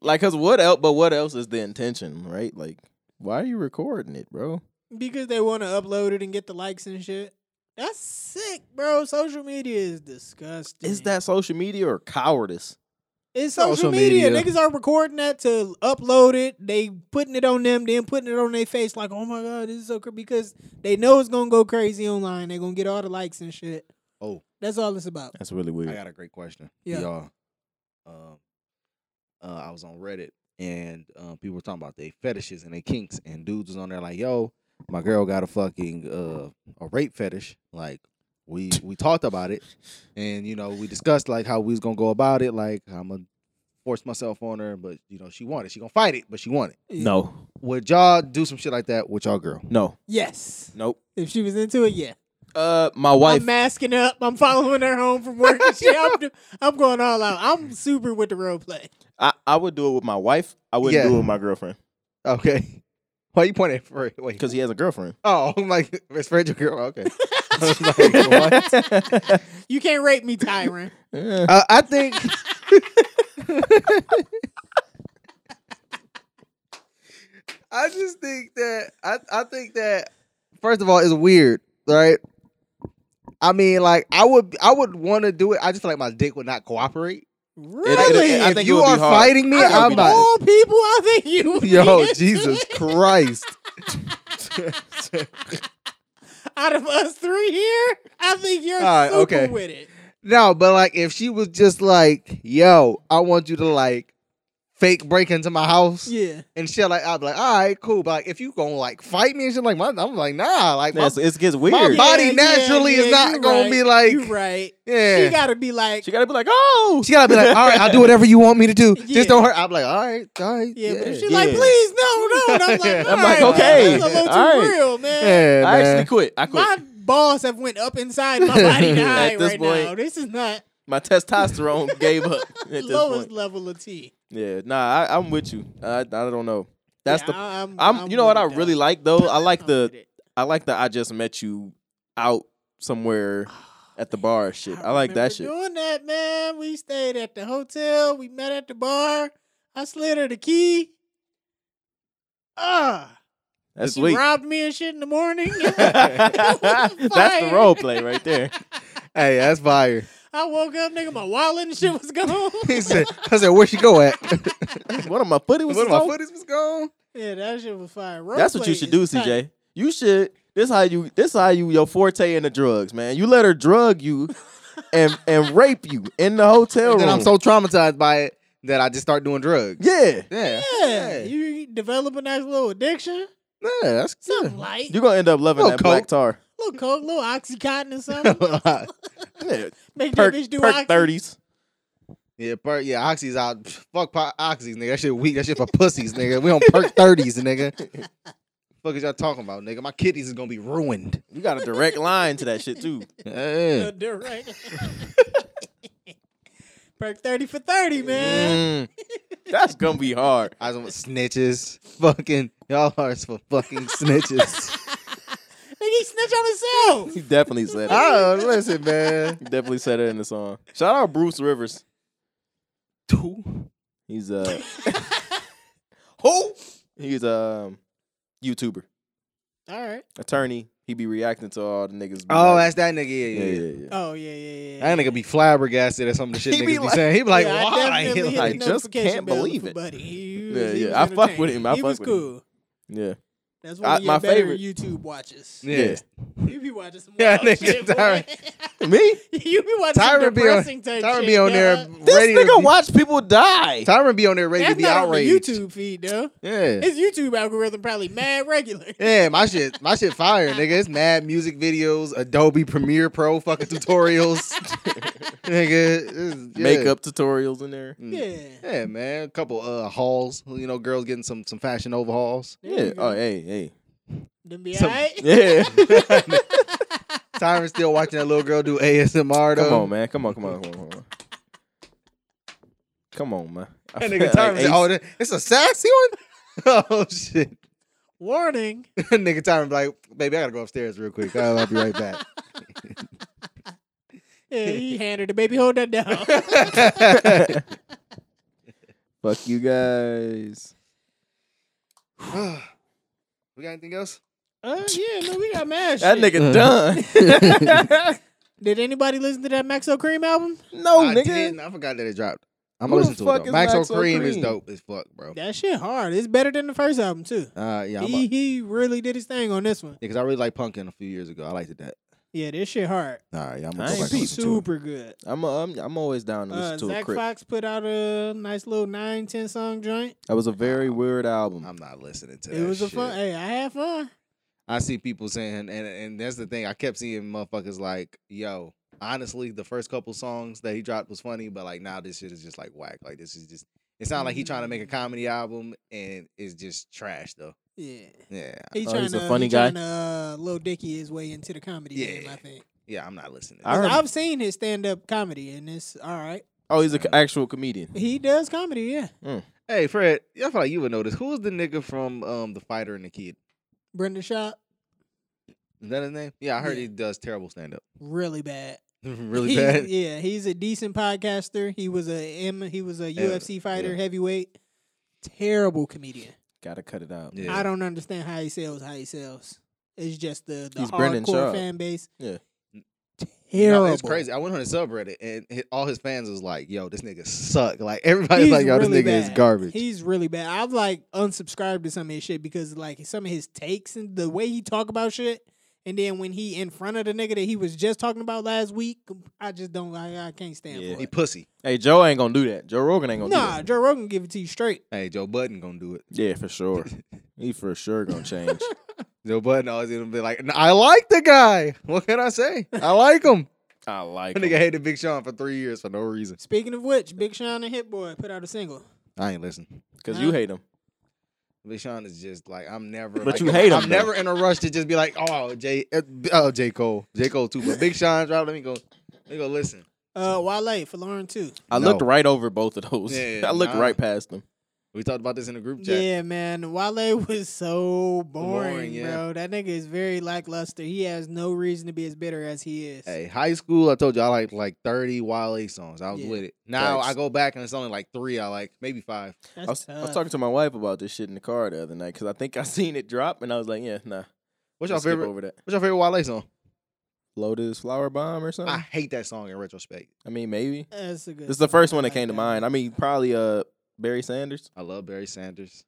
S1: Like, cause what else? But what else is the intention, right? Like, why are you recording it, bro?
S3: because they want to upload it and get the likes and shit. That's sick, bro. Social media is disgusting.
S1: Is that social media or cowardice?
S3: It's social,
S2: Social
S3: media.
S2: media.
S3: Niggas are recording that to upload it. They putting it on them, then putting it on their face like, oh my god, this is so crazy because they know it's gonna go crazy online. They're gonna get all the likes and shit.
S2: Oh.
S3: That's all it's about.
S1: That's really
S2: I
S1: weird.
S2: got a great question.
S3: Yeah.
S2: Y'all. Um, uh, I was on Reddit and um, people were talking about their fetishes and their kinks, and dudes was on there like, "Yo, my girl got a fucking uh, a rape fetish." Like, we we talked about it, and you know, we discussed like how we was gonna go about it. Like, I'm gonna force myself on her, but you know, she wanted. She gonna fight it, but she wanted.
S1: No,
S2: Would y'all do some shit like that with y'all girl?
S1: no,
S3: Yes.
S1: nope.
S3: If she was into it, yeah.
S1: Uh, my
S3: I'm
S1: wife.
S3: masking up. I'm following her home from work and shit. I'm, do- I'm going all out. I'm super with the role play.
S1: I, I would do it with my wife. I wouldn't
S2: Yeah.
S1: do it with my girlfriend
S2: Okay. Why you pointing at Fred? Wait,
S1: because he has a girlfriend.
S2: oh, I'm like, it's Fred your girl? Okay. I was like, what?
S3: You can't rape me, Tyron.
S1: Yeah.
S2: Uh, I think. I just think that I I think that first of all it's weird, right? I mean, like I would I would want to do it. I just feel like my dick would not cooperate.
S3: Really?
S1: it- I
S2: if
S1: think
S2: you
S1: would be
S2: are
S1: hard.
S2: fighting me,
S3: Out of
S2: I'm not.
S3: all people, I think you. would
S2: Yo,
S3: be into
S2: Jesus
S3: it.
S2: Christ!
S3: Out of us three here, I think you're
S2: All right,
S3: super
S2: okay.
S3: with it.
S2: no, but like if she was just like, "Yo, I want you to like fake break into my house,"
S3: Yeah.
S2: and shit. Like I'd be like, all right, cool. But like, if you gonna like fight me and shit, like my, I'm like, nah. Like my,
S1: That's- it gets
S2: my
S1: weird.
S2: body
S3: Yeah,
S2: naturally
S3: yeah,
S2: is
S3: yeah, you
S2: not gonna
S3: right.
S2: be like,
S3: you right.
S2: yeah.
S3: She gotta be like,
S1: she gotta be like, oh,
S2: She gotta be like, all right, I'll do whatever you want me to do.
S3: Yeah.
S2: Just don't hurt. I'm like, all right, all right.
S3: yeah, but if
S2: yeah.
S3: she's like,
S1: yeah.
S3: please, no, no, and I'm like,
S2: I'm
S3: all
S1: like,
S3: right,
S1: okay,
S3: that's a little too
S1: all right.
S3: real, man.
S2: Yeah,
S1: I
S2: man.
S1: actually quit. I quit.
S3: My balls have went up inside my body to
S2: At
S3: hide
S1: this
S3: right
S1: point,
S3: now. This is not
S1: My testosterone gave up at this
S3: lowest
S1: point.
S3: level of tea.
S1: Yeah, nah, I, I'm with you. I, I don't know. That's the.
S3: I, am
S1: I'm, You know what I really like though. I like the. I like the. I just met you out somewhere at the bar shit. Ah, I like that
S3: remember
S1: shit.
S3: Doing that, man. We stayed at the hotel. We met at the bar. I slid her the key. Ah,
S1: That's
S3: she
S1: sweet.
S3: robbed me and shit in the morning.
S1: That's the
S3: Fire.
S1: role play right there.
S2: hey, that's fire.
S3: I woke up, nigga. My wallet and shit was gone.
S2: He said, I said, where she go at?
S1: One of my footy was
S2: One of my
S1: so-
S2: footies was gone.
S3: yeah, that shit was fire. Role
S1: That's what you
S3: play
S1: should do,
S3: is tight.
S1: CJ. You should. This how you. This how you. Your forte in the drugs, man. You let her drug you, and and rape you in the hotel
S2: And
S1: room.
S2: then I'm so traumatized by it that I just start doing drugs.
S1: yeah.
S2: Yeah,
S3: Yeah, you develop a nice little addiction.
S2: yeah, that's
S3: Something light.
S1: You're gonna end up loving
S2: Little
S1: that black
S2: coke.
S1: tar.
S3: little coke, little oxycontin or something.
S2: good.
S1: Yeah,
S3: Make
S1: perk
S3: that bitch do oxy.
S1: perk thirties.
S2: Yeah, per- yeah, oxy's out. Fuck po- oxy's, nigga. That shit weak. That shit for pussies, nigga. We don't perk thirties, nigga. Fuck is y'all talking about, nigga? My kidneys is gonna be ruined.
S1: You got a direct line to that shit too.
S2: Yeah.
S3: The direct. perk thirty for thirty, man.
S1: Mm. that's gonna be hard.
S2: I just want snitches. Fucking y'all are for fucking snitches.
S3: Nigga, he snitch on himself.
S1: He definitely said it.
S2: oh, listen, man.
S1: He definitely said it in the song. Shout out Bruce Rivers.
S2: Two.
S1: He's uh who? He's a um, YouTuber,
S3: All right.
S1: attorney. He be reacting to all the niggas. be
S2: Oh,
S1: like-
S2: that's that nigga. Yeah,
S1: yeah,
S2: yeah.
S1: yeah, yeah.
S3: Oh yeah, yeah, yeah.
S2: That nigga be flabbergasted at some of the shit
S1: He
S2: niggas
S1: be
S2: be,
S1: like-
S2: saying. He be like,
S3: Yeah, I
S2: why?
S3: definitely hit
S1: I
S3: the
S1: just
S3: notification
S1: can't
S3: bell
S1: believe
S3: for
S1: it.
S3: buddy. years.
S1: Yeah,
S3: he
S1: yeah.
S3: was
S1: I fuck
S3: entertaining.
S1: with him. I
S3: he
S1: fuck
S3: was
S1: with him.
S3: cool.
S1: Yeah.
S3: That's
S1: I-
S3: one of your
S1: my
S3: better
S1: favorite-
S3: YouTube watches.
S2: Yeah.
S1: Yeah.
S3: You be watching some
S2: Yeah,
S3: yeah,
S2: nigga,
S3: shit, boy.
S1: Me?
S3: you be watching
S2: Tyra
S3: some
S2: be on-
S3: depressing type
S2: Tyron
S3: shit,
S2: be on there
S3: dawg.
S1: This
S2: ready
S1: nigga
S2: to be,
S1: watch people die.
S2: Tyron be on there ready
S3: That's
S2: to be
S3: not on
S2: outraged.
S3: the YouTube feed though.
S2: Yeah.
S3: His YouTube algorithm probably mad regular.
S2: Yeah, my shit, my shit fire, nigga. It's mad music videos, Adobe Premiere Pro fucking tutorials, nigga. it's- yeah.
S1: Makeup tutorials in there.
S2: Mm.
S3: Yeah.
S2: Yeah, man. A couple uh hauls. You know, girls getting some some fashion overhauls.
S3: There
S1: Yeah.
S3: you go.
S1: Oh, hey, hey.
S3: Them be
S2: some-
S3: alright.
S1: Yeah.
S2: Tyron's still watching that little girl do ASMR though.
S1: Come on, man. Come on, come on, come on. Come on, come on man. I
S2: That
S1: feel
S2: nigga Tyron.
S1: like Ace-
S2: oh, that- it's a sassy one. oh shit.
S3: Warning.
S2: nigga Tyron be like, baby, I gotta go upstairs real quick. I'll be right back.
S3: Yeah, he handed the baby. Hold that down. Uh,
S1: Fuck you guys.
S2: we got anything else?
S3: Uh, yeah, man, we got mad
S1: That
S3: shit.
S1: nigga done.
S3: Did anybody listen to that Maxo Cream album?
S1: no,
S2: I
S1: Oh, nigga.
S2: didn't. I forgot that it dropped. I'm
S1: Who
S2: gonna
S1: the
S2: listen to it.
S1: fuck
S2: Though.
S1: is
S2: Maxo
S1: Maxo
S2: Cream is
S1: Cream?
S2: dope as fuck, bro.
S3: That shit hard. It's better than the first album too.
S2: Uh, yeah, I'm
S3: he
S2: a,
S3: he really did his thing on this one.
S2: because I really liked Punkin a few years ago. I liked that.
S3: Yeah, this shit hard.
S2: All right, yeah, I'm
S1: I
S2: gonna go
S1: ain't
S2: back and
S1: peeped.
S2: listen to it.
S3: Super good.
S1: I'm, a, I'm I'm always down to listen
S3: Uh,
S1: to a
S3: Zach
S1: crit.
S3: Fox put out a nice little nine ten song joint.
S1: That was a very weird album.
S2: I'm not listening to that.
S3: It was a
S2: shit.
S3: fun. Hey, I had fun.
S2: I see people saying, and and that's the thing. I kept seeing motherfuckers like, yo, honestly, the first couple songs that he dropped was funny, but like now this shit is just like whack. Like this is just. It sounds like he trying to
S3: Mm.
S2: make a comedy album, and it's just trash though.
S3: Yeah.
S2: Yeah,
S3: He
S1: Oh,
S3: trying
S1: he's a
S3: to,
S1: funny
S3: he
S1: guy?
S3: Trying to, uh, Lil Dicky his way into the comedy
S2: Yeah.
S3: game. I think.
S2: yeah, I'm not listening.
S1: I heard-
S3: I've seen his stand up comedy, and it's all right.
S1: Oh, he's an actual comedian.
S3: He does comedy. Yeah.
S2: hey, Fred, I feel like you would know this. Who is the nigga from um the fighter and the kid?
S3: Brendan Shaw,
S2: Is that his name? Yeah, I heard
S3: Yeah.
S2: he does terrible stand up.
S3: really bad.
S2: really
S3: He's-
S2: bad.
S3: Yeah, he's a decent podcaster. He was a M. He was a UFC fighter, heavyweight. Terrible comedian.
S1: Gotta cut it out.
S2: Yeah.
S3: I don't understand how he sells. How he sells. It's just the the
S1: He's Brendan
S3: hardcore
S1: Sharp.
S3: fan base.
S1: Yeah.
S3: Terrible.
S2: No, it's crazy. I went on the subreddit and hi- all his fans was like, "Yo, this nigga suck." Like everybody's
S3: He's
S2: like, "Yo,
S3: really
S2: this nigga is
S3: bad.
S2: garbage."
S3: He's really bad. I've like unsubscribed to some of his shit because like some of his takes and the way he talk about shit, and then when he in front of the nigga that he was just talking about last week, I just don't. I, I can't stand
S1: Yeah.
S3: for
S2: he
S3: it.
S2: pussy.
S1: Hey, Joe ain't gonna do that. Joe Rogan ain't gonna
S3: Nah,
S1: do
S3: Joe Rogan give it to you straight.
S2: Hey, Joe Budden gonna do it.
S1: that. Yeah, for sure. he for sure gonna change.
S2: Joe Budden always gonna be like, "Nah, "I like the guy. What can I say? I like him."
S1: I like
S2: That
S1: him.
S2: nigga hated Big Sean for three years for no reason.
S3: Speaking of which, Big Sean and Hit Boy put out a single.
S2: I ain't listen.
S1: Cause you hate him.
S2: Big Sean is just like I'm never.
S1: But
S2: like,
S1: you hate
S2: I'm
S1: him, though.
S2: never in a rush to just be like, "Oh, J, uh, oh J Cole, J Cole too." But Big Sean dropped. Let me go. Let me go listen.
S3: Uh, Wale for Lauren too.
S1: I
S2: No.
S1: looked right over both of those.
S2: Yeah,
S1: I looked
S2: nah.
S1: right past them.
S2: We talked about this in the group chat.
S3: Yeah, man, Wale was so boring,
S2: Boring, yeah.
S3: bro. That nigga is very lackluster. He has no reason to be as bitter as he is.
S2: Hey, high school, I told you I liked like 30 Wale songs. I was
S3: Yeah.
S2: with it. Now
S1: Facts.
S2: I go back and it's only like three I like, maybe five.
S3: That's
S1: I was, I
S3: tough.
S1: was talking to my wife about this shit in the car the other night because I think I seen it drop and I was like, yeah, nah.
S2: What's your
S1: Let's skip
S2: favorite?
S1: Over that.
S2: What's your favorite Wale song?
S1: Lotus Flower Bomb or something.
S2: I
S1: I,
S2: hate that song in retrospect.
S1: mean, maybe.
S3: That's a good.
S1: This is the first one that
S3: I
S1: came to
S3: like
S1: mind. I mean, probably uh Barry Sanders.
S2: I love Barry Sanders.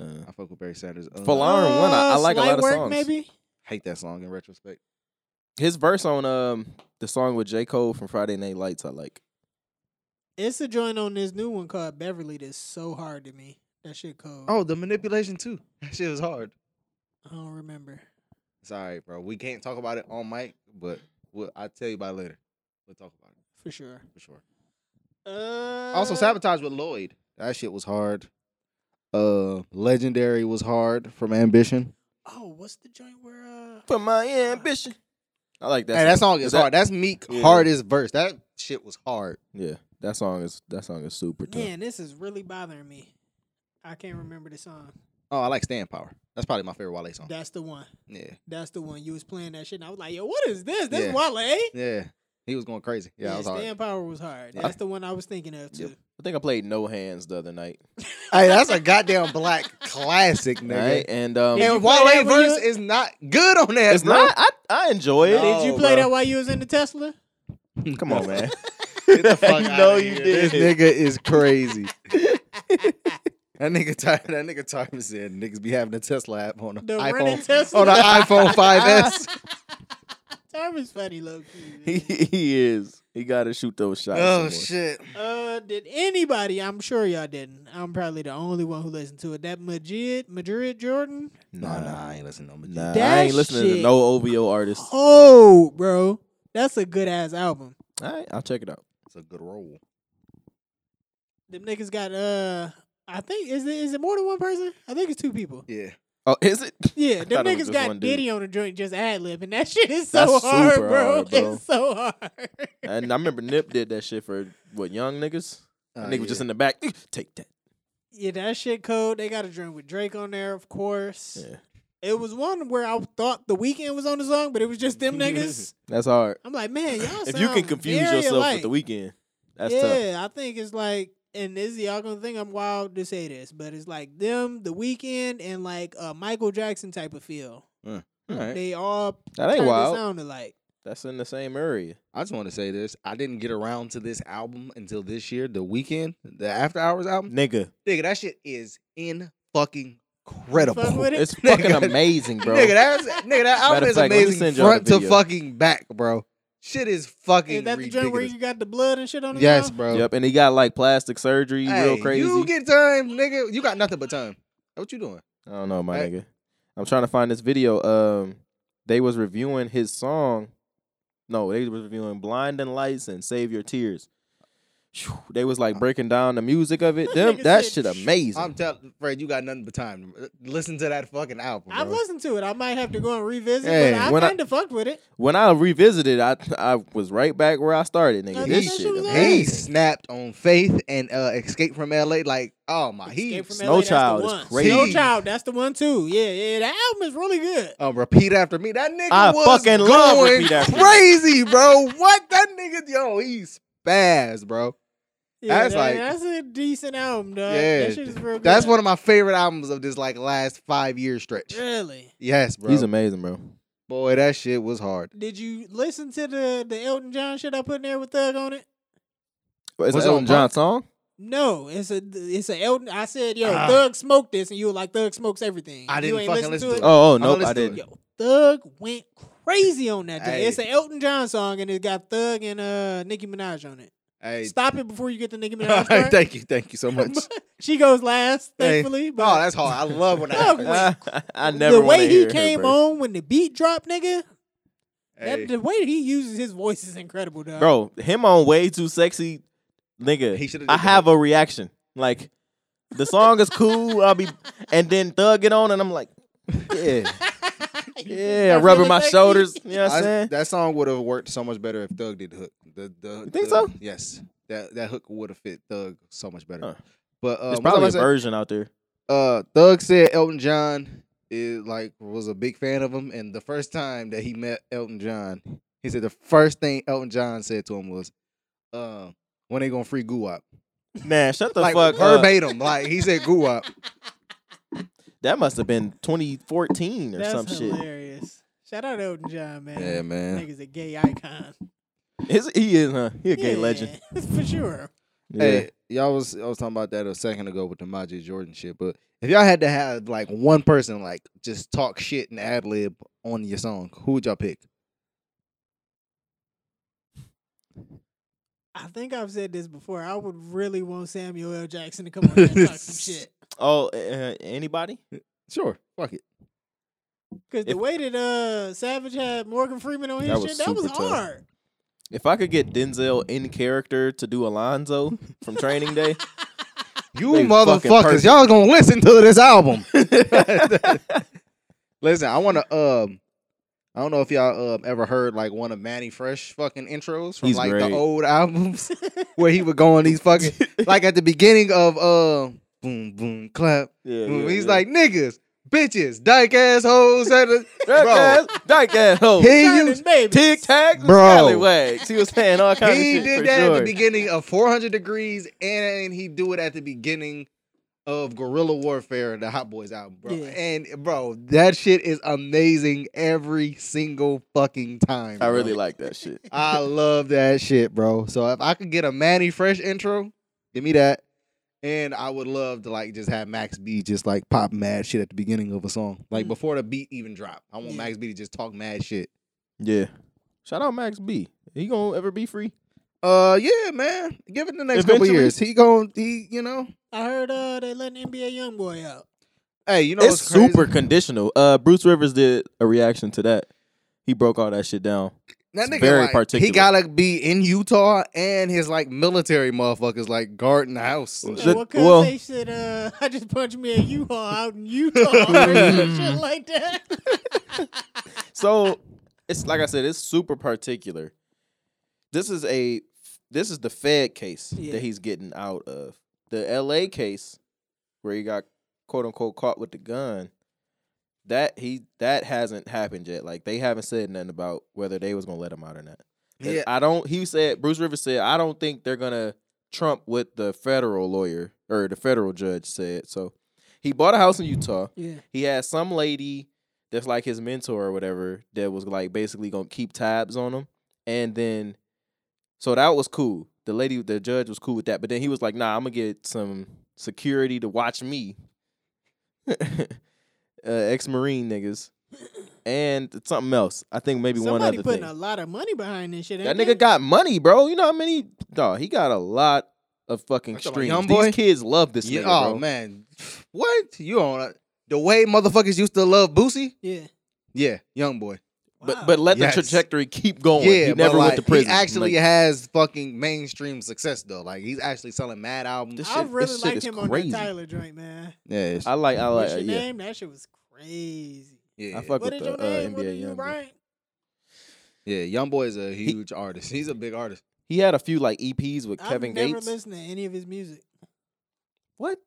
S1: Uh,
S2: I fuck with Barry Sanders. Uh,
S1: For
S3: one.
S1: long- Lauren one, I- I
S3: Uh,
S1: like a
S3: Slight
S1: lot of
S3: work,
S1: songs.
S3: Maybe.
S2: hate that song in retrospect.
S1: his verse on um the song with J Cole from Friday Night Lights. I like.
S3: It's a joint on this new one called Beverly that's so hard to me. That shit cold.
S2: Oh, the manipulation too. That shit was hard.
S3: I don't remember.
S2: Sorry, bro. We can't talk about it on mic, but we'll, I'll tell you about it later. We'll talk about it
S3: For sure.
S2: for sure.
S3: Uh,
S2: Also, sabotage with Lloyd. That shit was hard. Uh, legendary was hard from Ambition.
S3: Oh, what's the joint where? Uh,
S1: For my ambition. I like that.
S2: hey, that song
S1: Is
S2: is
S1: that-
S2: hard. That's Meek
S1: Yeah.
S2: hardest verse. That shit was hard.
S1: Yeah, that song is that song is super tough.
S3: man, this is really bothering me. I can't remember the song.
S2: Oh, I like Stand Power. That's probably my favorite Wale song.
S3: That's the one.
S2: yeah,
S3: That's the one. You was playing that shit, and I was like, "Yo, what is this?
S2: Yeah.
S3: This Wale."
S2: yeah. He was going crazy. Yeah, I was hard.
S3: Stand Power was hard.
S2: Yeah.
S3: That's the one I was thinking of too.
S1: I think I played No Hands the other night.
S2: Hey, that's a goddamn black classic,
S1: All
S2: nigga.
S1: right, and um,
S3: Yeah,
S2: And
S3: play
S2: Wale
S3: that when
S2: verse
S3: you-
S2: is not good on that.
S1: it's
S2: bro.
S1: not. I, I enjoy it.
S2: No.
S3: Did you
S2: Oh,
S3: play
S2: bro.
S3: that while you was in the Tesla?
S1: Come on, man.
S2: Get the fuck
S1: You
S2: outta
S1: know you
S2: here.
S1: did.
S2: This nigga is crazy. That nigga tired. That nigga tired said niggas be having a Tesla app on the
S3: The running
S2: iPhone Oh,
S3: Tesla.
S2: on the iPhone 5S.
S3: Tarvin's funny, low
S1: he,
S3: key.
S1: he is. He got to shoot those shots.
S2: oh
S1: some more.
S2: shit!
S3: Uh, did anybody? I'm sure y'all didn't. I'm probably the only one who listened to it. That Madrid, Madrid Jordan.
S2: Nah, nah, I ain't listening to no.
S1: Nah, I
S3: That
S1: ain't listening to
S3: shit.
S1: no OVO artist.
S3: Oh, bro, that's a good ass album.
S1: All right, I'll check it out.
S2: It's a good roll.
S3: Them niggas got uh, I think is it is it more than one person? I think it's two people.
S2: Yeah,
S1: Oh, is it?
S3: Yeah, them
S1: thought it was
S3: niggas
S1: just one
S3: got
S1: dude.
S3: Diddy on the joint just ad lib, and that shit is so
S1: That's
S3: hard,
S1: super
S3: bro.
S1: hard, bro.
S3: It's so hard.
S1: And I remember Nip did that shit for what young niggas.
S2: Uh,
S1: That nigga
S2: yeah.
S1: was just in the back. Take that.
S3: yeah, that shit code. They got a joint with Drake on there, of course.
S1: Yeah,
S3: It was one where I thought the weekend was on the song, but it was just them niggas.
S1: that's hard.
S3: I'm like, man, y'all.
S1: If you can
S3: sound
S1: confuse
S3: very
S1: yourself
S3: alike.
S1: with the weekend, that's tough.
S3: yeah, I think it's like, and this y'all gonna think I'm wild to say this, but it's like them, the weekend, and like a Michael Jackson type of feel.
S1: All right,
S3: They all
S1: that ain't
S3: kinda
S1: wild.
S3: sound alike.
S1: That's in the same area.
S2: I just want to say this. I didn't get around to this album until this year, the weekend, the After Hours album.
S1: Nigga,
S2: Nigga, that shit is in fucking
S3: Fuck
S2: credible.
S3: with it.
S1: it's fucking
S2: Nigga.
S1: amazing, bro.
S2: Nigga, that's nigga, that
S1: Matter
S2: album
S1: of
S2: is
S1: fact, let me
S2: amazing
S1: send y'all the
S2: front to
S1: video.
S2: fucking back, bro. Shit is fucking
S3: Is that the joint where
S2: ridiculous.
S3: you got the blood and shit on the
S2: Yes,
S3: song?
S2: bro.
S1: Yep, and he got like plastic surgery,
S2: Hey,
S1: real crazy.
S2: You get time, nigga. You got nothing but time. What you doing?
S1: I don't know, my
S2: Hey.
S1: nigga. I'm trying to find this video. Um, they was reviewing his song. No, they was reviewing "Blinding Lights" and "Save Your Tears." Phew, They was
S2: Uh.
S1: like breaking down the music of it.
S3: That
S1: Them,
S3: nigga
S1: that
S3: said,
S1: shit
S3: "Shh."
S1: amazing.
S2: I'm telling Fred, you got nothing but time. Listen to that fucking album.
S3: I've
S2: Bro.
S3: listened to it. I might have to go and revisit,
S2: Hey,
S3: but
S1: when
S3: I
S1: I-
S3: kind of fucked with it.
S1: when I revisited, I I was right back where I started, nigga.
S3: Oh,
S1: This
S3: that
S1: shit
S3: shit was
S1: amazing.
S2: He snapped on Faith and uh, Escape from LA. Like, oh my, he
S3: Escape from
S1: Snow
S3: LA, that's the
S1: Child is
S3: one.
S1: crazy.
S3: Snow Child, that's the one too. Yeah, yeah, that album is really good.
S2: uh, repeat after me. That nigga
S1: I
S2: was
S1: fucking
S2: going
S1: love Repeat After Me.
S2: crazy, bro. What that nigga? Yo, he's spaz, bro.
S3: Yeah,
S2: That's
S3: that-
S2: like-
S3: that's a decent album, dog.
S2: Yeah,
S3: that shit is real good.
S2: That's one of my favorite albums of this like last five year stretch.
S3: Really?
S2: Yes, bro.
S1: He's amazing, bro.
S2: Boy, that shit was hard.
S3: Did you listen to the the Elton John shit I put in there with Thug on it?
S1: Is
S2: Was
S1: that
S2: it
S1: Elton
S2: on
S1: John song?
S3: No, it's a it's a Elton. I said, yo,
S2: Ah.
S3: Thug smoked this, and you were like, Thug smokes everything.
S2: I
S3: You
S2: didn't
S3: ain't
S2: fucking listen to it.
S1: Oh, oh
S2: I'ma
S1: nope,
S2: listen
S1: I
S2: to it.
S1: didn't.
S3: Yo, Thug went crazy on that. joint.
S2: Hey.
S3: It's an Elton John song, and it got Thug and uh Nicki Minaj on it.
S2: Hey,
S3: Stop it before you get the Nicki Minaj. part.
S2: thank you, thank you so much.
S3: she goes last,
S2: Hey.
S3: thankfully. But
S2: Oh, that's hard. I love when that
S3: Thug
S2: happens.
S3: went
S1: I never.
S3: the
S1: wanna
S3: way he
S1: hear her,
S3: came
S1: bro.
S3: on when the beat dropped, nigga.
S2: Hey,
S3: That, the way he uses his voice is incredible, dog.
S1: bro. Him on way too sexy, nigga.
S2: He shoulda
S1: I
S2: did
S1: have a reaction. Like the song is cool. I'll be, and then Thug it on, and I'm like, yeah, yeah,
S3: That's
S1: rubbing
S3: really
S1: my
S3: sexy.
S1: shoulders. You know what
S2: I-
S1: I'm saying?
S2: that song would have worked so much better if Thug did the hook. The, the,
S1: You think
S2: the-
S1: so?
S2: Yes, that that hook would have fit Thug so much better.
S1: Huh.
S2: But
S1: There's
S2: uh, what was I
S1: probably a
S2: saying?
S1: version out there.
S2: uh Thug said Elton John is like was a big fan of him, and the first time that he met Elton John, he said the first thing Elton John said to him was, uh, when they gonna free Guwap.
S1: Man, shut the
S2: Like
S1: fuck up.
S2: verbatim. Like he said Guwap.
S1: That must have been 2014 or
S3: That's
S1: some
S3: hilarious. Shout out Elton John, man.
S2: Yeah, man.
S3: Nigga's a gay icon.
S1: shit. Is he is, huh? He a gay
S3: Yeah,
S1: legend.
S3: For sure.
S1: Yeah.
S2: Hey, y'all was I was talking about that a second ago with the Majid Jordan shit, but if y'all had to have like one person like just talk shit and ad lib on your song, who would y'all pick?
S3: I think I've said this before. I would really want Samuel L. Jackson to come on here and talk some shit.
S1: Oh, uh, anybody?
S2: Sure, fuck it.
S3: Because the
S1: If-
S3: way that uh, Savage had Morgan Freeman on his
S1: That
S3: shit,
S1: was
S3: that was
S1: super tough.
S3: hard.
S1: If I could get Denzel in character to do Alonzo from Training Day,
S2: You
S1: They fucking
S2: motherfuckers,
S1: perfect.
S2: y'all gonna listen to this album. Listen, I want to. Um, I don't know if y'all um, ever heard like one of Manny Fresh fucking intros from
S1: He's
S2: like
S1: great.
S2: the old albums where he would go on these fucking like at the beginning of uh boom boom clap.
S1: yeah,
S2: boom.
S1: yeah,
S2: He's
S1: yeah.
S2: like niggas, bitches, dyke assholes. at the-"
S1: drug
S2: Bro.
S1: ass, dyke asshole,
S2: He
S3: Turn
S2: used-
S3: his baby.
S1: tic tacs,
S2: Bro.
S1: scallywags. He was saying all kinds
S2: he
S1: of shit for
S2: did that
S1: sure.
S2: at the beginning of 400 degrees, and he do it at the beginning of Guerrilla Warfare, the Hot Boys album, bro.
S3: Yeah.
S2: And bro, that shit is amazing every single fucking time.
S1: I
S2: bro.
S1: really like that shit.
S2: I love that shit, bro. So if I could get a Manny Fresh intro, give me that. And I would love to like just have Max B just like pop mad shit at the beginning of a song, like
S3: Mm.
S2: before the beat even drop. I want
S3: Yeah.
S2: Max B to just talk mad shit.
S1: Yeah. Shout out Max B. He gonna ever be free?
S2: Uh, yeah, man. Give it the next couple
S1: Eventually.
S2: years. He gon' he, you know.
S3: I heard uh they letting NBA YoungBoy out.
S2: Hey, you know
S1: it's
S2: what's crazy?
S1: super conditional. Uh, Bruce Rivers did a reaction to that. He broke all that shit down.
S2: That
S1: It's
S2: nigga,
S1: very
S2: like,
S1: particular.
S2: He gotta be in Utah and his like military motherfuckers like guarding the house. And
S1: The-
S2: shit.
S3: Well, cause
S1: well-
S3: they said uh I just punched me a U-Haul out in Utah or some shit like that.
S1: So it's like I said, it's super particular. This is a this is the Fed case
S3: Yeah.
S1: that he's getting out of. The LA case where he got quote unquote caught with the gun. That he that hasn't happened yet. Like they haven't said nothing about whether they was gonna let him out or not. That
S2: Yeah,
S1: I don't. He said Bruce Rivers said I don't think they're gonna trump what the federal lawyer or the federal judge said. So he bought a house in Utah.
S3: yeah.
S1: He had some lady that's like his mentor or whatever that was like basically gonna keep tabs on him, and then so that was cool. The lady, the judge was cool with that, but then he was like, "Nah, I'm gonna get some security to watch me." uh, ex-marine niggas and something else. I think maybe one
S3: Somebody
S1: other
S3: putting
S1: thing.
S3: a lot of money behind this shit.
S1: That
S3: ain't they?
S1: nigga got money, bro. You know how many? Dog, he got a lot of fucking
S2: You talking
S1: streams.
S2: about Youngboy?
S1: These kids love this
S2: yeah
S1: nigga,
S2: oh
S1: bro.
S2: man, what you on? uh, The way motherfuckers used to love Boosie.
S3: Yeah.
S2: Yeah, young boy.
S3: Wow.
S1: But but let
S2: Yes.
S1: the trajectory keep going.
S2: yeah,
S1: Oh, he
S2: but,
S1: never
S2: like,
S1: went to prison.
S2: He actually
S1: Like,
S2: has fucking mainstream success though. Like he's actually selling mad albums.
S1: This
S3: I
S1: shit-
S3: really
S1: this shit
S3: liked
S1: is
S3: him on
S1: crazy.
S3: that Tyler joint, man.
S2: yeah, it's-
S1: I like I like
S3: What's your
S1: yeah.
S3: name? That shit was crazy.
S2: yeah,
S1: I fuck
S3: What
S1: with
S3: is
S1: the
S3: your
S1: uh,
S3: name? what are
S1: NBA
S3: you,
S1: young. boy.
S3: Brian?
S2: yeah. Young boy is a huge artist. He's a big artist.
S1: He had a few like EPs with
S3: I've
S1: Kevin
S3: never
S1: Gates.
S3: listened to any of his music.
S1: What?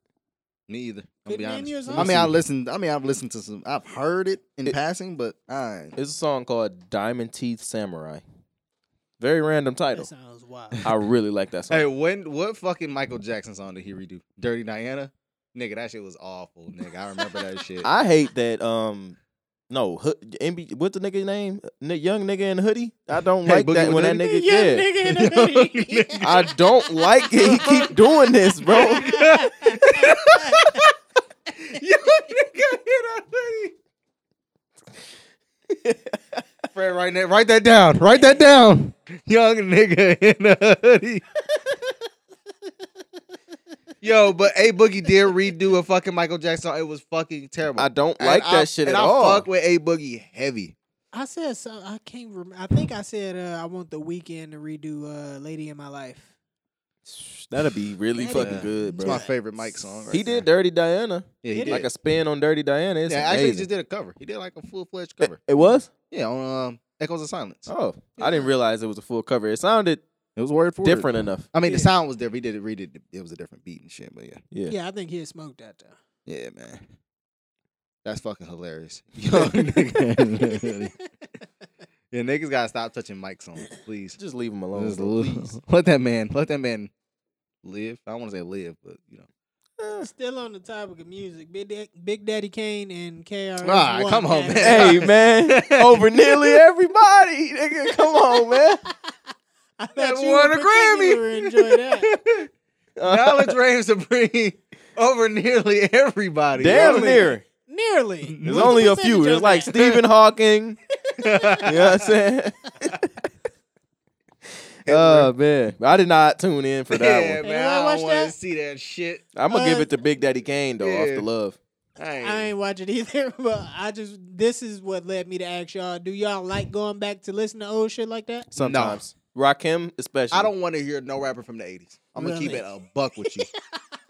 S2: Me either. I'm
S3: Could
S2: be
S3: name
S2: honest.
S3: yours
S2: I mean, I
S1: honestly.
S2: listened. I mean, I've listened to some. I've heard it in
S1: It-
S2: passing, but I.
S1: It's a song called Diamond Teeth Samurai. Very random
S3: That
S1: title.
S3: sounds wild.
S1: I really like that song.
S2: Hey, when what fucking Michael Jackson song did he redo? Dirty Diana, nigga, that shit was awful, nigga. I remember that shit.
S1: I hate that. Um, no, hood, NB, what's the nigga name? N- young nigga in a hoodie. I don't
S2: Hey,
S1: like
S2: Boogie
S1: that
S2: with
S1: when that nigga.
S2: Hoodie?
S3: Young
S1: yeah,
S3: nigga in
S2: Young
S3: a hoodie.
S2: nigga.
S1: I don't like it. He keep doing this, bro.
S2: Yo, nigga, hit a hoodie. Fred, write that, write that down. Write that down. Young nigga in a hoodie. Yo, but A Boogie did redo a fucking Michael Jackson. song. It was fucking terrible.
S1: I don't
S2: And
S1: like
S2: I-
S1: that shit
S2: and
S1: at
S2: I
S1: all.
S2: fuck with A Boogie heavy.
S3: I said some. I can't remember. I think I said uh, I want the weekend to redo uh, "Lady in My Life."
S1: That'd be really
S3: That
S1: fucking
S2: is
S1: good,
S2: It's
S1: bro.
S2: my favorite Mike song. right
S1: he did
S2: there.
S1: Dirty Diana,
S2: Yeah, he
S3: It
S2: did.
S1: like a spin on Dirty Diana. It's
S2: yeah,
S1: amazing.
S2: actually, he just did a cover. He did like a full fledged cover.
S1: It, it was.
S2: Yeah, on um, Echoes of Silence.
S1: Oh, I didn't realize it was a full cover. It sounded
S2: It was word for
S1: different enough.
S2: I mean, the
S3: Yeah.
S2: sound was different. He did it. Redid it. It was a different beat and shit. But yeah,
S1: Yeah.
S3: Yeah, I think he had smoked that though.
S2: yeah, man, that's fucking hilarious. Yo, nigga.
S3: That's
S2: yeah, niggas gotta stop touching mic songs, please.
S1: Just leave him alone.
S2: Just
S1: bro,
S2: l-
S1: please.
S2: let that man, let that man live. I don't want to say live, but you know.
S1: Eh.
S3: Still on the topic of music, Big, Da- Big Daddy Kane and KRS.
S2: Ah, come on, man.
S1: hey man, over nearly everybody, nigga. Come on, man.
S3: I
S2: That
S3: thought you
S2: won
S3: in
S2: a Grammy.
S3: particular Enjoy that.
S2: Knowledge reigns supreme over nearly everybody.
S1: Damn
S2: yo.
S1: near.
S3: Nearly.
S1: There's
S3: What's the
S1: only a
S3: percentage
S1: few.
S3: on
S1: It's like
S3: that?
S1: Stephen Hawking. You know what I'm saying? oh man, I did not tune in for that
S2: yeah,
S1: one.
S2: man.
S3: Anyone
S2: I
S3: watch
S2: don't want to
S3: that?
S2: see that shit.
S1: I'm gonna give
S3: Uh,
S1: it to Big Daddy Kane though, off
S2: yeah.
S1: the love.
S3: I ain't watch it either, but I just this is what led me to ask y'all: Do y'all like going back to listen to old shit like that?
S1: Sometimes Rakim, especially.
S2: I don't want to hear no rapper from the 80s. I'm gonna keep
S3: Really?
S2: it a buck with you.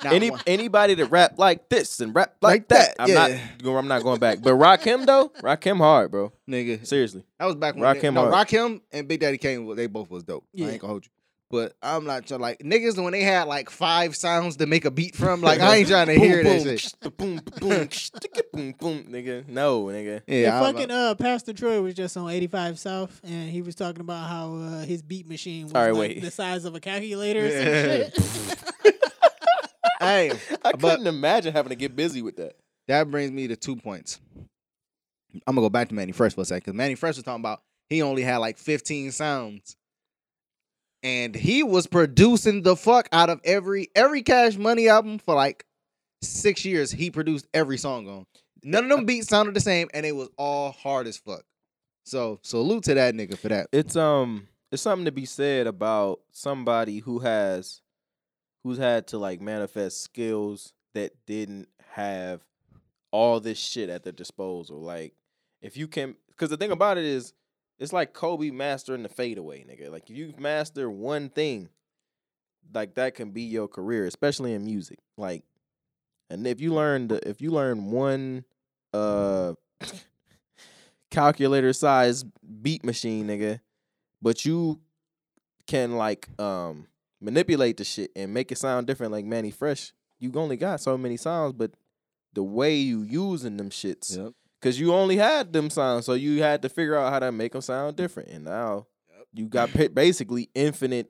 S2: Not
S1: Any
S2: one.
S1: anybody that rap like this and rap like,
S2: Like that,
S1: that, I'm
S2: yeah.
S1: not go- I'm not going back. But Rakim though, Rakim hard, bro.
S2: nigga.
S1: Seriously,
S2: That was back when
S1: Rakim
S2: they, no,
S1: Hart.
S2: Rakim and Big Daddy Kane. well, They both was dope.
S3: Yeah.
S2: I ain't gonna hold you. But I'm not trying like niggas when they had like five sounds to make a beat from. Like I ain't trying to hear
S1: boom,
S2: that
S1: boom,
S2: shit.
S1: boom, boom, boom, boom, nigga. No, nigga.
S2: Yeah,
S3: And
S2: I'm
S3: fucking
S2: not-
S3: uh, Pastor Troy was just on 85 South, and he was talking about how uh, his beat machine was
S1: All right,
S3: like
S1: wait.
S3: the size of a calculator or some
S2: Yeah.
S3: shit.
S2: hey,
S1: I
S2: But-
S1: couldn't imagine having to get busy with that.
S2: that brings me to two points. I'm gonna go back to Manny Fresh for a second because Manny Fresh was talking about he only had like 15 sounds. and he was producing the fuck out of every every Cash Money album for like six years. He produced every song on. None of them beats sounded the same, and it was all hard as fuck. So salute to that nigga for that.
S1: It's um it's something to be said about somebody who has who's had to like manifest skills that didn't have all this shit at their disposal. Like if you can cuz the thing about it is it's like Kobe mastering the fadeaway, nigga. Like if you master one thing, like that can be your career, especially in music. Like and if you learn the, if you learn one uh calculator size beat machine, nigga, but you can like um manipulate the shit and make it sound different like Manny Fresh. You only got so many sounds, but the way you using them shits,
S2: Yep.
S1: cause you only had them sounds, so you had to figure out how to make them sound different. And now you got pa- basically infinite,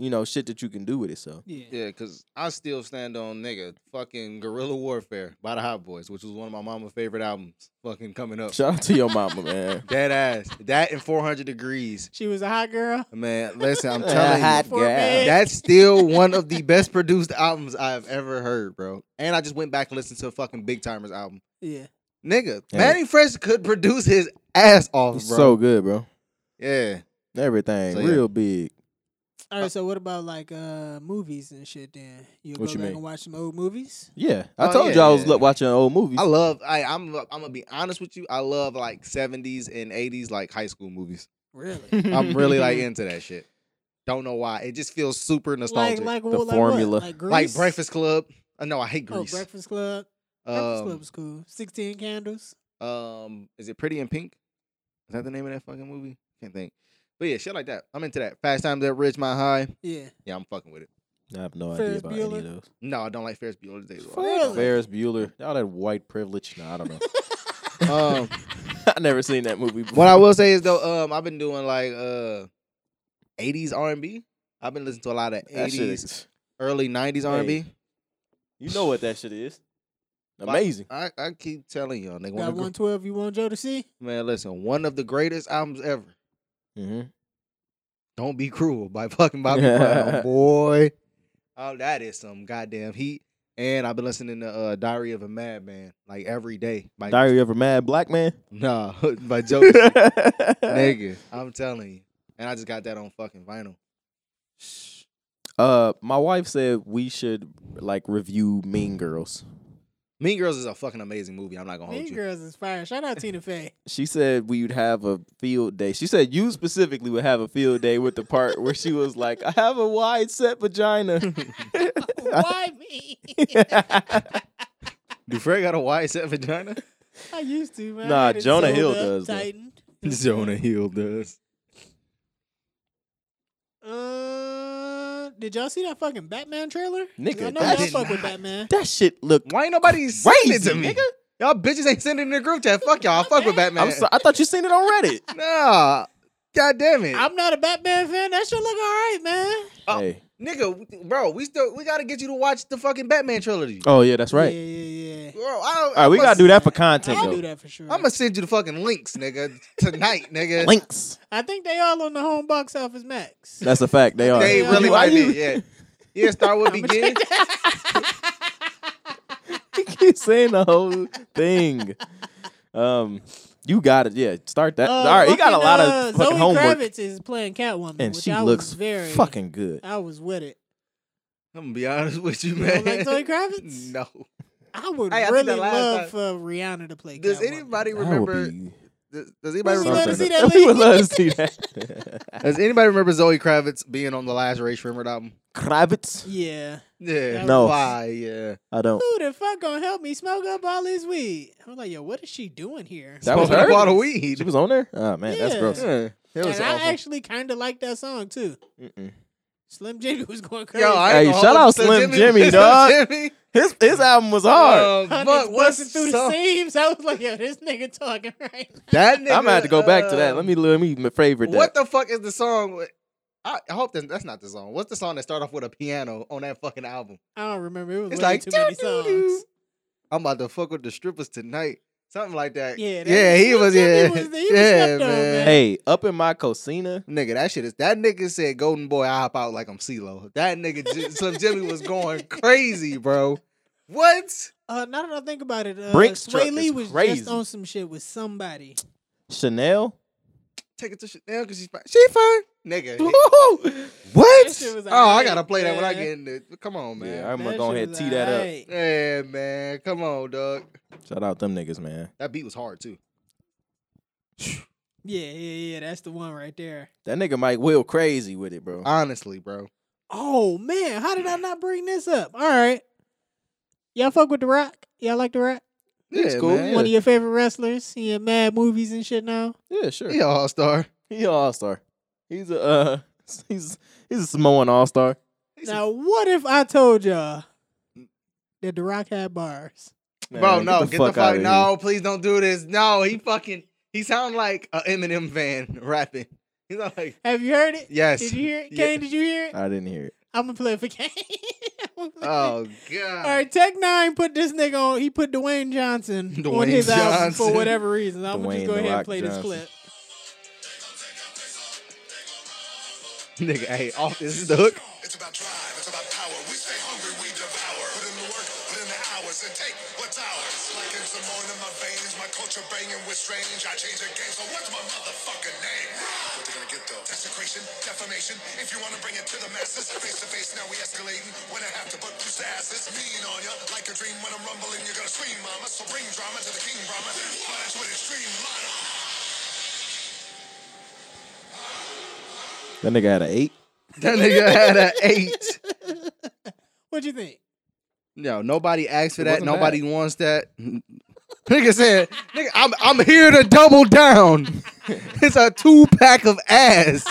S1: you know, shit that you can do with it. So
S3: Yeah.
S2: Yeah, cause I still stand on nigga fucking Guerrilla Warfare by the Hot Boys, which was one of my mama's favorite albums. Fucking coming up,
S1: shout out to your mama, man.
S2: dead ass. That and 400 degrees,
S3: She was a hot girl.
S2: man. Listen, I'm
S1: Yeah,
S2: telling you,
S1: hot
S3: For me.
S2: That's still one of the best produced albums I've ever heard, bro. And I just went back and listened to a fucking Big Timers album.
S3: Yeah.
S2: Nigga,
S1: Yeah.
S2: Manny Fresh could produce his ass off, bro.
S1: So good, bro.
S2: yeah.
S1: Everything
S2: So, yeah.
S1: real big.
S3: All right. So what about like uh movies and shit? Then you go
S1: What
S3: back
S1: you mean?
S3: and watch some old movies.
S1: Yeah, I
S2: Oh,
S1: told
S2: yeah,
S1: you I was
S2: yeah.
S1: lo- watching old movies.
S2: I love I I'm I'm gonna be honest with you. I love like 70s and 80s like high school movies.
S3: Really?
S2: I'm really like into that shit. Don't know why. It just feels super nostalgic.
S3: like like
S1: The
S3: what- like
S1: formula.
S3: What? Like,
S2: Like
S3: Grease?
S2: Breakfast Club. Uh, no, I hate
S3: Oh,
S2: Grease.
S3: Breakfast Club. Breakfast Club was cool. Sixteen Candles.
S2: um, um, is it Pretty in Pink? Is that the name of that fucking movie? Can't think. But yeah, shit like that. I'm into that. Fast Times at Ridgemont High.
S3: Yeah.
S2: Yeah, I'm fucking with it.
S1: I have no idea
S3: Ferris
S1: about any
S3: Bueller.
S1: of those.
S2: No, I don't like Ferris Bueller's Day Off.
S3: Really?
S1: Ferris Bueller, all that white privilege. No, I don't know.
S2: Um,
S1: I never seen that movie. Before.
S2: what I will say is though, um, I've been doing like uh, 80s R&B. I've been listening to a lot of
S1: That shit
S2: 80s,
S1: is-
S2: early 90s R&B.
S1: you know what that shit is? Amazing.
S2: I, I keep telling y'all, nigga, one
S3: Got
S2: of the gr-
S3: one twelve. You want Joe to see?
S2: man, listen, one of the greatest albums ever.
S1: Mm-hmm.
S2: Don't be cruel by fucking Bobby Brown, boy. Oh, that is some goddamn heat. And I've been listening to uh, Diary of a Madman like every day. By,
S1: Diary of a Mad Black Man.
S2: Nah, by Joe.
S1: Nigga.
S2: Nigga, I'm telling you. And I just got that on fucking vinyl.
S1: Uh, my wife said we should like review Mean Girls.
S2: Mean Girls is a fucking amazing movie. I'm not
S1: Oh,
S2: gonna hold
S3: Mean
S2: you.
S3: Girls is fire. Shout out Tina Fey.
S1: She said we'd have a field day. She said you specifically would have a field day with the part where she was like, "I have a wide set vagina."
S3: Why me?
S2: Do Fred got a wide set vagina?
S3: I used to, man. I
S1: Nah,
S3: had it
S1: Jonah
S3: sewed
S1: Hill
S3: up,
S1: does that.
S3: Tightened.
S2: Jonah Hill does.
S3: Uh, did y'all see that fucking Batman trailer? 'Cause
S1: Nigga,
S3: I know
S1: I
S3: y'all
S2: did
S3: fuck with
S2: not.
S3: Batman.
S1: that shit looked
S2: Why ain't nobody sending it
S1: crazy,
S2: to me?
S1: nigga.
S2: Y'all bitches ain't sending it in the group chat. Fuck y'all. I fuck with Batman.
S1: I'm so, I thought you seen it on Reddit.
S2: Nah. God damn it.
S3: I'm not a Batman fan. That shit look all right, man.
S2: Oh.
S1: Hey.
S2: Nigga, bro, we still we gotta get you to watch the fucking Batman trilogy.
S1: Oh yeah, that's right.
S3: Yeah, yeah, yeah.
S2: Bro, I don't,
S1: All right, we gotta do that for content
S3: I can do
S1: though.
S3: that for sure.
S2: I'm gonna send you the fucking links, nigga, tonight, nigga.
S1: Links.
S3: I think they all on the home box office max.
S1: That's a fact. They are.
S2: They
S3: Yeah.
S2: really
S3: Why
S2: might be, yeah. Yeah, start with begin.
S1: You keep saying the whole thing. Um, you got it. Yeah, start that.
S3: Uh,
S1: All right, you got a
S3: fucking,
S1: lot
S3: uh,
S1: of fucking
S3: Zoe
S1: homework,
S3: Kravitz is playing Catwoman,
S1: and
S3: which
S1: she
S3: I
S1: looks
S3: was very
S1: fucking good.
S3: I was with it.
S2: I'm gonna be honest with you,
S3: You
S2: man.
S3: don't like Zoe Kravitz?
S2: No.
S3: I would
S2: Hey, I think
S3: really
S2: the last
S3: love
S2: time-
S3: for Rihanna to play.
S2: Does
S3: Catwoman.
S2: anybody
S1: That would
S2: remember?
S1: be
S2: Does, does anybody
S3: We
S1: something.
S2: remember?
S3: love to see that
S1: we would
S3: lady.
S1: love to see that.
S2: Does anybody remember Zoe Kravitz being on the last Ray Shrimmered album?
S1: Kravitz?
S3: Yeah.
S2: Yeah.
S1: No.
S2: Why? Yeah.
S1: I don't.
S3: Who the fuck gonna help me smoke up all this weed? I'm like, yo, what is she doing here?
S1: That was
S2: Smoking
S1: her?
S2: a bottle of
S1: She
S2: weed.
S1: was on there. Oh man, that's
S3: Yeah.
S1: gross.
S2: Yeah. It
S3: and
S2: was
S3: I
S2: awful.
S3: actually kind of like that song too.
S1: Mm-mm.
S3: Slim Jimmy was going crazy.
S2: Yo, I ain't
S1: Hey,
S2: gonna
S1: shout
S2: hold
S1: out
S2: you.
S1: Slim Jimmy, dog.
S2: Jimmy.
S1: His his album was hard.
S2: Uh, fuck,
S3: Honey busting
S2: what's
S3: through the
S2: song?
S3: seams. I was like, yo, this nigga talking right. now.
S2: That uh,
S1: I'm gonna have to go back to
S3: uh,
S1: that. Let me let me favorite that.
S2: What the fuck is the song? with- I I hope that, that's not the song. What's the song that start off with a piano on that fucking album?
S3: I don't remember. It was
S2: It's
S3: way
S2: like
S3: too many
S2: doo-doo-doo.
S3: songs.
S2: I'm about to fuck with the strippers tonight. Something like that.
S3: Yeah, that-
S2: yeah, he
S3: that-
S2: was.
S3: that
S2: Yeah,
S3: he was- he was
S2: yeah,
S3: slept on,
S2: man.
S3: man.
S1: Hey, up in my cocina,
S2: Nigga, that shit is that nigga said Golden Boy, I hop out like I'm CeeLo. That nigga J- Slim Jimmy was going crazy, bro. What?
S3: Uh, now that I think about it, uh,
S1: Brink's
S3: Sway
S1: truck
S3: Lee
S1: is
S3: was
S1: crazy.
S3: just on some shit with somebody.
S1: Chanel.
S2: Take it to Chanel because she's fine. She fine, nigga.
S1: Woo!
S2: What?
S3: That shit
S2: Oh,
S3: was
S2: I
S3: alright,
S2: gotta play that when I
S3: man.
S2: get in the. Come on, man.
S1: Yeah, I'm gonna
S3: That
S1: go
S3: shit
S1: ahead and
S3: was
S1: tee that up.
S3: alright.
S2: Yeah, man. Come on, dog.
S1: Shout out them niggas, man.
S2: That beat was hard too.
S3: Yeah, yeah, yeah. That's the one right there.
S1: That nigga Mike Will crazy with it, bro.
S2: Honestly, bro.
S3: Oh man, how did I not bring this up? All right, y'all fuck with the Rock. Y'all like the Rock?
S1: It's cool.
S2: man.
S3: One of your favorite wrestlers. He in mad movies and shit now.
S1: Yeah, sure.
S2: He all star.
S1: He an all star. He's a uh, he's he's a Samoan all star.
S3: Now, what if I told y'all that the Rock had bars?
S2: Bro, no, get the fuck, no, please don't do this. No, he fucking he sound like a Eminem fan rapping. He's not like
S3: Have you heard it?
S2: yes.
S3: Did you hear it?
S2: Yeah.
S3: Kane, did you hear it?
S1: I didn't hear it.
S3: I'm gonna play it for Kane. I'ma play it.
S2: Oh
S3: All
S2: god.
S3: right, Tech Nine put this nigga on. He put Dwayne Johnson
S2: Dwayne
S3: on his album for
S2: Johnson.
S3: whatever reason. I'm gonna
S1: Dwayne
S3: just
S1: The
S3: go ahead and
S1: Rock
S3: play this
S1: Johnson.
S3: clip.
S2: Nigga, hey, off this is the hook.
S4: It's about drive. It's about power. We stay hungry. We devour. Put in the work. Put in the hours and take what's ours. Like it's the morning in my veins. My culture banging with strange. I change the game. So what's my motherfucking name? What they gonna get though? Desecration, defamation. If you wanna bring it to the masses, face to face. Now we escalating. When I have to put two asses, mean on ya like a dream. When I'm rumbling, you're gonna scream, mama. So bring drama to the king, drama. Why do an extreme line?
S1: That nigga had an eight.
S2: That nigga had an eight.
S3: What you think?
S2: No, nobody asked for
S1: It
S2: that.
S1: wasn't
S2: Nobody wants that. nigga said, nigga, I'm I'm here to double down. it's a two pack of ass.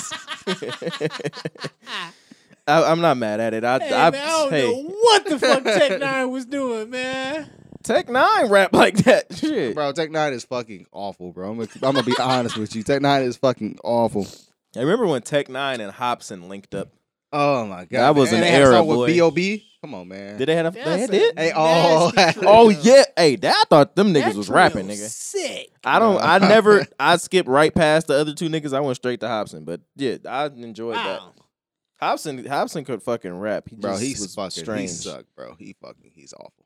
S1: I, I'm not mad at it. I,
S3: Hey,
S1: I,
S3: man, I don't
S1: hey,
S3: know what the fuck Tech Nine was doing, man.
S1: Tech Nine rap like that. Shit.
S2: Bro, Tech Nine is fucking awful, bro. I'm gonna, I'm gonna be honest with you. Tech Nine is fucking awful.
S1: I remember when Tech Nine and Hobson linked up.
S2: Oh my god,
S1: That was
S2: man.
S1: an
S2: And they had a
S1: era,
S2: song
S1: boy.
S2: with B.O.B. Come on, man.
S1: Did they had a? They
S3: That's
S1: did.
S3: a
S2: Hey, oh,
S3: nasty trio.
S1: Oh yeah. Hey, that, I thought them niggas
S3: That
S1: was
S3: trio
S1: rapping, nigga.
S3: Sick.
S1: I don't.
S2: No.
S1: I never. I skipped right past the other two niggas. I went straight to Hobson. But yeah, I enjoyed that.
S3: Wow.
S1: Hobson. Hobson could fucking rap. He
S2: bro,
S1: just
S2: he's
S1: was
S2: fucking He
S1: strange.
S2: sucked, bro. He fucking he's awful.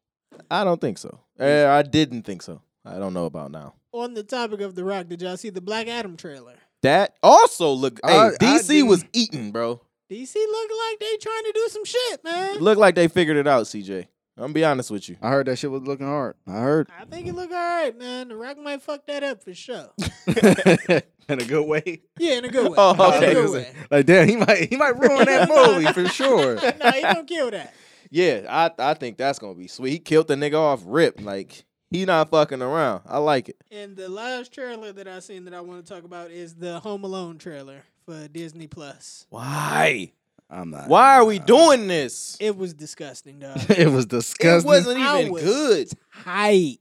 S1: I don't think so. Eh, I didn't think so. I don't know about now.
S3: On the topic of The Rock, did y'all see the Black Adam trailer?
S1: That also look. Hey,
S2: I- I
S1: DC was
S2: didn't-
S1: eating, bro.
S3: DC look like they trying to do some shit, man.
S1: Look like they figured it out, CJ. I'm gonna be honest with you.
S2: I heard that shit was looking hard. I heard
S3: I think it look all right, man. The Rock might fuck that up for sure.
S2: in a good way.
S3: Yeah, in a good way.
S1: Oh,
S3: In a
S1: okay.
S3: good way.
S2: Like damn, he might he might ruin that movie for sure.
S3: no, he don't kill that.
S1: Yeah, I I think that's gonna be sweet. He killed the nigga off rip. Like he not fucking around. I like it.
S3: And the last trailer that I seen that I want to talk about is the Home Alone trailer for Disney Plus.
S1: Why?
S2: I'm not.
S1: Why are we doing this?
S3: It was disgusting, dog.
S2: It was
S1: It
S2: disgusting.
S1: wasn't
S3: I
S1: even
S3: was
S1: good.
S3: Hype.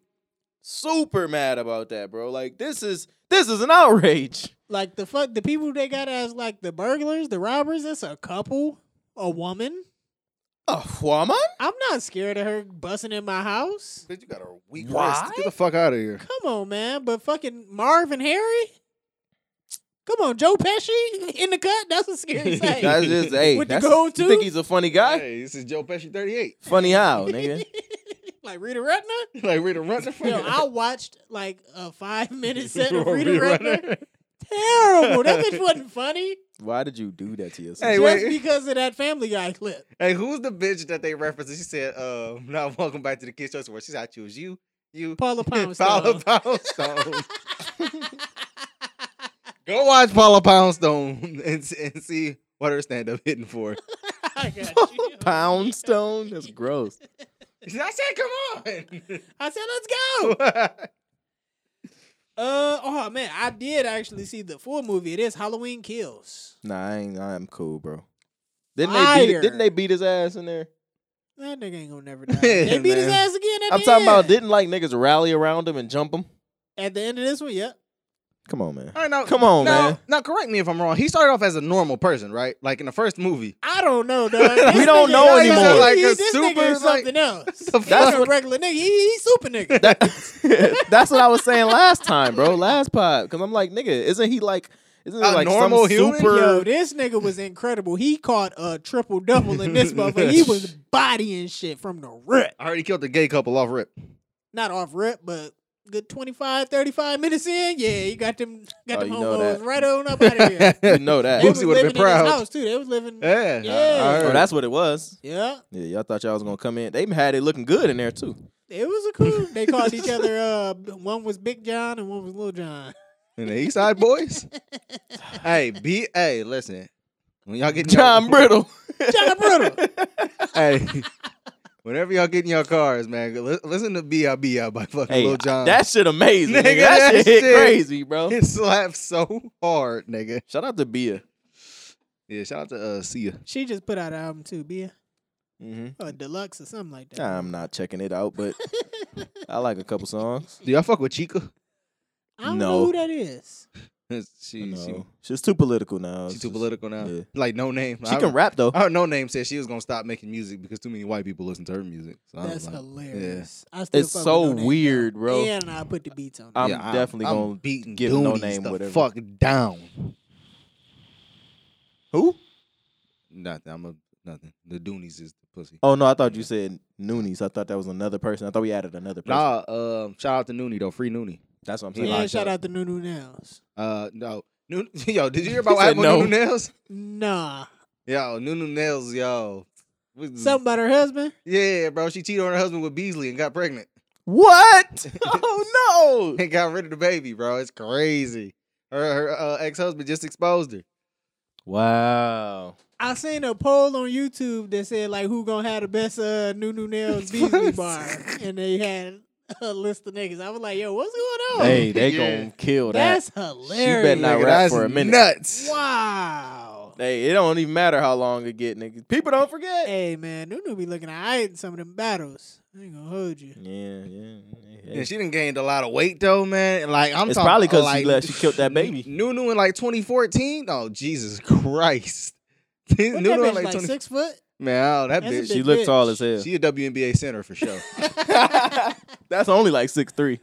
S1: Super mad about that, bro. Like this is this is an outrage.
S3: Like the fuck, the people they got as like the burglars, the robbers. It's a couple, a woman.
S1: A woman?
S3: I'm not scared of her busting in my house.
S2: Bitch, you got a weak
S1: Why?
S2: wrist. Get the fuck out of here.
S3: Come on, man. But fucking Marv and Harry. Come on, Joe Pesci in the cut. That's a scary sight.
S1: That's just hey.
S3: With the
S1: that's-
S3: gold
S1: you think
S3: tooth?
S1: he's a funny guy?
S2: Hey, this is Joe Pesci 38.
S1: Funny how, nigga?
S3: like Rita Rutner.
S2: like Rita Runner.
S3: Yo, I watched like a five minute set of Rita Rutner. Terrible. That bitch wasn't funny.
S1: Why did you do that to yourself?
S2: Hey,
S3: just
S2: wait.
S3: because of that Family Guy clip.
S2: Hey, who's the bitch that they referenced? She said, uh, not welcome back to the kids' choice where she's I choose you, you,
S3: Paula
S2: and
S3: Poundstone.
S2: Paula Poundstone. Go watch Paula Poundstone and, s- and see what her stand up hitting for.
S3: I got you.
S1: Poundstone? That's gross.
S2: She said, I said,
S3: I said, let's go.
S2: come on.
S3: Uh oh man, I did actually see the full movie. It is Halloween Kills.
S1: Nah, I ain't, I'm cool, bro. Didn't they beat,
S3: Liar.
S1: didn't they beat his ass in there?
S3: That nigga ain't gonna never die.
S2: Yeah,
S3: They beat his
S2: man.
S3: ass again. At
S1: I'm
S3: the
S1: talking
S3: end.
S1: about didn't like niggas rally around him and jump him.
S3: at the end of this one. Yep.
S1: Come on, man.
S2: All right, now
S1: Come on,
S2: now,
S1: man.
S2: Now correct me if I'm wrong. He started off as a normal person, right? Like in the first movie.
S3: I don't know, dog. This
S1: We don't
S3: nigga-
S1: know
S3: this
S1: anymore.
S3: nigga-
S2: Like a
S3: this nigga
S2: super,
S3: is something else.
S2: The
S3: That's
S2: fuck?
S3: a regular nigga. He, he super nigga.
S1: That- that's what I was saying last time, bro. Last pod, because I'm like, nigga, isn't he like, isn't it
S2: A
S1: like
S2: normal
S1: some
S2: human?
S1: super?
S3: Yo, this nigga was incredible. He caught a triple double in this motherfucker. He was bodying shit from the rip.
S2: I already killed the gay couple off rip.
S3: Not off rip, but good 25, 35 minutes in. Yeah, you got them got
S1: Oh,
S3: them
S1: you know
S3: homos
S1: that.
S3: right on up out of here.
S1: you know that.
S2: Boosie
S3: They was
S2: would've been
S3: living in his
S2: proud.
S3: house too. They was living.
S1: Eh?
S2: Yeah.
S3: Yeah.
S1: Oh, that's what it was.
S3: Yeah,
S1: Yeah, y'all thought y'all was gonna come in. They even had it looking good in there too.
S3: it was a cool. They called each other. Uh, one was Big John and one was Little John.
S2: And the East Side Boys. hey, be hey, listen. When y'all get in
S1: John
S2: y'all,
S1: Brittle.
S3: John Brutal.
S2: hey, whenever y'all get in your cars, man, li- listen to "B.I.B.I." by fucking
S1: Hey,
S2: Lil John.
S1: that shit amazing. Nigga,
S2: Nigga,
S1: that,
S2: that
S1: shit hit
S2: shit.
S1: crazy, bro.
S2: it slaps so hard, nigga.
S1: Shout out to Bia.
S2: Yeah, shout out to uh, Sia.
S3: She just put out an album too, Bia,
S1: Mm-hmm.
S3: or a deluxe or something like that.
S1: I'm not checking it out, but I like a couple songs.
S2: Do y'all fuck with Chica?
S3: I don't
S1: No.
S3: know who that is.
S2: she, she
S1: No. She's too political now.
S2: she's
S1: It's
S2: too
S1: just-
S2: political now.
S1: yeah.
S2: Like no name.
S1: She
S2: I-
S1: can rap though.
S2: I heard no name said she was gonna stop making music because too many white people listen to her music. So I was
S3: That's
S2: like,
S3: hilarious. I still
S1: It's
S3: fuck with
S1: so
S3: No Name,
S1: weird, bro.
S3: And I put the beats on.
S1: I'm
S3: it.
S2: yeah,
S1: definitely
S2: I'm
S1: gonna
S2: beating
S1: give No
S2: Doonies
S1: Name
S2: the
S1: whatever.
S2: fuck down.
S1: Who?
S2: Nothing. I'm a nothing. The Doonies is the pussy.
S1: Oh no, I thought you said Noonies. I thought that was another person. I thought we added another person.
S2: Nah, um, shout out to Noonie though. Free Noonie.
S1: That's what I'm
S2: he
S1: saying.
S2: Yeah,
S3: and
S2: locked
S3: shout
S2: up.
S3: out to Nunu Nails.
S2: Uh, no, Noon- yo, did you hear about
S1: He
S2: what
S1: said
S2: happened
S1: no.
S2: with Nunu Nails?
S3: Nah,
S1: mm.
S2: Yo, Nunu Nails, yo. We-
S3: something about her husband.
S2: Yeah, bro, she cheated on her husband with Beasley and got pregnant
S1: What? Oh no.
S2: and got rid of the baby, bro. It's crazy. Her, her uh, ex husband just exposed her.
S1: Wow.
S3: I seen a poll on YouTube that said like who gonna have the best uh Nunu Nails Beasley bar, and they had a list of niggas. I was like, yo, what's going on?
S1: Hey, they
S2: Yeah.
S1: gonna kill that.
S3: That's
S1: She
S3: hilarious.
S1: better not
S2: Nigga,
S1: rap
S2: that's
S1: for a minute.
S2: Nuts.
S3: Wow.
S1: Hey, it don't even matter how long it get, nigga. People don't forget.
S3: Hey man, Nunu be looking alright in some of them battles. I ain't gonna hold you.
S1: Yeah, yeah. yeah.
S2: And she done gained a lot of weight though, man. And, Like I'm
S1: It's
S2: talking,
S1: probably 'cause she
S2: like,
S1: let- she killed that baby.
S2: Nunu in like 2014. Oh Jesus Christ!
S3: What
S2: Nunu
S3: that
S2: in
S3: bitch
S2: like,
S3: like
S2: 20.
S3: six foot?
S2: man, oh, that
S3: That's a
S2: bitch.
S1: she
S3: big
S1: looked
S3: bitch.
S1: tall as hell.
S2: She a WNBA center for sure.
S1: That's only like six three.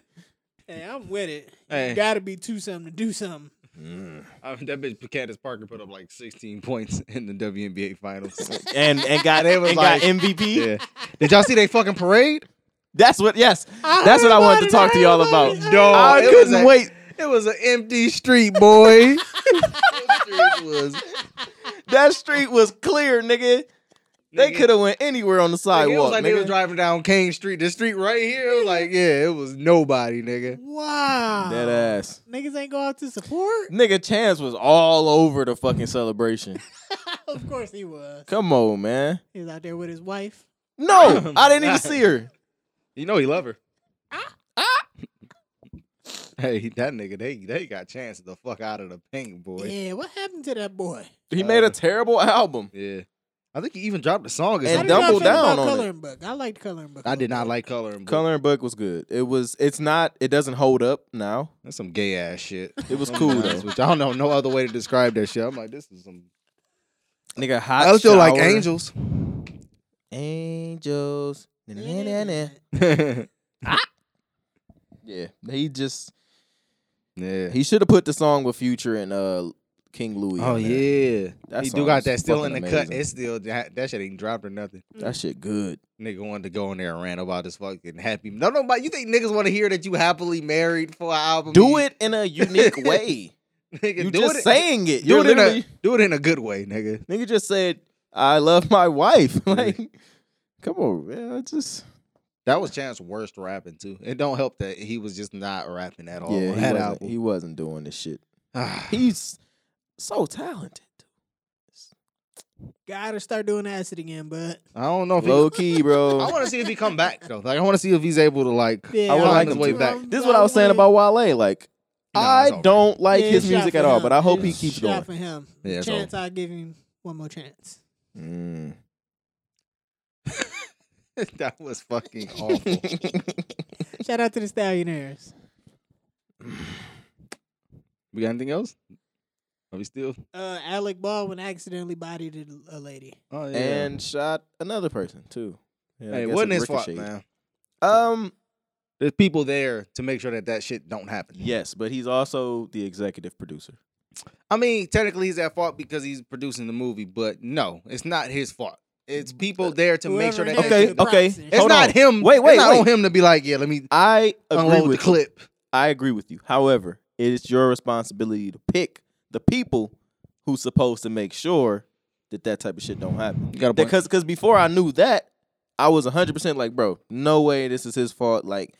S3: Hey, I'm with it.
S2: Hey.
S3: You gotta be two something to do something.
S2: I mean, that bitch Candace Parker put up like 16 points in the WNBA finals.
S1: And and got
S2: They was
S1: and
S2: like-
S1: got MVP.
S2: yeah. Did y'all see they fucking parade?
S1: That's what. Yes,
S3: I
S1: that's
S3: heard
S1: what I wanted
S3: about
S1: to
S3: it,
S1: talk
S3: I
S1: to
S3: heard
S1: y'all
S3: about
S1: about.
S3: it.
S1: I
S2: Dog, it was
S1: couldn't
S2: a-
S1: wait.
S2: It was an empty street, boy. It was-
S1: That street was clear, nigga. They
S2: Nigga.
S1: could have went anywhere on the
S2: Like, it was
S1: sidewalk,
S2: like they was
S1: nigga.
S2: driving down King Street. The street right here. It was like, yeah, it was nobody, nigga.
S3: Wow.
S1: That ass,
S3: Niggas ain't go out to support?
S1: nigga. Chance was all over the fucking celebration.
S3: of course he was.
S1: Come on, man.
S3: He was out there with his wife.
S1: No, I didn't even see her.
S2: You know he love her. Ah. hey, that nigga, they they got chances to fuck out of the paint, boy.
S3: Yeah, what happened to that boy?
S1: He made a terrible album.
S2: Yeah. I think he even dropped a song.
S1: And
S2: or
S3: How
S2: something.
S3: did y'all
S1: double
S3: feel
S1: down
S3: about
S1: on it.
S3: coloring book. I liked coloring book. a
S2: I did
S3: little
S2: not
S3: bit.
S2: like coloring. Book.
S1: Coloring Book was good. It was. It's not. It doesn't hold up now.
S2: That's some gay ass shit.
S1: It was
S2: I'm
S1: cool
S2: honest
S1: though.
S2: with you. I don't know no other way to describe that shit. I'm like, this is some.
S1: Nigga, hot.
S2: I still like
S1: shower.
S2: angels.
S1: Angels. Na-na-na-na.
S2: yeah,
S1: Yeah, he just
S2: he.
S1: he should have put the song with Future and uh King Louis.
S2: Oh
S1: on there.
S2: yeah,
S1: That
S2: he
S1: song
S2: do got
S1: is
S2: that still in the
S1: fucking
S2: cut.
S1: amazing.
S2: It's still that, that shit ain't dropped or nothing.
S1: that shit good.
S2: Nigga wanted to go in there and rant about this fucking happy. No, nobody. You think niggas want to hear that you happily married for an album?
S1: Do it in a unique way.
S2: nigga.
S1: You
S2: do
S1: just
S2: it,
S1: saying it.
S2: Do
S1: You're
S2: it in
S1: literally
S2: a do it in a good way, nigga.
S1: nigga just said, "I love my wife." like, come on, man. I just
S2: That was Chance's worst rapping too. It don't help that he was just not rapping at all.
S1: yeah,
S2: on
S1: he
S2: Oh, that
S1: wasn't,
S2: album.
S1: he wasn't doing this shit.
S2: Ah,
S1: He's so talented.
S3: Gotta start doing acid again, but
S2: I don't know if he,
S1: Low key, bro.
S2: I want to see if he come back though. Like I want to see if he's able to like.
S3: yeah,
S1: would've
S3: I'm
S1: liked
S3: with
S1: him
S3: you.
S1: to.
S2: back.
S3: I'm-
S1: this is what I
S3: I'm
S1: was saying
S3: with-
S1: about Wale. Like,
S2: Nah, it's
S1: I
S2: over.
S1: don't like
S3: Yeah,
S1: his
S3: it's shot
S1: music
S3: for
S1: at all,
S3: him.
S1: but I hope he
S3: It's
S1: keeps
S3: shot
S1: going.
S3: for him.
S2: Yeah, it's
S3: chance I give him one more chance.
S1: Mm.
S2: that was fucking awful.
S1: Mm.
S3: Shout out to the Stallionaires.
S2: We got anything else? Are we still?
S3: Uh, Alec Baldwin accidentally bodied a- a lady.
S2: Oh
S1: and shot another person too. Yeah, I
S2: hey, it
S1: guess
S2: wasn't his fault,
S1: ricocheted.
S2: man.
S1: Um,
S2: There's people there to make sure that that shit don't happen.
S1: yes, but he's also the executive producer.
S2: I mean, technically he's at fault because he's producing the movie, but no, it's not his fault. It's people there to make sure
S3: Whoever
S2: that.
S3: it is,
S1: Okay,
S3: the props
S1: okay.
S3: and shit.
S2: It's
S1: Hold
S2: not
S1: on.
S2: him.
S1: Wait, wait,
S2: it's not
S1: wait.
S2: on him to be like, yeah, let me
S1: I agree
S2: unload the
S1: Oh, with you.
S2: clip.
S1: I agree with you. However, it is your responsibility to pick the people who's supposed to make sure that that type of shit don't happen.
S2: You got a point.
S1: Because because before I knew that, I was 100% like, bro, no way this is his fault. Like,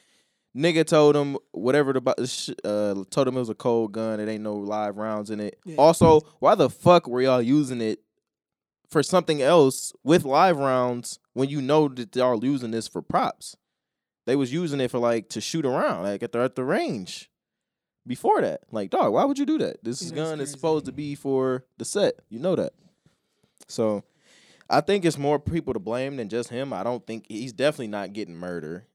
S1: nigga told him whatever the bu- sh- uh told him it was a cold gun. It ain't no live rounds in it.
S3: Yeah.
S1: Also, why the fuck were y'all using it for something else with live rounds when you know that y'all using this for props? They was using it for like to shoot around, like at the at the range. Before that, like dog, why would you do that? This
S3: Yeah,
S1: is
S3: that's
S1: gun is
S3: crazy.
S1: supposed to be for the set. You know that. So I think it's more people to blame than just him. I don't think he's definitely not getting murder.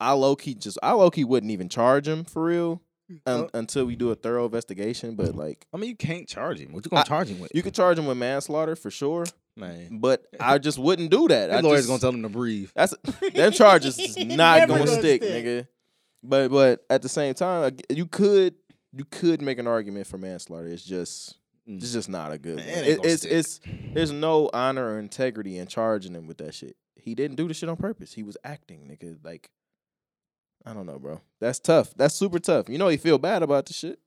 S1: I low key just I low key wouldn't even charge him for real
S3: Hmm.
S1: un-
S2: Oh.
S1: until we do a thorough investigation. But like
S2: I mean, you can't charge him. What you gonna
S1: I-
S2: charge him with?
S1: you could charge him with manslaughter for sure,
S2: man,
S1: but I just wouldn't do that. I
S2: that lawyer's
S1: just-
S2: gonna tell him to breathe.
S1: that's that charge is just not
S3: Never
S1: gonna,
S3: gonna
S1: stick,
S3: stick.
S1: nigga. But but at the same time, like, you could you could make an argument for manslaughter. It's just
S2: Mm.
S1: it's just not a good
S2: It
S1: one.
S2: ain't
S1: It-
S2: gonna
S1: it's
S2: stick.
S1: it's there's no honor or integrity in charging him with that shit. He didn't do the shit on purpose. He was acting, nigga. Like I don't know, bro. That's tough. That's super tough. You know he feel bad about the shit.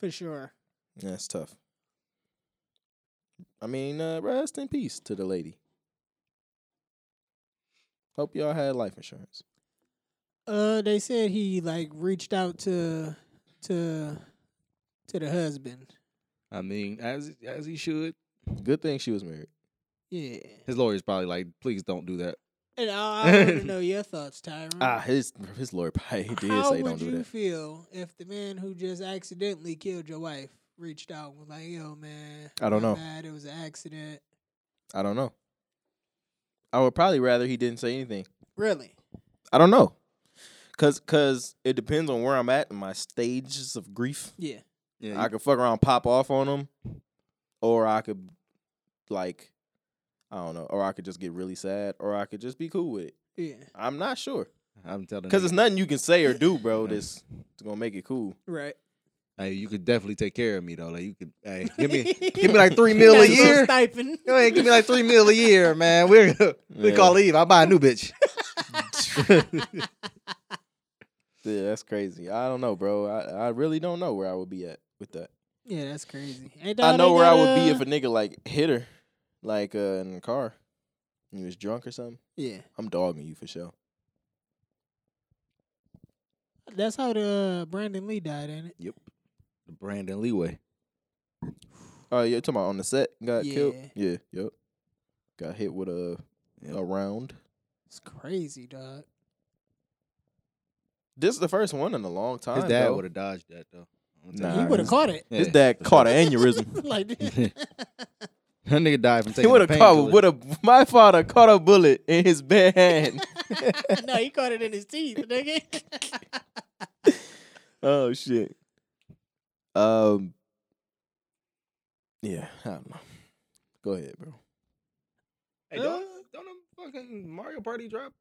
S3: For sure.
S1: That's tough. I mean, uh, rest in peace to the lady. Hope y'all had life insurance.
S3: Uh, they said he like reached out to to to the husband.
S2: I mean, as as he should.
S1: Good thing she was married.
S3: Yeah,
S2: His lawyer's probably like, please don't do that.
S3: and I, I want to know your thoughts, Tyron.
S1: Ah, his his lawyer probably did
S3: How
S1: say
S3: would
S1: don't do
S3: you
S1: that.
S3: feel if the man who just accidentally killed your wife reached out and was like, "Yo, man,
S1: I don't
S3: my
S1: know.
S3: bad, it was an accident."
S1: I don't know. I would probably rather he didn't say anything.
S3: Really?
S1: I don't know. Cause cause it depends on where I'm at in my stages of grief.
S3: Yeah.
S2: Yeah,
S1: I could fuck around, pop off on him, or I could like I don't know, or I could just get really sad, or I could just be cool with it.
S3: Yeah.
S1: I'm not sure.
S2: I'm telling
S1: Cause
S2: you,
S1: it's nothing you can say or do, bro,
S2: Yeah.
S1: that's gonna make it cool.
S3: Right.
S2: hey, you could definitely take care of me though. Like you could, hey, give me give me like three mil a
S3: That's so
S2: year.
S3: Stipend.
S2: Go ahead, give me like three mil a year, man. We're we
S1: Yeah.
S2: call leave. I buy a new bitch.
S1: Yeah, that's crazy. I don't know, bro. I, I really don't know where I would be at with that.
S3: Yeah, that's crazy. Ain't
S1: I
S3: that
S1: know
S3: they
S1: where I
S3: got,
S1: would be
S3: uh,
S1: if a nigga like hit her, like uh, in the car. and He was drunk or something.
S3: yeah,
S1: I'm dogging you for sure.
S3: that's how the uh, Brandon Lee died, ain't it?
S2: Brandon Leeway.
S1: Oh, you're talking about on the set got killed?
S3: Yeah.
S1: Yeah, yep. Got hit with a a round.
S3: It's crazy, dog.
S1: This is the first one in a long time.
S2: His dad
S1: though.
S2: would have dodged that though.
S1: Nah,
S2: I'm
S3: he
S2: telling you.
S3: would have caught it.
S1: His
S2: Yeah,
S1: dad
S2: for sure.
S1: caught an aneurysm.
S3: like,
S2: That nigga died from
S1: he
S2: taking.
S1: would have caught
S2: painkiller.
S1: with a. My father caught a bullet in his bare hand.
S3: no, he caught it in his teeth, nigga.
S1: oh shit. Um. Yeah, I don't know. Go ahead, bro.
S2: Hey, don't, don't them fucking Mario Party drop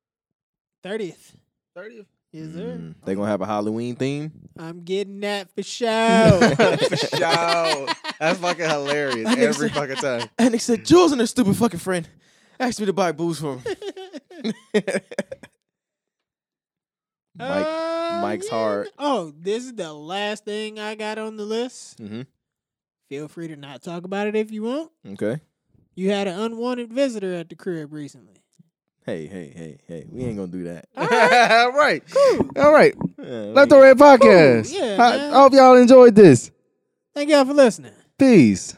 S3: Thirtieth,
S2: 30th?
S3: yes sir.
S1: Mm, They gonna have a Halloween theme.
S3: I'm getting that for sure.
S2: For sure. That's fucking hilarious
S1: That nigga
S2: every
S1: said-
S2: fucking time.
S1: And they said Jules and her stupid fucking friend asked me to buy booze for him. Mike.
S3: Uh,
S1: Mike's hard.
S3: Oh, this is the last thing I got on the list.
S1: hmm
S3: Feel free to not talk about it if you want.
S1: Okay.
S3: You had an unwanted visitor at the crib recently.
S1: Hey, hey, hey, hey. We ain't gonna do that.
S2: All right. All right.
S1: Yeah,
S2: Left
S1: we-
S2: the Red Podcast.
S3: Cool, yeah,
S2: I, I
S3: man.
S2: hope y'all enjoyed this.
S3: Thank y'all for listening.
S2: Peace.